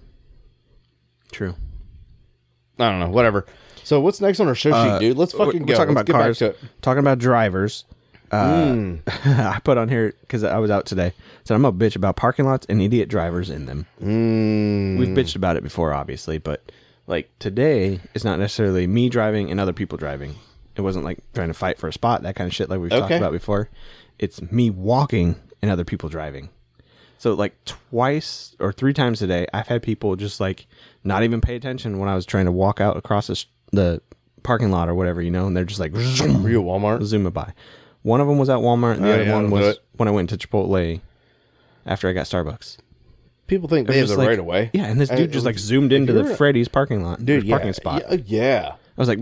Speaker 2: I don't know. Whatever. So what's next on our show sheet, dude? Let's fucking go.
Speaker 1: Uh, Talking
Speaker 2: Let's
Speaker 1: about cars.
Speaker 2: Back to it. Mm.
Speaker 1: Talking about drivers. Uh, I put on here because I was out today. Said I'm a bitch about parking lots and idiot drivers in them.
Speaker 2: Mm.
Speaker 1: We've bitched about it before, obviously, but like today, it's not necessarily me driving and other people driving. It wasn't like trying to fight for a spot, that kind of shit, like we've talked
Speaker 2: Okay.
Speaker 1: about before. It's me walking and other people driving. So like twice or three times a day, I've had people just like not even pay attention when I was trying to walk out across the, s- the parking lot or whatever, you know, and they're just like zoom,
Speaker 2: Were you at Walmart?
Speaker 1: zoom by. One of them was at Walmart, and the
Speaker 2: Oh,
Speaker 1: other
Speaker 2: yeah,
Speaker 1: one
Speaker 2: I'll do
Speaker 1: was
Speaker 2: it.
Speaker 1: when I went to Chipotle after I got Starbucks.
Speaker 2: People think they
Speaker 1: It
Speaker 2: have
Speaker 1: was
Speaker 2: the
Speaker 1: just like-
Speaker 2: right of way.
Speaker 1: Yeah, and this
Speaker 2: Uh,
Speaker 1: dude just like zoomed into
Speaker 2: you're
Speaker 1: the
Speaker 2: a-
Speaker 1: Freddy's parking lot,
Speaker 2: dude,
Speaker 1: or
Speaker 2: yeah,
Speaker 1: parking spot.
Speaker 2: Yeah, yeah.
Speaker 1: I was like,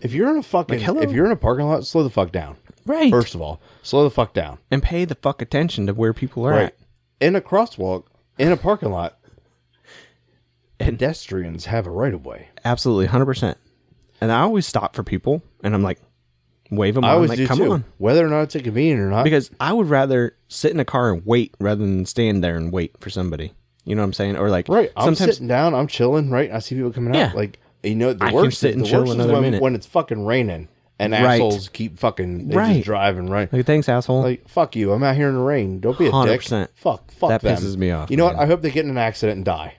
Speaker 2: If you're in a fucking,
Speaker 1: hello?
Speaker 2: if you're in a parking lot, slow the fuck down.
Speaker 1: right,
Speaker 2: First of all, slow the fuck down.
Speaker 1: and pay the fuck attention to where people are
Speaker 2: Right.
Speaker 1: at.
Speaker 2: In a crosswalk, in a parking lot, pedestrians have a right of way.
Speaker 1: Absolutely, hundred percent. And I always stop for people, and I'm like, wave them.
Speaker 2: I
Speaker 1: on.
Speaker 2: always
Speaker 1: like,
Speaker 2: do
Speaker 1: come
Speaker 2: too.
Speaker 1: on,
Speaker 2: Whether or not it's inconvenient or not,
Speaker 1: because I would rather sit in a car and wait rather than stand there and wait for somebody. You know what I'm saying? Or like,
Speaker 2: Right. I'm
Speaker 1: sometimes
Speaker 2: sitting down. I'm chilling. Right. I see people coming
Speaker 1: Yeah.
Speaker 2: out. Like you know, the
Speaker 1: I can
Speaker 2: worst
Speaker 1: sit
Speaker 2: is,
Speaker 1: and
Speaker 2: the
Speaker 1: chill
Speaker 2: worst is
Speaker 1: another
Speaker 2: when,
Speaker 1: minute.
Speaker 2: when it's fucking raining and
Speaker 1: Right.
Speaker 2: assholes keep fucking they
Speaker 1: Right.
Speaker 2: just driving right.
Speaker 1: like, thanks, asshole.
Speaker 2: Like fuck you. I'm out here in the rain. Don't be a dick.
Speaker 1: 100%.
Speaker 2: Fuck. Fuck
Speaker 1: That
Speaker 2: them.
Speaker 1: pisses me off,
Speaker 2: You know what?
Speaker 1: man.
Speaker 2: I hope they get in an accident and die.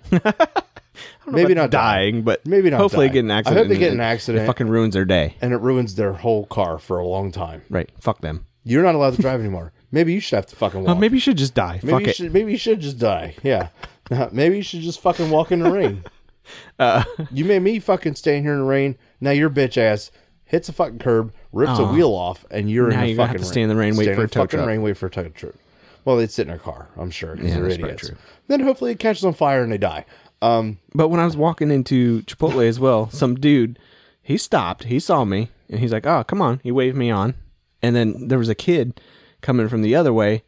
Speaker 2: Maybe not die.
Speaker 1: dying, but
Speaker 2: Maybe not
Speaker 1: Hopefully,
Speaker 2: dying.
Speaker 1: get an
Speaker 2: I hope
Speaker 1: accident.
Speaker 2: they
Speaker 1: and
Speaker 2: get an
Speaker 1: it-
Speaker 2: accident.
Speaker 1: It fucking ruins their day.
Speaker 2: And it ruins their whole car for a long time.
Speaker 1: Right? Fuck them.
Speaker 2: You're not allowed to drive anymore. Maybe you should have to fucking walk.
Speaker 1: Oh, maybe you should just die.
Speaker 2: Maybe
Speaker 1: fuck
Speaker 2: you
Speaker 1: it.
Speaker 2: should. Maybe you should just die. Yeah. maybe you should just fucking walk in the rain.
Speaker 1: Uh.
Speaker 2: you made me fucking stand here in the rain. Now your bitch ass hits a fucking curb, rips a wheel off, and you're
Speaker 1: Now
Speaker 2: in the
Speaker 1: you're gonna
Speaker 2: fucking
Speaker 1: have to stand in the rain, wait
Speaker 2: Stand
Speaker 1: for
Speaker 2: in
Speaker 1: a
Speaker 2: the
Speaker 1: tow
Speaker 2: fucking
Speaker 1: truck.
Speaker 2: rain, wait for a tow truck. Well, they'd sit in their car, I'm sure, because they're
Speaker 1: that's probably
Speaker 2: idiots.
Speaker 1: true.
Speaker 2: Then hopefully it catches on fire and they die. Um,
Speaker 1: But when I was walking into Chipotle as well, some dude, he stopped. He saw me and he's like, "Oh, come on." He waved me on, and then there was a kid coming from the other way,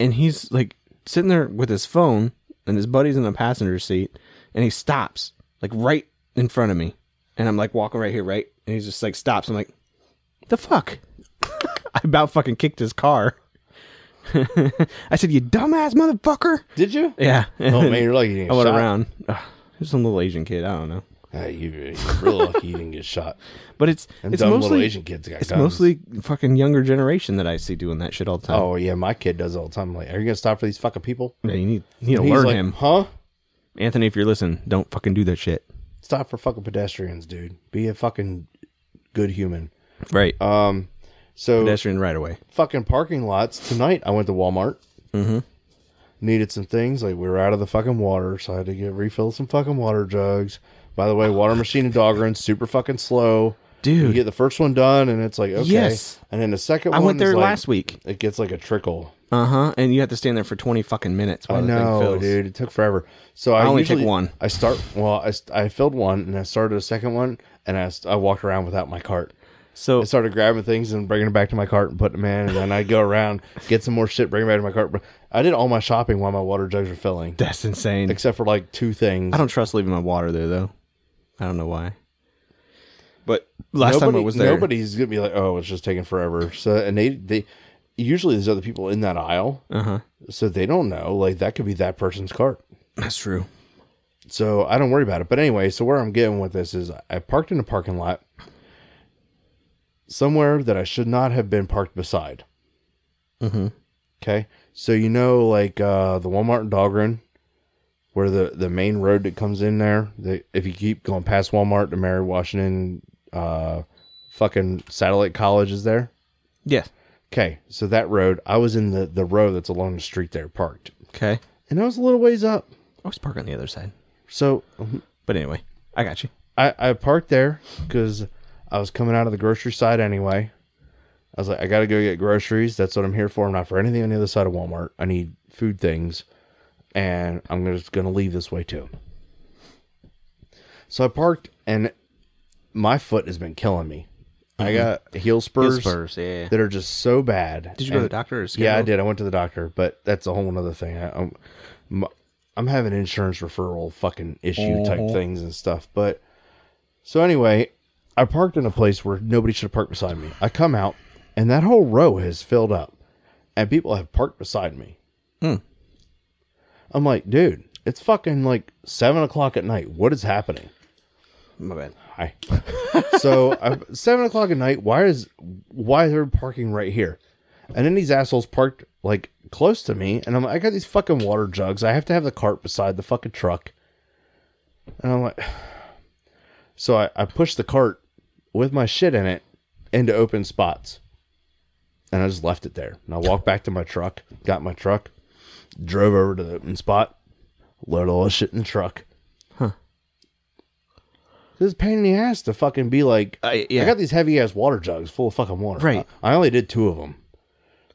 Speaker 1: and he's like sitting there with his phone, and his buddy's in the passenger seat, and he stops like right in front of me, and I'm like walking right here, right, and he's just like stops. I'm like, "The fuck." I about fucking kicked his car. I said, "You dumbass motherfucker!"
Speaker 2: did you?
Speaker 1: Yeah.
Speaker 2: Oh man, you're lucky you didn't
Speaker 1: I
Speaker 2: get
Speaker 1: went
Speaker 2: shot.
Speaker 1: around. Ugh, there's some little Asian kid. I don't know,
Speaker 2: Ah, you, you're real lucky you didn't get shot.
Speaker 1: but it's
Speaker 2: And
Speaker 1: it's
Speaker 2: dumb little
Speaker 1: mostly
Speaker 2: Asian kids got
Speaker 1: it's
Speaker 2: guns.
Speaker 1: mostly fucking younger generation that I see doing that shit all the time.
Speaker 2: Oh yeah, my kid does all the time. I'm like, are you gonna stop for these fucking people?
Speaker 1: Yeah, you need you need to
Speaker 2: He's
Speaker 1: learn
Speaker 2: like,
Speaker 1: him,
Speaker 2: huh?
Speaker 1: Anthony. If you're listening, don't fucking do that shit.
Speaker 2: Stop for fucking pedestrians, dude. Be a fucking good human.
Speaker 1: Right,
Speaker 2: Um, so
Speaker 1: pedestrian right away.
Speaker 2: fucking parking lots. Tonight I went to Walmart. Mm-hmm. Needed some things. Like we were out of the fucking water, so I had to get refill some fucking water jugs. By the way, water machine and dog runs super fucking slow. You
Speaker 1: Dude.
Speaker 2: get the first one done, and it's like okay.
Speaker 1: Yes.
Speaker 2: And then the second
Speaker 1: I
Speaker 2: one
Speaker 1: went
Speaker 2: is
Speaker 1: there
Speaker 2: like-
Speaker 1: last week.
Speaker 2: It gets like a trickle.
Speaker 1: Uh huh. And you have to stand there for twenty fucking minutes while
Speaker 2: I
Speaker 1: the thing
Speaker 2: know,
Speaker 1: fills.
Speaker 2: dude. It took forever. So I,
Speaker 1: only took
Speaker 2: usually,
Speaker 1: one.
Speaker 2: I start well. I, st- I filled one and I started a second one and I, st- I walked around without my cart.
Speaker 1: So
Speaker 2: I started grabbing things and bringing them back to my cart and putting them in, and then I go around get some more shit, bring it back to my cart. I did all my shopping while my water jugs were filling,
Speaker 1: that's insane.
Speaker 2: except for like two things.
Speaker 1: I don't trust leaving my water there though. I don't know why. But last
Speaker 2: Nobody,
Speaker 1: time I was there,
Speaker 2: nobody's gonna be like, "Oh, it's just taking forever." So, and they they usually there's other people in that aisle, uh-huh. so they don't know. Like that could be that person's cart.
Speaker 1: That's true.
Speaker 2: so I don't worry about it. But anyway, so where I'm getting with this is I parked in a parking lot somewhere that I should not have been parked beside. Mm-hmm. Okay, so you know, like uh, the Walmart and Dahlgren, where the the main road that comes in there. The, if you keep going past Walmart to Mary Washington, uh, fucking Satellite College is there.
Speaker 1: Yes.
Speaker 2: Okay, so that road, I was in the the row that's along the street there, parked,
Speaker 1: Okay.
Speaker 2: and I was a little ways up.
Speaker 1: I was parked on the other side.
Speaker 2: So
Speaker 1: But anyway, I got you.
Speaker 2: I, I parked there because I was coming out of the grocery side anyway. I was like, I gotta go get groceries. That's what I'm here for. I'm not for anything on the other side of Walmart. I need food things, and I'm gonna- just gonna leave this way too. So I parked, and my foot has been killing me.
Speaker 1: Mm-hmm.
Speaker 2: I got heel spurs,
Speaker 1: Yeah.
Speaker 2: that are just so bad.
Speaker 1: Did you go to
Speaker 2: And-
Speaker 1: the doctor? Or is it
Speaker 2: yeah, I
Speaker 1: scheduled?
Speaker 2: did. I went to the doctor, but that's a whole other thing. I, I'm, m- I'm having insurance referral fucking issue type things and stuff. But so anyway, I parked in a place where nobody should have parked beside me. I come out, and that whole row has filled up, and people have parked beside me. I'm like, dude, it's fucking like seven o'clock at night. What is happening?
Speaker 1: My bad.
Speaker 2: Hi. so I, seven o'clock at night. Why is why is there parking right here? And then these assholes parked like close to me, and I'm like, I got these fucking water jugs. I have to have the cart beside the fucking truck. And I'm like, so I, I pushed the cart with my shit in it into open spots, and I just left it there. And I walked back to my truck, got my truck, drove over to the open spot, loaded all the shit in the truck. This is a pain in the ass to fucking be like,
Speaker 1: I- yeah.
Speaker 2: I got these heavy ass water jugs full of fucking water.
Speaker 1: Right.
Speaker 2: I, I only did two of them.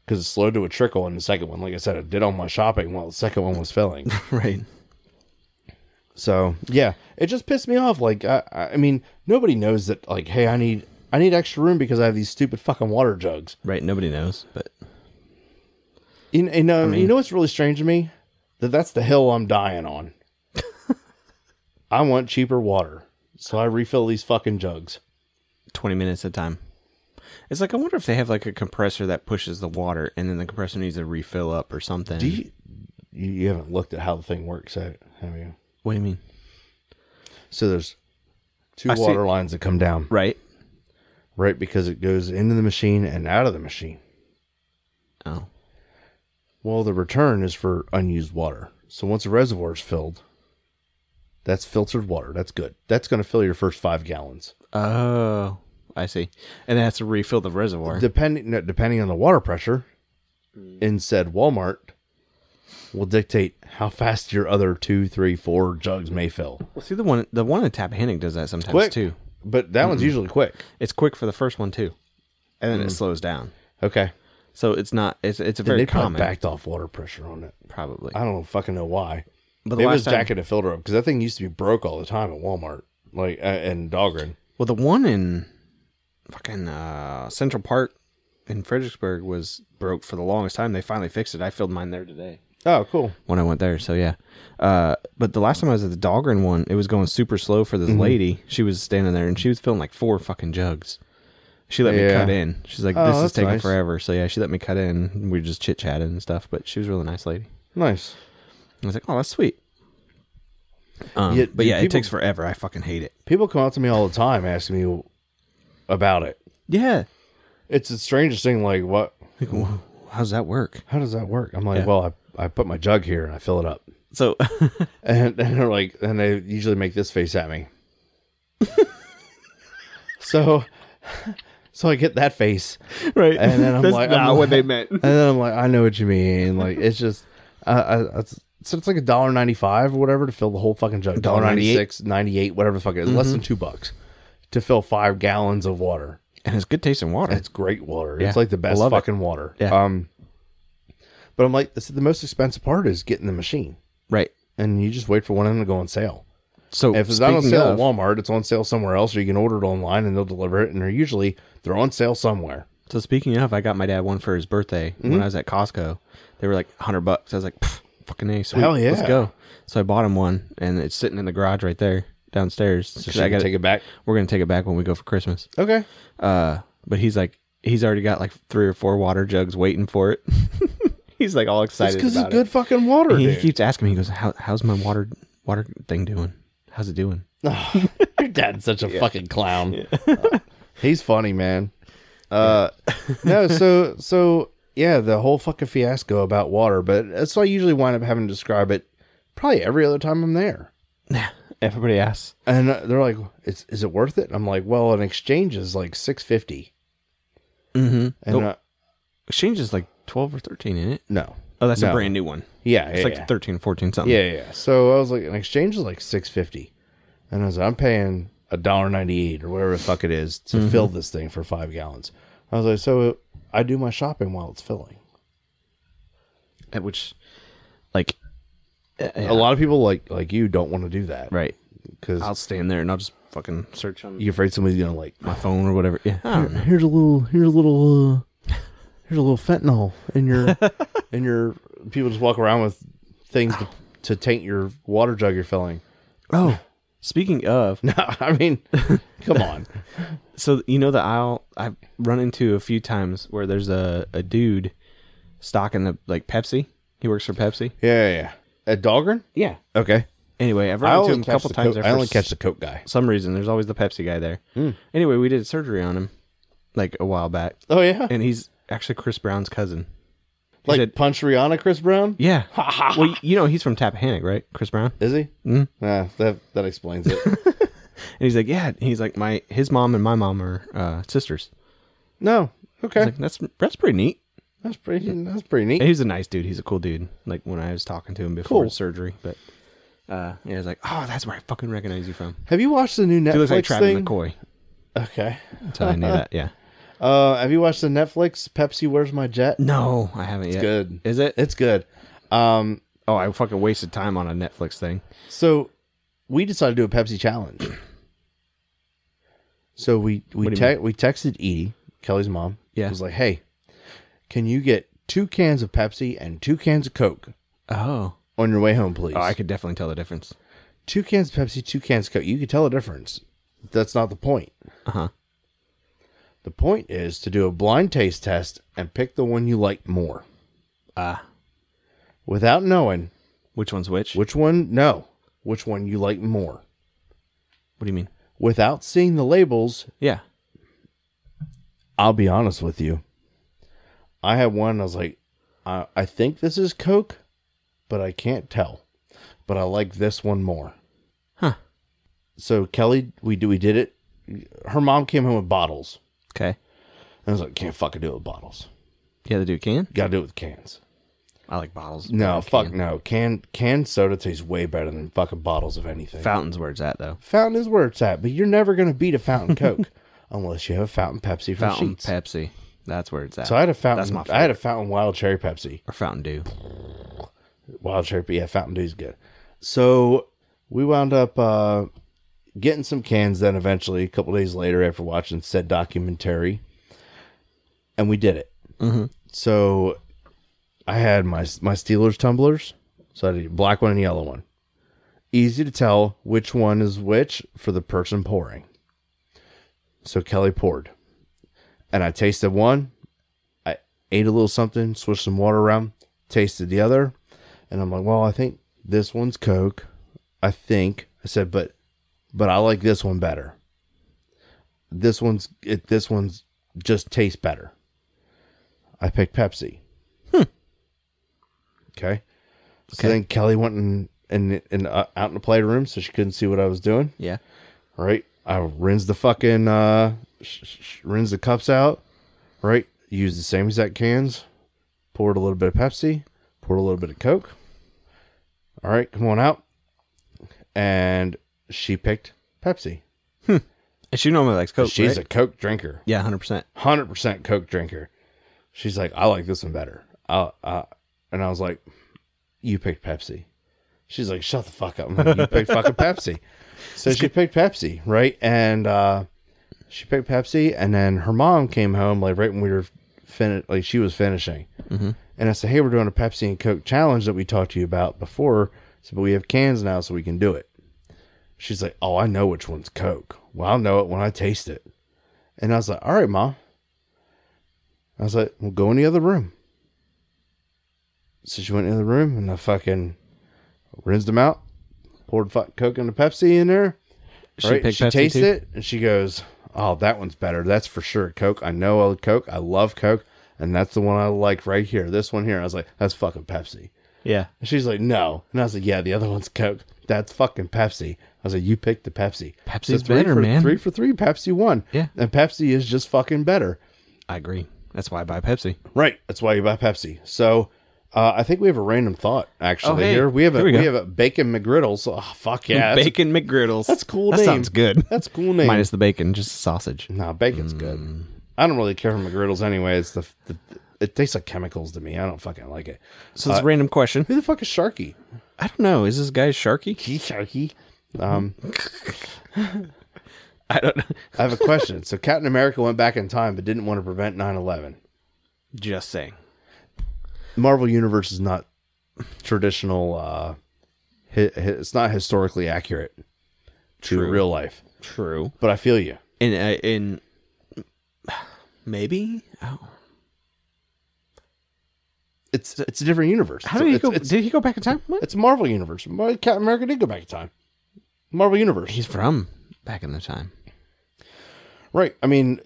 Speaker 2: because it slowed to a trickle in the second one. Like I said, I did all my shopping while the second one was filling.
Speaker 1: Right.
Speaker 2: So yeah, it just pissed me off. Like I, I I mean, nobody knows that. Like, hey, I need I need extra room because I have these stupid fucking water jugs.
Speaker 1: Right. Nobody knows, but
Speaker 2: You, you know, you know what's really strange to me? That that's the hill I'm dying on. I want cheaper water, so I refill these fucking jugs.
Speaker 1: 20 minutes at a time. It's like, I wonder if they have like a compressor that pushes the water and then the compressor needs to refill up or something.
Speaker 2: Do you, you you haven't looked at how the thing works, have have you?
Speaker 1: what do you mean?
Speaker 2: So there's two
Speaker 1: I see.
Speaker 2: water lines that come down,
Speaker 1: Right.
Speaker 2: right? Because it goes into the machine and out of the machine.
Speaker 1: Oh.
Speaker 2: Well, the return is for unused water. So once a reservoir is filled, that's filtered water. That's good. That's going to fill your first five gallons.
Speaker 1: Oh. I see. And it has to refill the reservoir.
Speaker 2: Depending no, depending on the water pressure
Speaker 1: Mm.
Speaker 2: in said Walmart will dictate how fast your other two, three, four jugs may fill.
Speaker 1: Well, see the one the one in Tappahannock does that sometimes
Speaker 2: Quick.
Speaker 1: too.
Speaker 2: But that one's usually quick.
Speaker 1: It's quick for the first one too, and then it slows down.
Speaker 2: Okay.
Speaker 1: So it's not it's it's a
Speaker 2: Hmm. They
Speaker 1: very
Speaker 2: probably
Speaker 1: common
Speaker 2: backed off water pressure on it.
Speaker 1: probably.
Speaker 2: I don't fucking know why.
Speaker 1: But the
Speaker 2: Maybe it was
Speaker 1: last time,
Speaker 2: jacking a filter up because that thing used to be broke all the time at Walmart, like uh, and Dahlgren.
Speaker 1: well, the one in fucking uh, Central Park in Fredericksburg was broke for the longest time. They finally fixed it. I filled mine there today
Speaker 2: Oh, cool.
Speaker 1: when I went there. So yeah. Uh, but the last time I was at the Dahlgren one, it was going super slow for
Speaker 2: Mm-hmm.
Speaker 1: this lady. She was standing there and she was filling like four fucking jugs. She let me
Speaker 2: Yeah.
Speaker 1: cut in. She's like,
Speaker 2: Oh,
Speaker 1: "This is
Speaker 2: that's
Speaker 1: taking
Speaker 2: nice.
Speaker 1: forever." So yeah, she let me cut in. We just chit chatted and stuff. But she was a really nice lady.
Speaker 2: Nice.
Speaker 1: I was like, oh, that's sweet. Um,
Speaker 2: Yeah,
Speaker 1: but yeah,
Speaker 2: people-
Speaker 1: it takes forever. I fucking hate it.
Speaker 2: People come up to me all the time asking me about it.
Speaker 1: Yeah.
Speaker 2: It's the strangest thing. Like, what?
Speaker 1: How does that work?
Speaker 2: How does that work? I'm like, well, I, I put my jug here and I fill it up,
Speaker 1: So,
Speaker 2: and, and they're like, and they usually make this face at me. so, so I get that face,
Speaker 1: right.
Speaker 2: And then I'm
Speaker 1: that's
Speaker 2: like-
Speaker 1: not
Speaker 2: I'm-
Speaker 1: what they meant.
Speaker 2: and then I'm like, I know what you mean. Like, it's just, I, I, it's, so it's like a dollar ninety five or whatever to fill the whole fucking jug. Dollar ninety six, ninety eight, whatever the fuck it is. Less than
Speaker 1: Mm-hmm.
Speaker 2: two bucks to fill five gallons of water.
Speaker 1: And it's good tasting water.
Speaker 2: It's great water.
Speaker 1: Yeah.
Speaker 2: It's like the best
Speaker 1: Love it.
Speaker 2: fucking water.
Speaker 1: Yeah.
Speaker 2: Um, but I'm like, this is the most expensive part is getting the machine,
Speaker 1: Right.
Speaker 2: and you just wait for one of them to go on sale.
Speaker 1: So,
Speaker 2: If it's not on
Speaker 1: speaking
Speaker 2: sale
Speaker 1: of-
Speaker 2: at Walmart, it's on sale somewhere else, or you can order it online and they'll deliver it. And they're usually they're on sale somewhere.
Speaker 1: so speaking of, I got my dad one for his birthday
Speaker 2: Mm-hmm.
Speaker 1: when I was at Costco. They were like 100 bucks. I was like, "Pff, fucking A, sweet.
Speaker 2: Hell yeah.
Speaker 1: Let's go. So I bought him one, and it's sitting in the garage right there downstairs.
Speaker 2: Should
Speaker 1: 'Cause
Speaker 2: I
Speaker 1: I got
Speaker 2: take it back?
Speaker 1: We're going to take it back when we go for Christmas.
Speaker 2: Okay.
Speaker 1: Uh, but he's like, he's already got like three or four water jugs waiting for it. he's like all
Speaker 2: That's
Speaker 1: excited
Speaker 2: because it's
Speaker 1: about it.
Speaker 2: good fucking water,
Speaker 1: he, he
Speaker 2: dude.
Speaker 1: keeps asking me. He goes, How, "How's my water water thing doing? How's it doing?"
Speaker 2: Your dad's such a fucking clown. Uh, he's funny, man. Uh, no, so so yeah, the whole fucking fiasco about water, but that's why I usually wind up having to describe it probably every other time I'm there.
Speaker 1: Everybody asks.
Speaker 2: And uh, they're like, "Is is it worth it?" And I'm like, "Well, an exchange is like six fifty,
Speaker 1: Mm-hmm.
Speaker 2: and uh,
Speaker 1: Exchange is like twelve or thirteen in it.
Speaker 2: no,
Speaker 1: Oh, that's
Speaker 2: No.
Speaker 1: a brand new one.
Speaker 2: yeah,
Speaker 1: It's
Speaker 2: yeah,
Speaker 1: like
Speaker 2: yeah.
Speaker 1: 13, 14 something.
Speaker 2: yeah, yeah. So I was like, an exchange is like six fifty, and I was like, I'm paying a dollar ninety eight or whatever the fuck it is to fill this thing for five gallons. I was like, so I do my shopping while it's filling.
Speaker 1: At which, like, uh, yeah,
Speaker 2: A lot of people like like you don't want to do that
Speaker 1: right?
Speaker 2: because
Speaker 1: I'll stand there and I'll just fucking search on
Speaker 2: you're afraid somebody's gonna like.
Speaker 1: my phone or whatever. Yeah, I don't know.
Speaker 2: Here's a little. Here's a little. Uh, here's a little fentanyl in your in your. People just walk around with things to, to taint your water jug you're filling.
Speaker 1: Oh, speaking of,
Speaker 2: No, I mean, come on.
Speaker 1: so you know the aisle I've run into a few times where there's a a dude stocking the like Pepsi. He works for Pepsi.
Speaker 2: Yeah, yeah. yeah. At Dahlgren?
Speaker 1: Yeah.
Speaker 2: Okay.
Speaker 1: Anyway, I've
Speaker 2: I
Speaker 1: run into
Speaker 2: only,
Speaker 1: him a
Speaker 2: catch
Speaker 1: couple
Speaker 2: the
Speaker 1: times.
Speaker 2: Coke-
Speaker 1: there
Speaker 2: I
Speaker 1: for
Speaker 2: only catch the Hmm. Coke guy.
Speaker 1: some reason there's always the Pepsi guy there. Anyway, we did surgery on him like a while back,
Speaker 2: Oh, yeah.
Speaker 1: and he's actually Chris Brown's cousin.
Speaker 2: like
Speaker 1: said-
Speaker 2: Punch Rihanna, Chris Brown?
Speaker 1: Yeah. well, you know he's from Tappahannock, right? Chris Brown.
Speaker 2: Is he?
Speaker 1: Mm-hmm.
Speaker 2: Nah, that, that explains it.
Speaker 1: And he's like, yeah. He's like, my his mom and my mom are uh, sisters.
Speaker 2: no. Okay.
Speaker 1: I was like, that's that's pretty neat.
Speaker 2: that's pretty That's pretty neat.
Speaker 1: And he's a nice dude. He's a cool dude. Like when I was talking to him before
Speaker 2: Cool.
Speaker 1: surgery, but uh, yeah, I was like, oh, that's where I fucking recognize you from.
Speaker 2: Have you watched the new
Speaker 1: He looks
Speaker 2: Netflix
Speaker 1: like Travis
Speaker 2: thing?
Speaker 1: McCoy.
Speaker 2: Okay.
Speaker 1: So I knew that. Yeah.
Speaker 2: Uh, have you watched the Netflix Pepsi? Where's my jet?
Speaker 1: No, I haven't yet.
Speaker 2: Good.
Speaker 1: Is it?
Speaker 2: It's good. Um,
Speaker 1: Oh, I fucking wasted time on a Netflix thing.
Speaker 2: so we decided to do a Pepsi challenge. So we we te- we texted Edie, Kelly's mom.
Speaker 1: Yeah.
Speaker 2: was like, hey, can you get two cans of Pepsi and two cans of Coke
Speaker 1: Oh.
Speaker 2: on your way home, please?
Speaker 1: Oh, I could definitely tell the difference.
Speaker 2: two cans of Pepsi, two cans of Coke. You can tell the difference. That's not the point.
Speaker 1: Uh huh.
Speaker 2: The point is to do a blind taste test and pick the one you like more.
Speaker 1: Ah.
Speaker 2: Without knowing
Speaker 1: Which one's which?
Speaker 2: which one, no, which one you like more.
Speaker 1: What do you mean?
Speaker 2: Without seeing the labels,
Speaker 1: Yeah.
Speaker 2: I'll be honest with you. I had one, I was like, I, I think this is Coke, but I can't tell. But I like this one more.
Speaker 1: Huh.
Speaker 2: So Kelly, we do we did it. Her mom came home with bottles.
Speaker 1: Okay.
Speaker 2: And I was like, can't fucking do it with bottles.
Speaker 1: Yeah, the dude can.
Speaker 2: Gotta do it with cans.
Speaker 1: I like bottles.
Speaker 2: No, fuck no. Can canned soda tastes way better than fucking bottles of anything.
Speaker 1: Fountains where it's at though.
Speaker 2: fountain is where it's at, but you're never gonna beat a fountain Coke unless you have a fountain Pepsi from
Speaker 1: Fountain
Speaker 2: Sheets.
Speaker 1: Pepsi. That's where it's at.
Speaker 2: so I had a fountain.
Speaker 1: That's my
Speaker 2: I had a fountain wild cherry Pepsi.
Speaker 1: or Fountain Dew.
Speaker 2: Wild cherry, yeah, fountain Dew's good. So we wound up uh, getting some cans. Then eventually, a couple days later, after watching said documentary, and we did it.
Speaker 1: Mhm.
Speaker 2: So I had my my Steelers tumblers. So I had a black one and a yellow one. Easy to tell which one is which for the person pouring. So Kelly poured. And I tasted one. I ate a little something, swished some water around, tasted the other. And I'm like, well, I think this one's Coke. I think. I said, but but I like this one better. This one's it this one's just tastes better. I picked Pepsi. Okay. So
Speaker 1: Okay.
Speaker 2: then Kelly went in in, in uh, out in the playroom, so she couldn't see what I was doing.
Speaker 1: Yeah.
Speaker 2: Right. I rinsed the fucking uh, sh- sh- sh- rinsed the cups out. Right. Used the same exact cans. Poured a little bit of Pepsi. Poured a little bit of Coke. All right, come on out. And she picked Pepsi.
Speaker 1: And she normally likes Coke.
Speaker 2: She's
Speaker 1: right?
Speaker 2: a Coke drinker
Speaker 1: yeah, hundred percent.
Speaker 2: hundred percent Coke drinker. She's like, I like this one better. Uh, uh, and I was like, you picked Pepsi. She's like, shut the fuck up. I'm like, you picked fucking Pepsi. So she picked Pepsi, right? And uh, she picked Pepsi, and then her mom came home like right when we were finished, like she was finishing. And I said, hey, we're doing a Pepsi and Coke challenge that we talked to you about before. So, but we have cans now, so we can do it. She's like, oh, I know which one's Coke. Well, I'll know it when I taste it. And I was like, all right, mom. I was like, well, go in the other room. So she went in the other room and I fucking rinsed them out, poured fuck Coke and the Pepsi in there.
Speaker 1: She
Speaker 2: right?
Speaker 1: picked
Speaker 2: she
Speaker 1: Pepsi
Speaker 2: tasted
Speaker 1: too?
Speaker 2: it and she goes, oh, that one's better. That's for sure. Coke. I know old Coke. I love Coke. And that's the one I like right here. This one here. I was like, that's fucking Pepsi.
Speaker 1: Yeah.
Speaker 2: And she's like, no. And I was like, yeah, the other one's Coke. That's fucking Pepsi. I was like, you picked the Pepsi.
Speaker 1: Pepsi's
Speaker 2: three
Speaker 1: better,
Speaker 2: for-
Speaker 1: man.
Speaker 2: Three for three, Pepsi won.
Speaker 1: Yeah.
Speaker 2: And Pepsi is just fucking better.
Speaker 1: I agree. That's why I buy Pepsi.
Speaker 2: Right. That's why you buy Pepsi. So uh, I think we have a random thought actually
Speaker 1: Oh, hey.
Speaker 2: here. We have a
Speaker 1: Here
Speaker 2: we,
Speaker 1: we go.
Speaker 2: have a bacon McGriddle. So oh, fuck yeah, that's,
Speaker 1: bacon McGriddles.
Speaker 2: that's a cool.
Speaker 1: That
Speaker 2: name.
Speaker 1: sounds good.
Speaker 2: That's a cool name.
Speaker 1: Minus Mm. the bacon, just sausage.
Speaker 2: nah, bacon's good. I don't really care for McGriddles anyway. It's the, the it tastes like chemicals to me. I don't fucking like it.
Speaker 1: So it's a random question.
Speaker 2: Uh, Who the fuck is Sharky?
Speaker 1: I don't know. Is this guy Sharky?
Speaker 2: He Sharky. Um,
Speaker 1: I don't know.
Speaker 2: I have a question. so Captain America went back in time, but didn't want to prevent 9-11.
Speaker 1: Just saying.
Speaker 2: Marvel Universe is not traditional. Uh, hi- hi- it's not historically accurate to
Speaker 1: True.
Speaker 2: real life.
Speaker 1: True.
Speaker 2: But I feel you.
Speaker 1: And uh, and maybe. Oh.
Speaker 2: It's it's a different universe.
Speaker 1: How
Speaker 2: It's-
Speaker 1: did he
Speaker 2: it's,
Speaker 1: go?
Speaker 2: It's,
Speaker 1: did he go back in time? What?
Speaker 2: it's Marvel Universe. Well, Captain America did go back in time. Marvel Universe.
Speaker 1: He's from back in the time.
Speaker 2: right. I mean,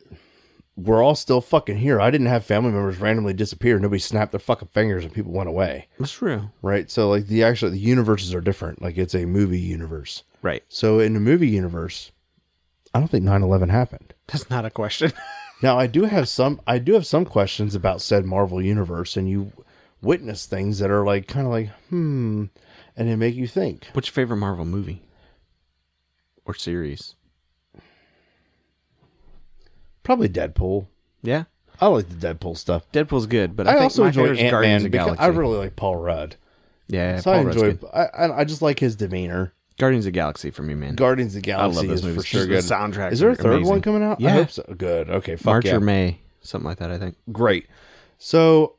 Speaker 2: we're all still fucking here. I didn't have family members randomly disappear. Nobody snapped their fucking fingers and people went away.
Speaker 1: That's true.
Speaker 2: Right. So like the actual the universes are different. Like it's a movie universe.
Speaker 1: Right.
Speaker 2: So in the movie universe, I don't think 9-11 happened.
Speaker 1: That's not a question.
Speaker 2: Now I do have some I do have some questions about said Marvel universe and you witness things that are like kind of like hmm and they make you think.
Speaker 1: What's your favorite Marvel movie or series?
Speaker 2: Probably Deadpool.
Speaker 1: Yeah,
Speaker 2: I like the Deadpool stuff.
Speaker 1: Deadpool's good, but I,
Speaker 2: I,
Speaker 1: think
Speaker 2: also
Speaker 1: my
Speaker 2: enjoy
Speaker 1: favorite is
Speaker 2: Ant
Speaker 1: Guardians
Speaker 2: Man
Speaker 1: of
Speaker 2: because
Speaker 1: Galaxy.
Speaker 2: I really like Paul Rudd.
Speaker 1: yeah,
Speaker 2: So
Speaker 1: Paul
Speaker 2: I
Speaker 1: Rudd's
Speaker 2: enjoy.
Speaker 1: good.
Speaker 2: I, I I just like his demeanor.
Speaker 1: Guardians of Galaxy for me, man.
Speaker 2: Guardians of the
Speaker 1: I love
Speaker 2: Galaxy
Speaker 1: those
Speaker 2: is for
Speaker 1: movies.
Speaker 2: sure good.
Speaker 1: Just the soundtracks
Speaker 2: Is there
Speaker 1: are
Speaker 2: a third one
Speaker 1: amazing.
Speaker 2: coming out? I
Speaker 1: Yeah.
Speaker 2: hope so. Good. Okay. Fuck
Speaker 1: March
Speaker 2: yeah.
Speaker 1: or May, something like that. I think.
Speaker 2: Great. So,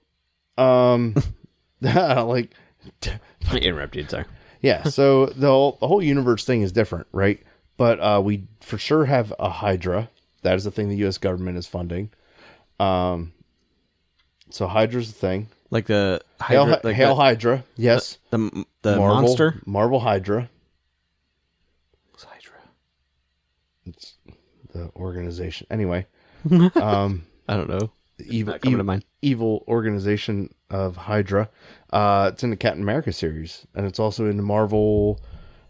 Speaker 2: um, like,
Speaker 1: I interrupted. Sorry.
Speaker 2: yeah. So the whole, the whole universe thing is different, right? But uh, we for sure have a Hydra. That is the thing the U.S. government is funding. Um, so Hydra's the thing.
Speaker 1: Like the
Speaker 2: Hail,
Speaker 1: Hydra, like
Speaker 2: Hail Hydra. Yes.
Speaker 1: the, the, the monster.
Speaker 2: Marvel Hydra.
Speaker 1: Hydra.
Speaker 2: It's the organization. Anyway, um,
Speaker 1: I don't know.
Speaker 2: the evil,
Speaker 1: not coming to
Speaker 2: ev-
Speaker 1: mind.
Speaker 2: evil organization of Hydra. Uh, it's in the Captain America series, and it's also in the Marvel.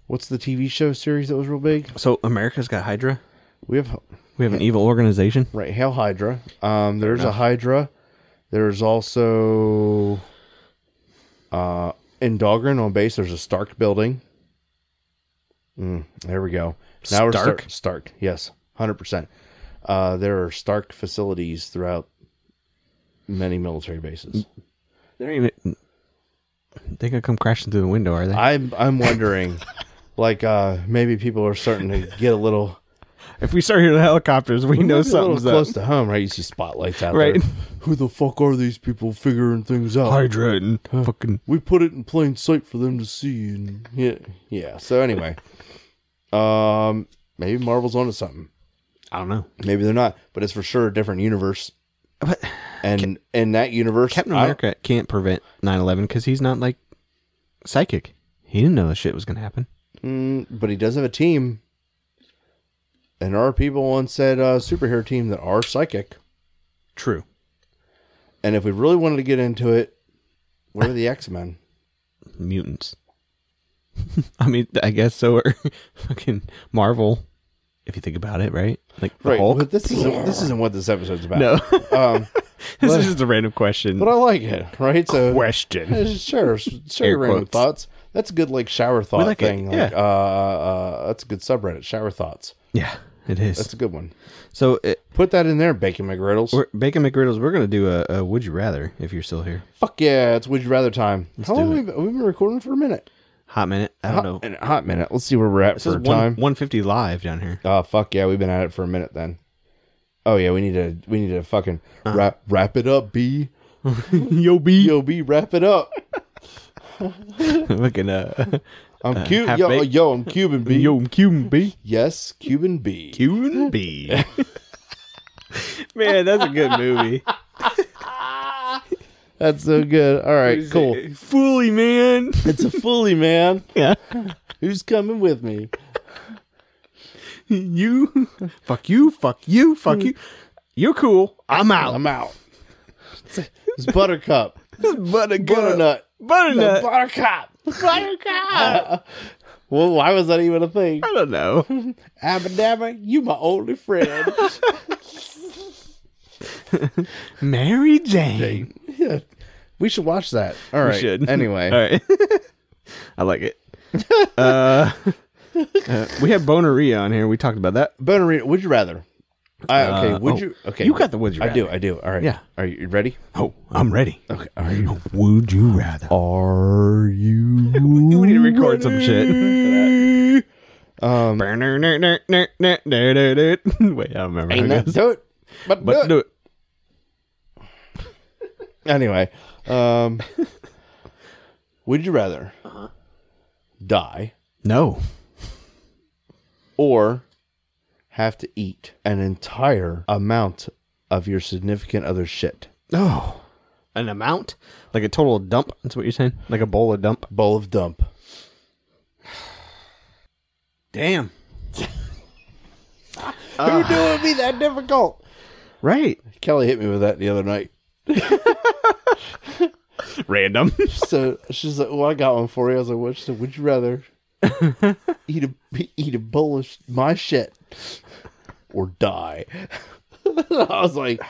Speaker 2: What's the TV show series that was real big?
Speaker 1: So America's got Hydra.
Speaker 2: We have
Speaker 1: We have an evil organization.
Speaker 2: right Hail Hydra. Um, there's a Hydra. There's also uh, in Dahlgren on base. There's a Stark building. Mm, there we go. Now we're
Speaker 1: Stark?
Speaker 2: start- Stark. Yes, hundred percent. Uh, there are Stark facilities throughout many military bases.
Speaker 1: They're even. They could come crashing through the window, are they?
Speaker 2: I'm I'm wondering, like uh maybe people are starting to get a little,
Speaker 1: if we start hearing helicopters, we,
Speaker 2: might
Speaker 1: know
Speaker 2: be a little
Speaker 1: something's up.
Speaker 2: close to home, right? You see spotlights out
Speaker 1: Right.
Speaker 2: there. Who the fuck are these people figuring things out?
Speaker 1: Hydra and fucking
Speaker 2: We put it in plain sight for them to see, and yeah, yeah. So anyway, um, maybe Marvel's onto something.
Speaker 1: I don't know.
Speaker 2: Maybe they're not, but it's for sure a different universe.
Speaker 1: But
Speaker 2: And in that universe,
Speaker 1: Captain
Speaker 2: I-
Speaker 1: America can't prevent 9/11 because he's not like psychic. He didn't know this shit was gonna happen.
Speaker 2: Mm, but he does have a team, and there are people on said uh, superhero team that are psychic.
Speaker 1: True.
Speaker 2: And if we really wanted to get into it, what are the X Men?
Speaker 1: Mutants. I mean, I guess so. Or fucking Marvel, if you think about it, right? Like the Hulk.
Speaker 2: but this isn't this isn't what this episode's about.
Speaker 1: no,
Speaker 2: um,
Speaker 1: this is just a random question.
Speaker 2: but I like it, right? So
Speaker 1: question.
Speaker 2: uh, sure, sure,
Speaker 1: Air
Speaker 2: random
Speaker 1: quotes.
Speaker 2: thoughts. That's a good like shower thought
Speaker 1: like it,
Speaker 2: thing. Like,
Speaker 1: yeah.
Speaker 2: uh, uh, that's a good subreddit. Shower thoughts.
Speaker 1: Yeah, it is.
Speaker 2: That's a good one.
Speaker 1: so, it,
Speaker 2: Put that in there, Bacon McGriddles.
Speaker 1: we're, Bacon McGriddles, we're gonna do a, a Would You Rather if you're still here.
Speaker 2: Fuck yeah! It's Would You Rather time. How long
Speaker 1: do
Speaker 2: we we've been recording for a minute?
Speaker 1: Hot minute. I
Speaker 2: Hot,
Speaker 1: don't know.
Speaker 2: in a hot minute. Let's see where we're at
Speaker 1: This
Speaker 2: for
Speaker 1: is
Speaker 2: time.
Speaker 1: one one fifty live down here.
Speaker 2: Oh fuck yeah, we've been at it for a minute then. Oh yeah, we need to we need to fucking wrap wrap it up, B.
Speaker 1: Uh. Yo, B.
Speaker 2: Yo, B, wrap it up.
Speaker 1: Looking uh,
Speaker 2: I'm Cuban.
Speaker 1: half
Speaker 2: Yo,
Speaker 1: baked.
Speaker 2: yo, I'm Cuban B.
Speaker 1: Yo, Cuban B.
Speaker 2: Yes, Cuban B.
Speaker 1: Cuban B. Man, that's a good movie.
Speaker 2: That's so good. All right, cool.
Speaker 1: Fully, man.
Speaker 2: It's a fully man.
Speaker 1: Yeah.
Speaker 2: Who's coming with me?
Speaker 1: You. Fuck you. Fuck you. Fuck you. You're cool. I'm out.
Speaker 2: I'm out. It's Buttercup.
Speaker 1: Buttercup.
Speaker 2: Butternut.
Speaker 1: Butternut.
Speaker 2: Buttercup. Buttercup. well, why was that even a thing?
Speaker 1: I don't know.
Speaker 2: Abadabba, you my only friend.
Speaker 1: Mary Jane.
Speaker 2: Yeah. We should watch that. All right.
Speaker 1: should.
Speaker 2: Anyway.
Speaker 1: All right. I like it. uh, uh, we have Boneria on here. We talked about that.
Speaker 2: Bonarino, would you rather? I, okay,
Speaker 1: Uh,
Speaker 2: would
Speaker 1: oh,
Speaker 2: you? Okay,
Speaker 1: You got the would you
Speaker 2: I
Speaker 1: rather.
Speaker 2: do, I do. All right.
Speaker 1: Yeah.
Speaker 2: Are you you ready?
Speaker 1: Oh, I'm ready.
Speaker 2: Okay. Are you?
Speaker 1: Would you rather?
Speaker 2: Are you?
Speaker 1: We need to record some shit.
Speaker 2: Um,
Speaker 1: Wait, I don't remember.
Speaker 2: ain't
Speaker 1: how
Speaker 2: that
Speaker 1: it goes.
Speaker 2: do it? But,
Speaker 1: But
Speaker 2: do
Speaker 1: do
Speaker 2: it.
Speaker 1: it.
Speaker 2: Anyway, um, would you rather die
Speaker 1: No.
Speaker 2: or have to eat an entire amount of your significant other shit?
Speaker 1: No. An amount? Like a total dump? That's what you're saying? Like a bowl of dump?
Speaker 2: Bowl of dump.
Speaker 1: Damn.
Speaker 2: Who knew it would be that difficult?
Speaker 1: Right.
Speaker 2: Kelly hit me with that the other night.
Speaker 1: Random.
Speaker 2: so she's like, "Well, I got one for you." I was like, "What?" She said, "Would you rather eat a eat a bowl of sh- my shit or die?" I was like,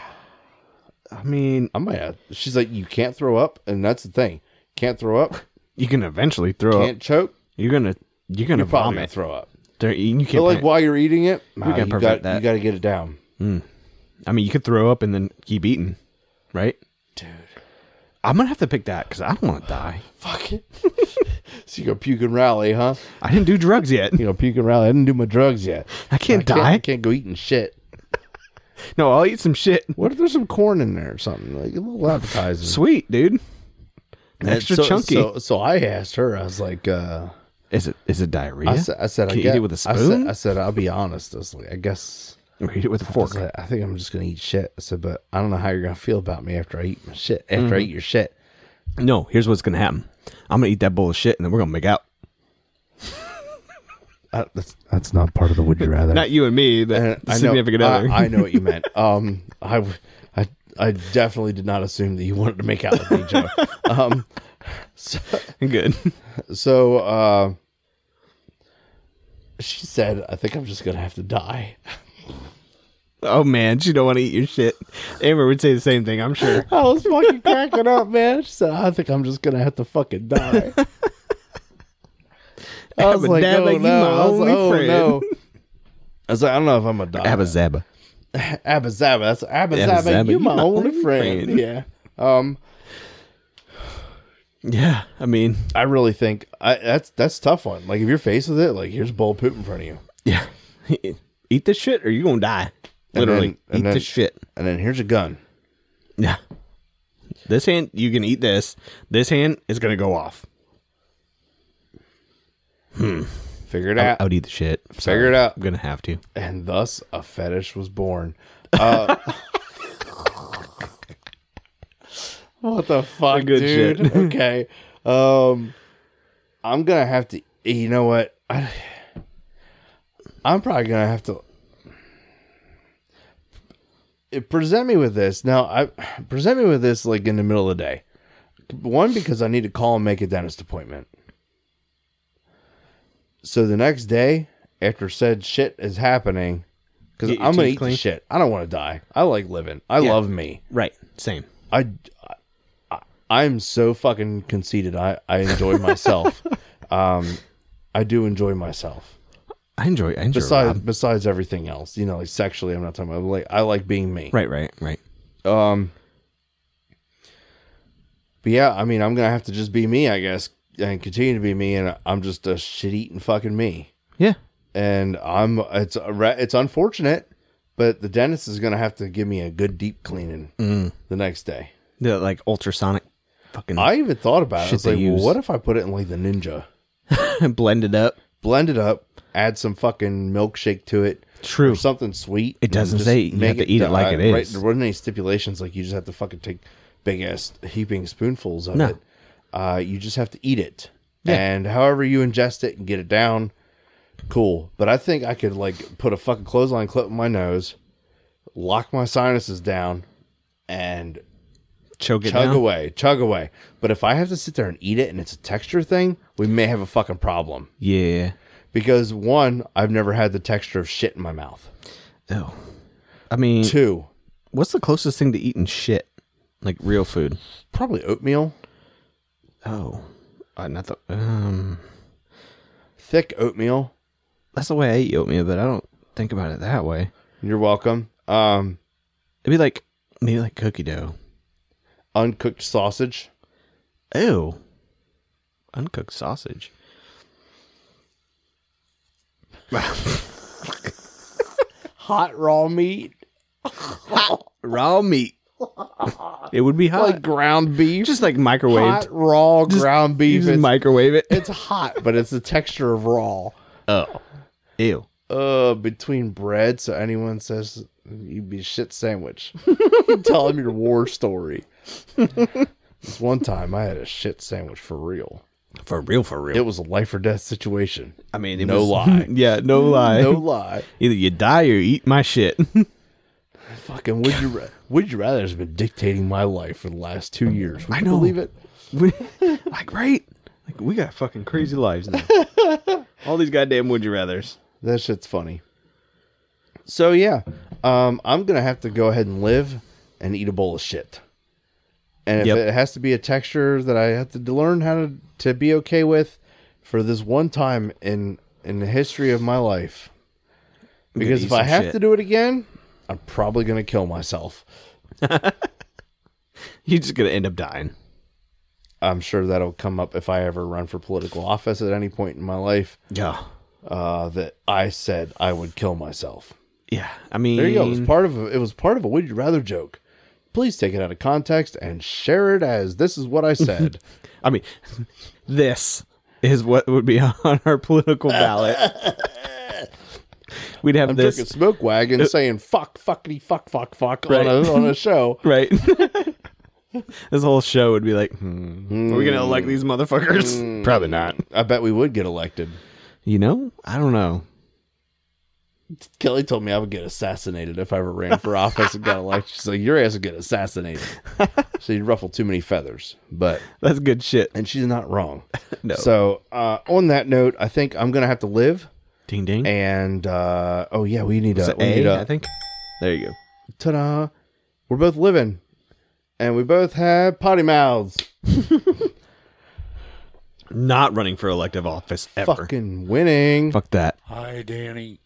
Speaker 1: I mean,
Speaker 2: "I might." Have. She's like, "You can't throw up," and that's the thing: can't throw up,
Speaker 1: you can eventually throw up.
Speaker 2: can't choke.
Speaker 1: You're gonna you're gonna
Speaker 2: You're probably gonna
Speaker 1: vomit.
Speaker 2: throw up.
Speaker 1: There- You
Speaker 2: But
Speaker 1: can't
Speaker 2: like
Speaker 1: plan-
Speaker 2: while you're eating it, nah,
Speaker 1: gotta
Speaker 2: you
Speaker 1: prevent
Speaker 2: got
Speaker 1: that.
Speaker 2: you got to get it down.
Speaker 1: I mean, you could throw up and then keep eating, right?
Speaker 2: Dude.
Speaker 1: I'm gonna have to pick that because I don't want to die.
Speaker 2: Fuck it. so you go puke and rally, huh?
Speaker 1: I didn't do drugs yet.
Speaker 2: You know, puke and rally. I didn't do my drugs yet.
Speaker 1: I can't
Speaker 2: Can't-
Speaker 1: die.
Speaker 2: can't go eating shit.
Speaker 1: No, I'll eat some shit.
Speaker 2: What if there's some corn in there or something? Like a little appetizer.
Speaker 1: Sweet, dude.
Speaker 2: And
Speaker 1: Extra
Speaker 2: so,
Speaker 1: chunky.
Speaker 2: So, so I asked her. I was like, uh,
Speaker 1: Is it is it diarrhea?
Speaker 2: I said, I said,
Speaker 1: Can you
Speaker 2: I
Speaker 1: eat
Speaker 2: guess-
Speaker 1: it with a
Speaker 2: I said-
Speaker 1: spoon?
Speaker 2: I said, I'll be honest. I was like, I guess.
Speaker 1: or eat it with a
Speaker 2: I,
Speaker 1: fork.
Speaker 2: was like, I think I'm just gonna eat shit. I said, but I don't know how you're gonna feel about me after I eat my shit. After
Speaker 1: Mm-hmm.
Speaker 2: I eat your shit.
Speaker 1: No, here's what's gonna happen. I'm gonna eat that bowl of shit and then we're gonna make out.
Speaker 2: Uh, that's that's not part of the would you rather.
Speaker 1: Not you and me,
Speaker 2: Uh,
Speaker 1: the, the
Speaker 2: I know-
Speaker 1: significant
Speaker 2: I-
Speaker 1: other.
Speaker 2: I, know what you meant. Um, I, w- I, I definitely did not assume that you wanted to make out with me, Joe. Um, so,
Speaker 1: Good.
Speaker 2: so uh, she said, "I think I'm just gonna have to die."
Speaker 1: Oh man, she don't want to eat your shit. Amber would say the same thing, I'm sure.
Speaker 2: I was Oh, fucking cracking up, man. She said, "I think I'm just gonna have to fucking die." I was
Speaker 1: Abba
Speaker 2: like,
Speaker 1: dabba,
Speaker 2: "Oh
Speaker 1: you
Speaker 2: no!"
Speaker 1: my
Speaker 2: I was like,
Speaker 1: only
Speaker 2: "Oh
Speaker 1: friend."
Speaker 2: no!" I was like, "I don't know if I'm gonna die."
Speaker 1: Abba Zaba.
Speaker 2: Abba Zaba. That's Abba
Speaker 1: Abba
Speaker 2: Zaba.
Speaker 1: Zaba,
Speaker 2: You my only friend.
Speaker 1: friend.
Speaker 2: Yeah. Um,
Speaker 1: Yeah, I mean,
Speaker 2: I really think I, that's that's a tough one. Like if you're faced with it, like here's a bowl of poop in front of you,
Speaker 1: yeah. eat this shit or you gonna die. Literally,
Speaker 2: then- and
Speaker 1: eat
Speaker 2: then-
Speaker 1: this shit.
Speaker 2: and then here's a gun.
Speaker 1: Yeah. This hand, you can eat this. This hand is gonna go off.
Speaker 2: Figure it
Speaker 1: I,
Speaker 2: out.
Speaker 1: I would eat the shit.
Speaker 2: Figure it out.
Speaker 1: I'm gonna have to.
Speaker 2: And thus a fetish was born. Uh, what the fuck,
Speaker 1: good
Speaker 2: dude?
Speaker 1: shit.
Speaker 2: okay. Um, I'm gonna have to. You know what? I, I'm probably gonna have to. It- present me with this now. I present me with this like in the middle of the day. One because I need to call and make a dentist appointment. So the next day, after said shit is happening, because
Speaker 1: Get your
Speaker 2: I'm gonna
Speaker 1: teeth
Speaker 2: eat
Speaker 1: clean.
Speaker 2: the shit. I don't want to die. I like living. I love me.
Speaker 1: Right. Same.
Speaker 2: I, I- I'm so fucking conceited. I I enjoy myself. um, I do enjoy myself.
Speaker 1: I enjoy. I enjoy.
Speaker 2: Besides
Speaker 1: Rob.
Speaker 2: besides everything else, you know, like sexually, I'm not talking about. Like I like being me.
Speaker 1: Right. Right. Right.
Speaker 2: Um. But yeah, I mean, I'm gonna have to just be me, I guess, and continue to be me, and I'm just a shit eating fucking me.
Speaker 1: Yeah.
Speaker 2: And I'm it's a re- it's unfortunate, but the dentist is gonna have to give me a good deep cleaning the next day.
Speaker 1: The like ultrasonic, fucking
Speaker 2: I even thought about it. I was
Speaker 1: they
Speaker 2: like, well,
Speaker 1: use.
Speaker 2: what if I put it in like the ninja,
Speaker 1: blended up.
Speaker 2: blend it up, add some fucking milkshake to it,
Speaker 1: True.
Speaker 2: or something sweet.
Speaker 1: It doesn't
Speaker 2: and just
Speaker 1: say you have to eat it like it
Speaker 2: uh, Right,
Speaker 1: is.
Speaker 2: there weren't any stipulations. Like you just have to fucking take big ass heaping spoonfuls of
Speaker 1: No.
Speaker 2: it. Uh, you just have to eat it,
Speaker 1: Yeah.
Speaker 2: and however you ingest it and get it down, cool. But I think I could like put a fucking clothesline clip in my nose, lock my sinuses down, and
Speaker 1: Choke it
Speaker 2: chug
Speaker 1: down.
Speaker 2: away, chug away. But if I have to sit there and eat it, and it's a texture thing, we may have a fucking problem.
Speaker 1: Yeah.
Speaker 2: Because one, I've never had the texture of shit in my mouth.
Speaker 1: Oh. I mean,
Speaker 2: Two,
Speaker 1: what's the closest thing to eating shit? Like real food.
Speaker 2: probably oatmeal,
Speaker 1: Oh. Uh, not the. Um.
Speaker 2: thick oatmeal.
Speaker 1: That's the way I eat oatmeal, but I don't think about it that way.
Speaker 2: You're welcome. Um,
Speaker 1: It'd be like maybe like cookie dough.
Speaker 2: uncooked sausage.
Speaker 1: Ew. Uncooked sausage.
Speaker 2: Hot raw meat,
Speaker 1: Raw meat. it would be hot.
Speaker 2: like ground beef.
Speaker 1: just like microwaved.
Speaker 2: hot raw ground
Speaker 1: You
Speaker 2: beef.
Speaker 1: just
Speaker 2: It's,
Speaker 1: microwave it.
Speaker 2: it's hot, but it's the texture of raw.
Speaker 1: Oh. Ew.
Speaker 2: Uh, between bread, so anyone says you'd be a shit sandwich. Tell them your war story. this one time, I had a shit sandwich for real.
Speaker 1: For real, for real.
Speaker 2: It was a life or death situation.
Speaker 1: I mean, it
Speaker 2: no
Speaker 1: was-
Speaker 2: lie.
Speaker 1: yeah, no lie.
Speaker 2: No lie.
Speaker 1: Either you die or you eat my shit.
Speaker 2: Fucking would you ra- would you rather has been dictating my life for the last two years. Would
Speaker 1: I
Speaker 2: you
Speaker 1: know.
Speaker 2: Believe it.
Speaker 1: We- like, right? Like, we got fucking crazy lives now. All these goddamn would you rather's.
Speaker 2: That shit's funny. So yeah, um, I'm gonna have to go ahead and live and eat a bowl of shit. And if
Speaker 1: Yep.
Speaker 2: it has to be a texture that I have to learn how to, to be okay with for this one time in in the history of my life.
Speaker 1: gonna
Speaker 2: Because
Speaker 1: eat
Speaker 2: if I
Speaker 1: some
Speaker 2: have
Speaker 1: shit.
Speaker 2: to do it again, I'm probably gonna kill myself.
Speaker 1: You're just gonna end up dying.
Speaker 2: I'm sure that'll come up if I ever run for political office at any point in my life.
Speaker 1: Yeah.
Speaker 2: Uh, that I said I would kill myself.
Speaker 1: Yeah. I mean,
Speaker 2: There you go. It was part of a, it was part of a would you rather joke. Please take it out of context and share it as this is what I said.
Speaker 1: I mean, this is what would be on our political ballot. We'd have
Speaker 2: I'm
Speaker 1: this
Speaker 2: drinking smoke wagon saying fuck fuckity fuck fuck fuck on a on a show.
Speaker 1: right. this whole show would be like, hmm, are we gonna elect these motherfuckers?
Speaker 2: Hmm.
Speaker 1: Probably not.
Speaker 2: I bet we would get elected.
Speaker 1: You know, I don't know.
Speaker 2: Kelly told me I would get assassinated if I ever ran for office and got elected. She's like, "Your ass would get assassinated, so you'd ruffle too many feathers." But
Speaker 1: That's good shit.
Speaker 2: and she's not wrong.
Speaker 1: No.
Speaker 2: So uh, on that note, I think I'm gonna have to live.
Speaker 1: Ding ding.
Speaker 2: And uh, oh yeah, we need
Speaker 1: Is
Speaker 2: a
Speaker 1: it
Speaker 2: we need
Speaker 1: A, I
Speaker 2: a
Speaker 1: think. There you go.
Speaker 2: ta-da. We're both living, and we both have potty mouths.
Speaker 1: Not running for elective office ever.
Speaker 2: Fucking winning.
Speaker 1: Fuck that.
Speaker 5: Hi, Danny.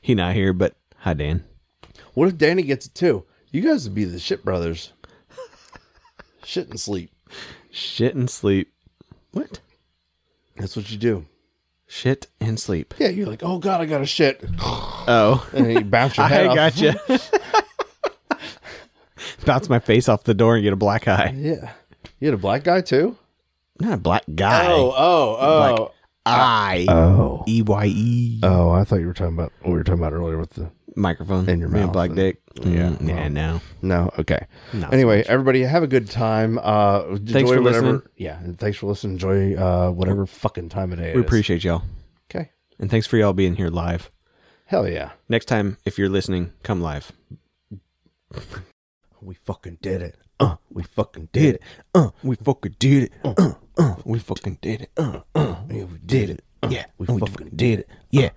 Speaker 1: He not here, but hi Dan.
Speaker 2: What if Danny gets it too? You guys would be the shit brothers. shit and sleep.
Speaker 1: Shit and sleep. What?
Speaker 2: That's what you do.
Speaker 1: Shit and sleep.
Speaker 2: Yeah, you're like, oh god, I got a shit,
Speaker 1: Oh.
Speaker 2: and then you bounce your head
Speaker 1: I
Speaker 2: off.
Speaker 1: gotcha. Bounce my face off the door and get a black eye.
Speaker 2: Yeah, you had a black guy too.
Speaker 1: Not a black guy.
Speaker 2: oh, oh,
Speaker 1: I.
Speaker 2: oh,
Speaker 1: E Y E.
Speaker 2: oh! I thought you were talking about what we were talking about earlier with the
Speaker 1: Microphone.
Speaker 2: In your
Speaker 1: Me and
Speaker 2: mouth
Speaker 1: Black
Speaker 2: and-
Speaker 1: dick.
Speaker 2: Yeah,
Speaker 1: Mm, yeah,
Speaker 2: well.
Speaker 1: no.
Speaker 2: No, okay.
Speaker 1: Not
Speaker 2: anyway, everybody have a good time. Uh enjoy
Speaker 1: for
Speaker 2: whatever
Speaker 1: listening.
Speaker 2: Yeah, and thanks for listening. Enjoy uh whatever fucking time of day. it
Speaker 1: We
Speaker 2: is.
Speaker 1: appreciate y'all.
Speaker 2: Okay.
Speaker 1: And thanks for y'all being here live.
Speaker 2: Hell yeah.
Speaker 1: Next time, if you're listening, come live.
Speaker 2: We fucking did it. Uh, we fucking did it. Uh,
Speaker 1: We fucking did it. Uh, uh, we fucking did it. Uh,
Speaker 2: yeah, we did it. Uh,
Speaker 1: yeah.
Speaker 2: we fucking did it.
Speaker 1: Yeah.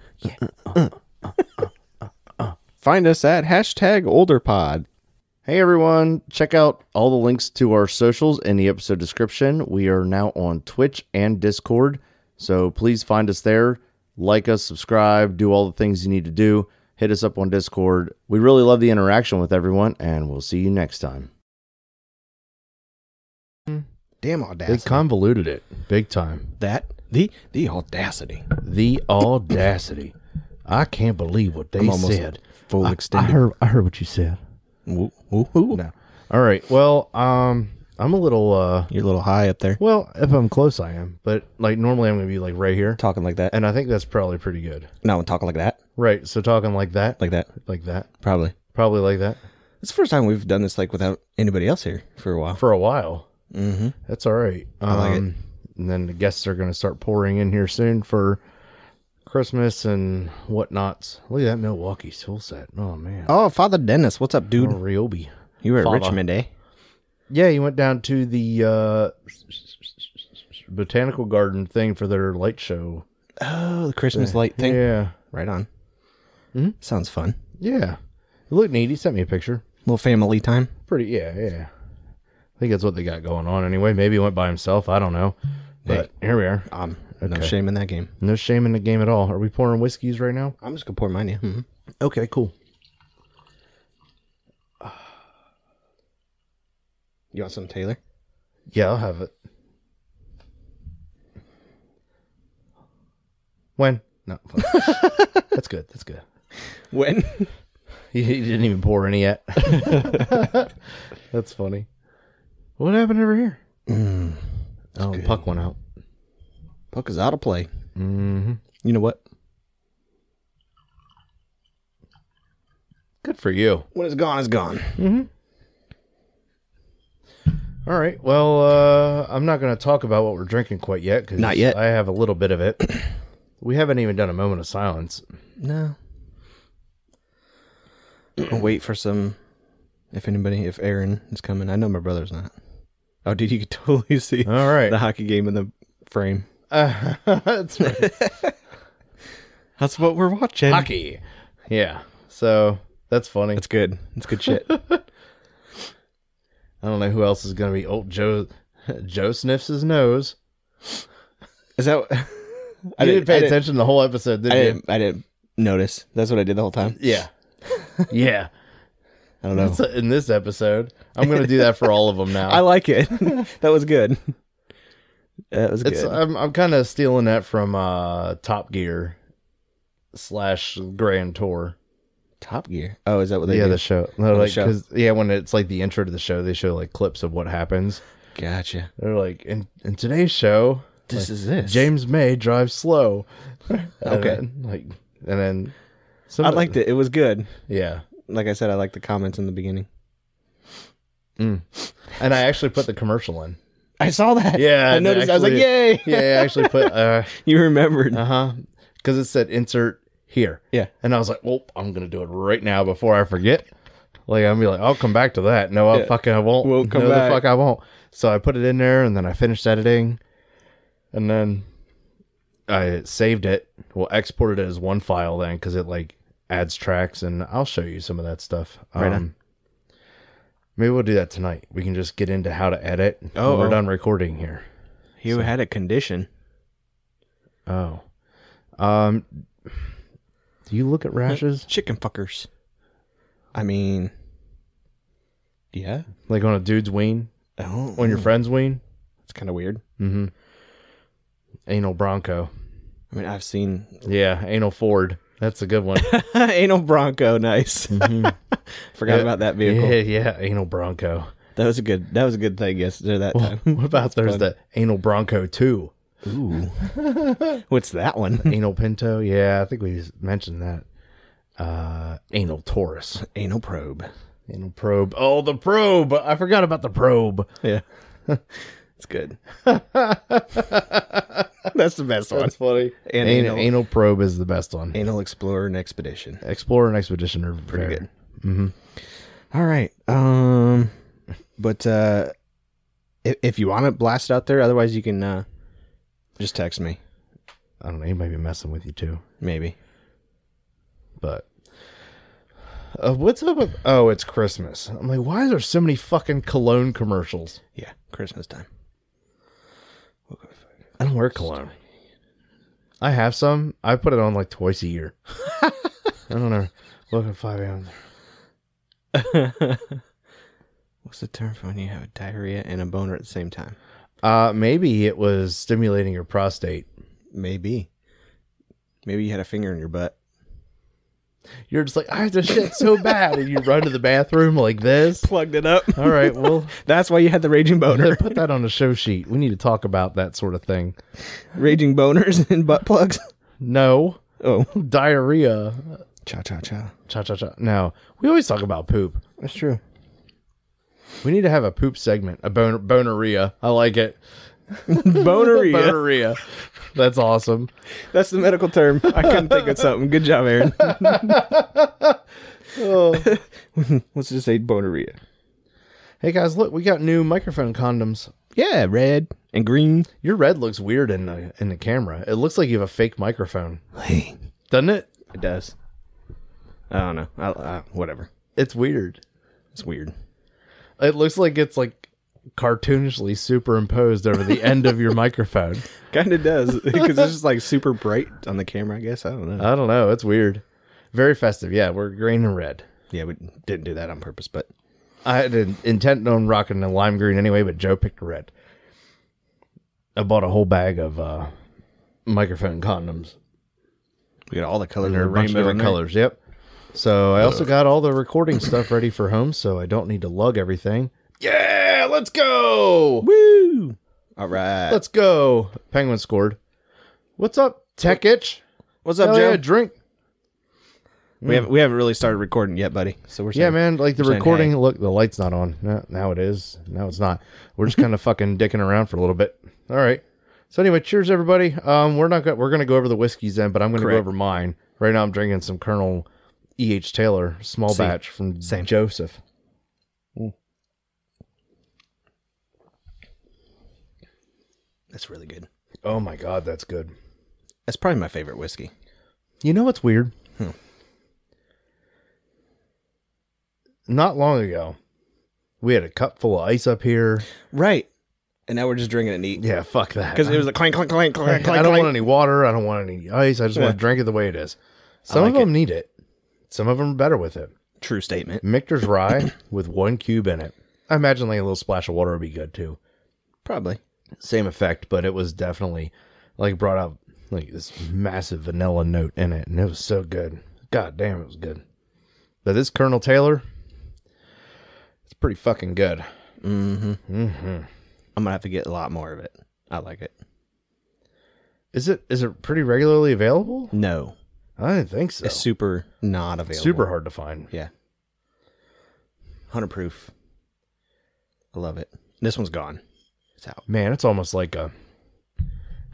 Speaker 4: Find us at hashtag olderpod.
Speaker 2: Hey everyone, check out all the links to our socials in the episode description. We are now on Twitch and Discord, so please find us there. Like us, subscribe, do all the things you need to do. Hit us up on Discord. We really love the interaction with everyone, and we'll see you next time.
Speaker 4: Damn
Speaker 2: They
Speaker 4: audacity.
Speaker 2: convoluted it big time.
Speaker 4: that the the audacity.
Speaker 2: The audacity. I can't believe what they
Speaker 4: I'm almost
Speaker 2: said.
Speaker 4: full
Speaker 2: I,
Speaker 4: extended.
Speaker 2: I heard. I heard what you said.
Speaker 4: Woo, woo, woo.
Speaker 2: No. All right. Well, um, I'm a little. uh
Speaker 1: You're a little high up there.
Speaker 2: Well, if I'm close, I am. But like normally, I'm gonna be like right here,
Speaker 1: Talking like that.
Speaker 2: and I think that's probably pretty good.
Speaker 1: No, I'm talking like that.
Speaker 2: Right. So talking like that,
Speaker 1: Like that.
Speaker 2: like that,
Speaker 1: Probably.
Speaker 2: probably like that
Speaker 1: It's the first time we've done this like without anybody else here for a while.
Speaker 2: for a while.
Speaker 1: Mm-hmm.
Speaker 2: That's all right. Um,
Speaker 1: like it.
Speaker 2: And then the guests are gonna start pouring in here soon for Christmas and whatnots. Look at that Milwaukee tool set. Oh man.
Speaker 1: Oh, Father Dennis, what's up, dude?
Speaker 2: Ryobi.
Speaker 1: You were at
Speaker 2: Father.
Speaker 1: Richmond, eh?
Speaker 2: Yeah, he went down to the uh, botanical garden thing for their light show.
Speaker 1: Oh, the Christmas light thing.
Speaker 2: Yeah,
Speaker 1: Right on.
Speaker 2: Mhm.
Speaker 1: Sounds fun.
Speaker 2: yeah. It looked neat. He sent me a picture.
Speaker 1: Little family time.
Speaker 2: Pretty. Yeah, yeah. I think that's what they got going on anyway. Maybe he went by himself. I don't know. But here we are.
Speaker 1: Um, no shame in that game.
Speaker 2: No shame in the game at all. Are we pouring whiskeys right now?
Speaker 1: I'm just gonna pour mine in. Mhm.
Speaker 2: Okay, cool.
Speaker 1: You want some, Taylor?
Speaker 2: Yeah, I'll have it. When? No. that's good. That's good.
Speaker 1: When?
Speaker 2: He, he didn't even pour any yet. That's funny. What happened over here? oh, puck went out.
Speaker 1: Puck is out of play.
Speaker 2: Mm-hmm.
Speaker 1: You know what?
Speaker 2: Good for you.
Speaker 1: When it's gone, it's gone.
Speaker 2: All right. Well, uh, I'm not going to talk about what we're drinking quite yet because
Speaker 1: Not yet.
Speaker 2: I have a little bit of it. we haven't even done a moment of silence.
Speaker 1: No. I'll wait for some. If anybody, if Aaron is coming, I know my brother's not. Oh, dude, you could totally see
Speaker 2: All right.
Speaker 1: the hockey game in the frame.
Speaker 2: Uh, that's right.
Speaker 1: That's what we're watching.
Speaker 2: hockey. Yeah. So that's funny.
Speaker 1: That's good. That's good shit.
Speaker 2: I don't know who else is going to be. Old Joe. Joe sniffs his nose.
Speaker 1: Is that?
Speaker 2: You didn't pay
Speaker 1: I
Speaker 2: attention to the whole episode, did
Speaker 1: I
Speaker 2: you?
Speaker 1: didn't, I didn't notice. That's what I did the whole time.
Speaker 2: Yeah. yeah.
Speaker 1: I don't know.
Speaker 2: That's in this episode. I'm going to do that for all of them now.
Speaker 1: I like it. that was good. That was
Speaker 2: it's
Speaker 1: good.
Speaker 2: I'm I'm kind of stealing that from uh Top Gear slash Grand Tour.
Speaker 1: Top Gear. Oh, is that what they
Speaker 2: yeah,
Speaker 1: do?
Speaker 2: the show. No,
Speaker 1: the
Speaker 2: like,
Speaker 1: show.
Speaker 2: 'cause- yeah, when it's like the intro to the show, they show like clips of what happens.
Speaker 1: gotcha.
Speaker 2: They're like, in in today's show,
Speaker 1: This is this.
Speaker 2: James May drives slow. And
Speaker 1: Okay.
Speaker 2: then, like, and then some.
Speaker 1: I liked it. It was good.
Speaker 2: Yeah,
Speaker 1: Like I said, I liked the comments in the beginning.
Speaker 2: and I actually put the commercial in.
Speaker 1: I saw that.
Speaker 2: Yeah,
Speaker 1: I
Speaker 2: and
Speaker 1: noticed. I was like,
Speaker 2: actually-
Speaker 1: yay.
Speaker 2: Yeah, I actually put uh
Speaker 1: You remembered.
Speaker 2: uh huh because it said insert here.
Speaker 1: Yeah.
Speaker 2: and I was like, well, I'm gonna do it right now before I forget. Like I'm gonna be like, I'll come back to that. No, I
Speaker 1: Yeah.
Speaker 2: fucking I won't.
Speaker 1: Won't come
Speaker 2: no,
Speaker 1: back.
Speaker 2: the fuck I won't. So I put it in there, and then I finished editing, and then I saved it. Well, exported it as one file then because it like adds tracks, and I'll show you some of that stuff. Um,
Speaker 1: Right on.
Speaker 2: Maybe we'll do that tonight. We can just get into how to edit.
Speaker 1: Oh,
Speaker 2: when we're
Speaker 1: oh.
Speaker 2: done recording here.
Speaker 1: You had a condition.
Speaker 2: Oh. Um do you look at rashes
Speaker 1: Chicken fuckers. I mean, yeah.
Speaker 2: like on a dude's ween?
Speaker 1: Oh,
Speaker 2: On your friend's ween?
Speaker 1: it's kind of weird.
Speaker 2: Mm-hmm. Anal Bronco.
Speaker 1: I mean, I've seen
Speaker 2: Yeah, anal Ford. That's a good one.
Speaker 1: Anal Bronco. Nice. Mm-hmm. Forgot
Speaker 2: Yeah.
Speaker 1: about that
Speaker 2: yeah,
Speaker 1: vehicle.
Speaker 2: yeah, anal Bronco.
Speaker 1: That was a good. That was a good thing yesterday. That time.
Speaker 2: What about there's the anal Bronco 2?
Speaker 1: Ooh. What's that one?
Speaker 2: Anal Pinto? Yeah, I think we mentioned that. Uh anal Taurus.
Speaker 1: Anal probe.
Speaker 2: Anal probe. Oh, the probe. I forgot about the probe.
Speaker 1: Yeah. it's good. That's the best one.
Speaker 2: funny.
Speaker 1: And
Speaker 2: anal,
Speaker 1: anal-
Speaker 2: anal probe is the best one.
Speaker 1: Anal Explorer and Expedition.
Speaker 2: Explorer and Expedition are pretty
Speaker 1: good. Mm-hmm. All right. Um but uh if, if you want to blast it out there, otherwise you can uh just text me
Speaker 2: I don't know. He might be messing with you too,
Speaker 1: maybe.
Speaker 2: but uh, what's up with? Oh, it's Christmas. I'm like, why is there so many fucking cologne commercials?
Speaker 1: Yeah, Christmas time.
Speaker 2: I don't wear cologne. I have some. I put it on like twice a year. I don't know. Look at five a.m.
Speaker 1: What's the term for when you have diarrhea and a boner at the same time?
Speaker 2: Uh, maybe it was stimulating your prostate.
Speaker 1: Maybe. Maybe you had a finger in your butt.
Speaker 2: You're just like, I have to shit so bad, and you run to the bathroom like this.
Speaker 1: Plugged it up.
Speaker 2: All right, well,
Speaker 1: That's why you had the raging boner.
Speaker 2: put that on a show sheet. We need to talk about that sort of thing.
Speaker 1: raging boners and butt plugs.
Speaker 2: No
Speaker 1: Oh.
Speaker 2: diarrhea.
Speaker 1: Cha cha cha.
Speaker 2: Cha cha cha. No, we always talk about poop.
Speaker 1: That's true.
Speaker 2: We need to have a poop segment, a boner boneria. I like it.
Speaker 1: Boneria.
Speaker 2: Boneria. That's awesome.
Speaker 1: That's the medical term. I couldn't think of something. Good job, Aaron. Oh. Let's just say boneria.
Speaker 2: Hey guys, look, we got new microphone condoms.
Speaker 1: Yeah, red and green.
Speaker 2: Your red looks weird in the in the camera. It looks like you have a fake microphone,
Speaker 1: it
Speaker 2: doesn't it?
Speaker 1: does. I don't know. I, I, whatever.
Speaker 2: It's weird.
Speaker 1: It's weird.
Speaker 2: It looks like it's like cartoonishly superimposed over the end of your microphone.
Speaker 1: Kind of does because it's just like super bright on the camera. I guess I don't know.
Speaker 2: I don't know. It's weird. Very festive. Yeah, we're green and red.
Speaker 1: yeah, we didn't do that on purpose, but
Speaker 2: I had an intent on rocking the lime green anyway, but Joe picked red. I bought a whole bag of uh, microphone condoms.
Speaker 1: we got all the colors.
Speaker 2: There are a
Speaker 1: of
Speaker 2: bunch of
Speaker 1: rainbow in
Speaker 2: different
Speaker 1: there.
Speaker 2: colors. Yep. So I also got all the recording stuff ready for home, so I don't need to lug everything. Yeah, let's go.
Speaker 1: Woo! All right.
Speaker 2: Let's go. Penguin scored. What's up, Tekich?
Speaker 1: What's
Speaker 2: Hell
Speaker 1: up, Joe?
Speaker 2: yeah, drink.
Speaker 1: We haven't we haven't really started recording yet, buddy. So we're
Speaker 2: Hmm. Yeah,
Speaker 1: saying-
Speaker 2: man. Like the
Speaker 1: saying,
Speaker 2: recording.
Speaker 1: hey.
Speaker 2: Look, the light's not on. No, now it is. Now it's not. We're just kind of fucking dicking around for a little bit. All right. So anyway, cheers everybody. Um, we're not gonna, we're gonna go over the whiskeys then, but I'm gonna go
Speaker 1: Correct.
Speaker 2: over mine. Right now, I'm drinking some Colonel E. H. Taylor small
Speaker 1: Same.
Speaker 2: batch from
Speaker 1: Same.
Speaker 2: Joseph.
Speaker 1: That's really good.
Speaker 2: Oh my god, that's good.
Speaker 1: That's probably my favorite whiskey.
Speaker 2: You know what's weird? Not long ago, we had a cup full of ice up here.
Speaker 1: Right. And now we're just drinking it neat.
Speaker 2: Yeah, fuck that.
Speaker 1: Because it was a clank, clank, clank, clank, clank.
Speaker 2: I don't
Speaker 1: clank.
Speaker 2: want any water. I don't want any ice. I just want
Speaker 1: Yeah.
Speaker 2: to drink it the way it is. Some
Speaker 1: like
Speaker 2: of them need it. Some of them are better with it.
Speaker 1: True statement.
Speaker 2: Michter's rye with one cube in it. I imagine like a little splash of water would be good too.
Speaker 1: Probably.
Speaker 2: Same effect, but it was definitely like brought out like this massive vanilla note in it, and it was so good. God damn, it was good. But this Colonel Taylor, it's pretty fucking good.
Speaker 1: Mm-hmm.
Speaker 2: hmm
Speaker 1: I'm gonna have to get a lot more of it. I like it.
Speaker 2: Is it is it pretty regularly available?
Speaker 1: No,
Speaker 2: I didn't think so.
Speaker 1: it's super not available.
Speaker 2: Super hard to find.
Speaker 1: hundred proof. I love it. This one's gone. It's out.
Speaker 2: Man, it's almost like a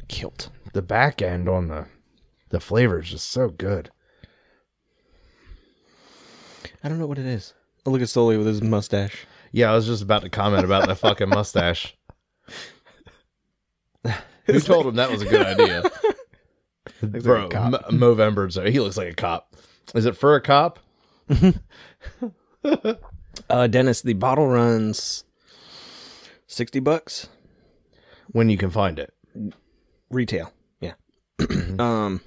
Speaker 1: Kilt.
Speaker 2: the back end on the the flavor is just so good.
Speaker 1: I don't know what it is. I look at Sully with his mustache.
Speaker 2: Yeah, I was just about to comment about that fucking mustache. Who told him that was a good idea? Bro,
Speaker 1: like a cop.
Speaker 2: M- Movember, so he looks like a cop. Is it for a cop?
Speaker 1: Uh, Dennis, the bottle runs sixty bucks
Speaker 2: When you can find it.
Speaker 1: retail. Yeah.
Speaker 2: Mm-hmm.
Speaker 1: um,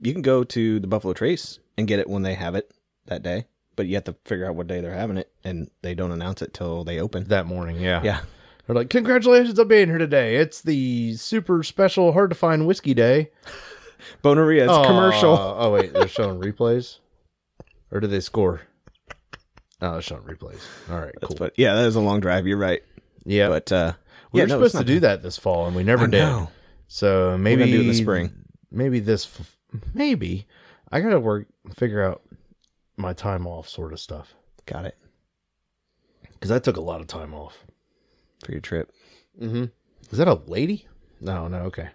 Speaker 1: you can go to the Buffalo Trace and get it when they have it that day, but you have to figure out what day they're having it, and they don't announce it till they open.
Speaker 2: That morning, yeah.
Speaker 1: Yeah.
Speaker 2: They're like, congratulations on being here today. It's the super special, hard to find whiskey day.
Speaker 1: Bonaria, it's
Speaker 2: Aw.
Speaker 1: commercial.
Speaker 2: Oh, wait, they're showing replays? Or do they score? Oh, they're showing replays. All right, cool.
Speaker 1: But yeah, that is a long drive. You're right.
Speaker 2: yeah.
Speaker 1: But uh,
Speaker 2: we
Speaker 1: yeah,
Speaker 2: were
Speaker 1: no, it's
Speaker 2: supposed to
Speaker 1: not
Speaker 2: do that this fall, and we never
Speaker 1: I
Speaker 2: did.
Speaker 1: know.
Speaker 2: So maybe
Speaker 1: gonna do it in the spring.
Speaker 2: Maybe this. f- Maybe I gotta work figure out my time off sort of stuff
Speaker 1: Got it
Speaker 2: because I took a lot of time off.
Speaker 1: for your trip.
Speaker 2: Mm-hmm. Is that a lady? No, no, okay.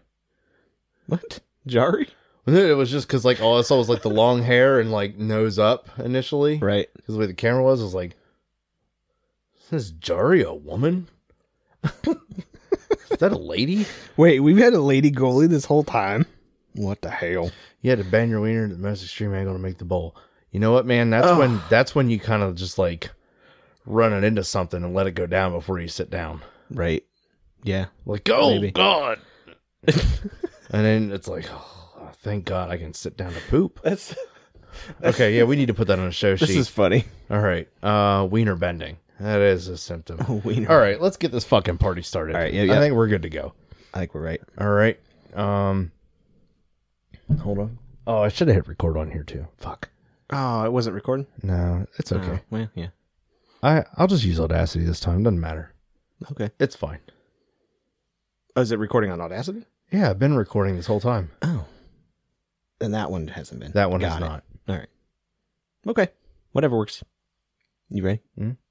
Speaker 1: What? Jari?
Speaker 2: It was just because like all I saw was like the long hair and like nose up initially because
Speaker 1: Right.
Speaker 2: the way the camera was I was like, is this Jari a woman? is that a lady?
Speaker 1: Wait, we've had a lady goalie this whole time. What the hell?
Speaker 2: you had to bend your wiener to the most extreme angle to make the bowl. You know what, man? That's when that's when you kind of just like run it into something and let it go down before you sit down.
Speaker 1: Right. Yeah.
Speaker 2: Like, oh
Speaker 1: Maybe.
Speaker 2: god. and then it's like, oh, thank God I can sit down to poop.
Speaker 1: That's
Speaker 2: Okay, yeah, we need to put that on a show sheet.
Speaker 1: this is funny.
Speaker 2: All right, uh, wiener bending. That is a symptom.
Speaker 1: wiener.
Speaker 2: All right, let's get this fucking party started.
Speaker 1: All right, yeah,
Speaker 2: I
Speaker 1: yeah.
Speaker 2: think we're good to go.
Speaker 1: I think we're right.
Speaker 2: All right. Um, hold on. Oh, I should have hit record on here too. Fuck.
Speaker 1: Oh, it wasn't recording? Oh,
Speaker 2: No, it's okay.
Speaker 1: well, yeah.
Speaker 2: I I'll just use Audacity this time. Doesn't matter.
Speaker 1: Okay.
Speaker 2: It's fine.
Speaker 1: Oh, is it recording on Audacity?
Speaker 2: Yeah, I've been recording this whole time.
Speaker 1: Oh. And that one hasn't been.
Speaker 2: That one
Speaker 1: Got
Speaker 2: is
Speaker 1: it.
Speaker 2: not.
Speaker 1: All right. Okay. Whatever works. You ready?
Speaker 2: Mm.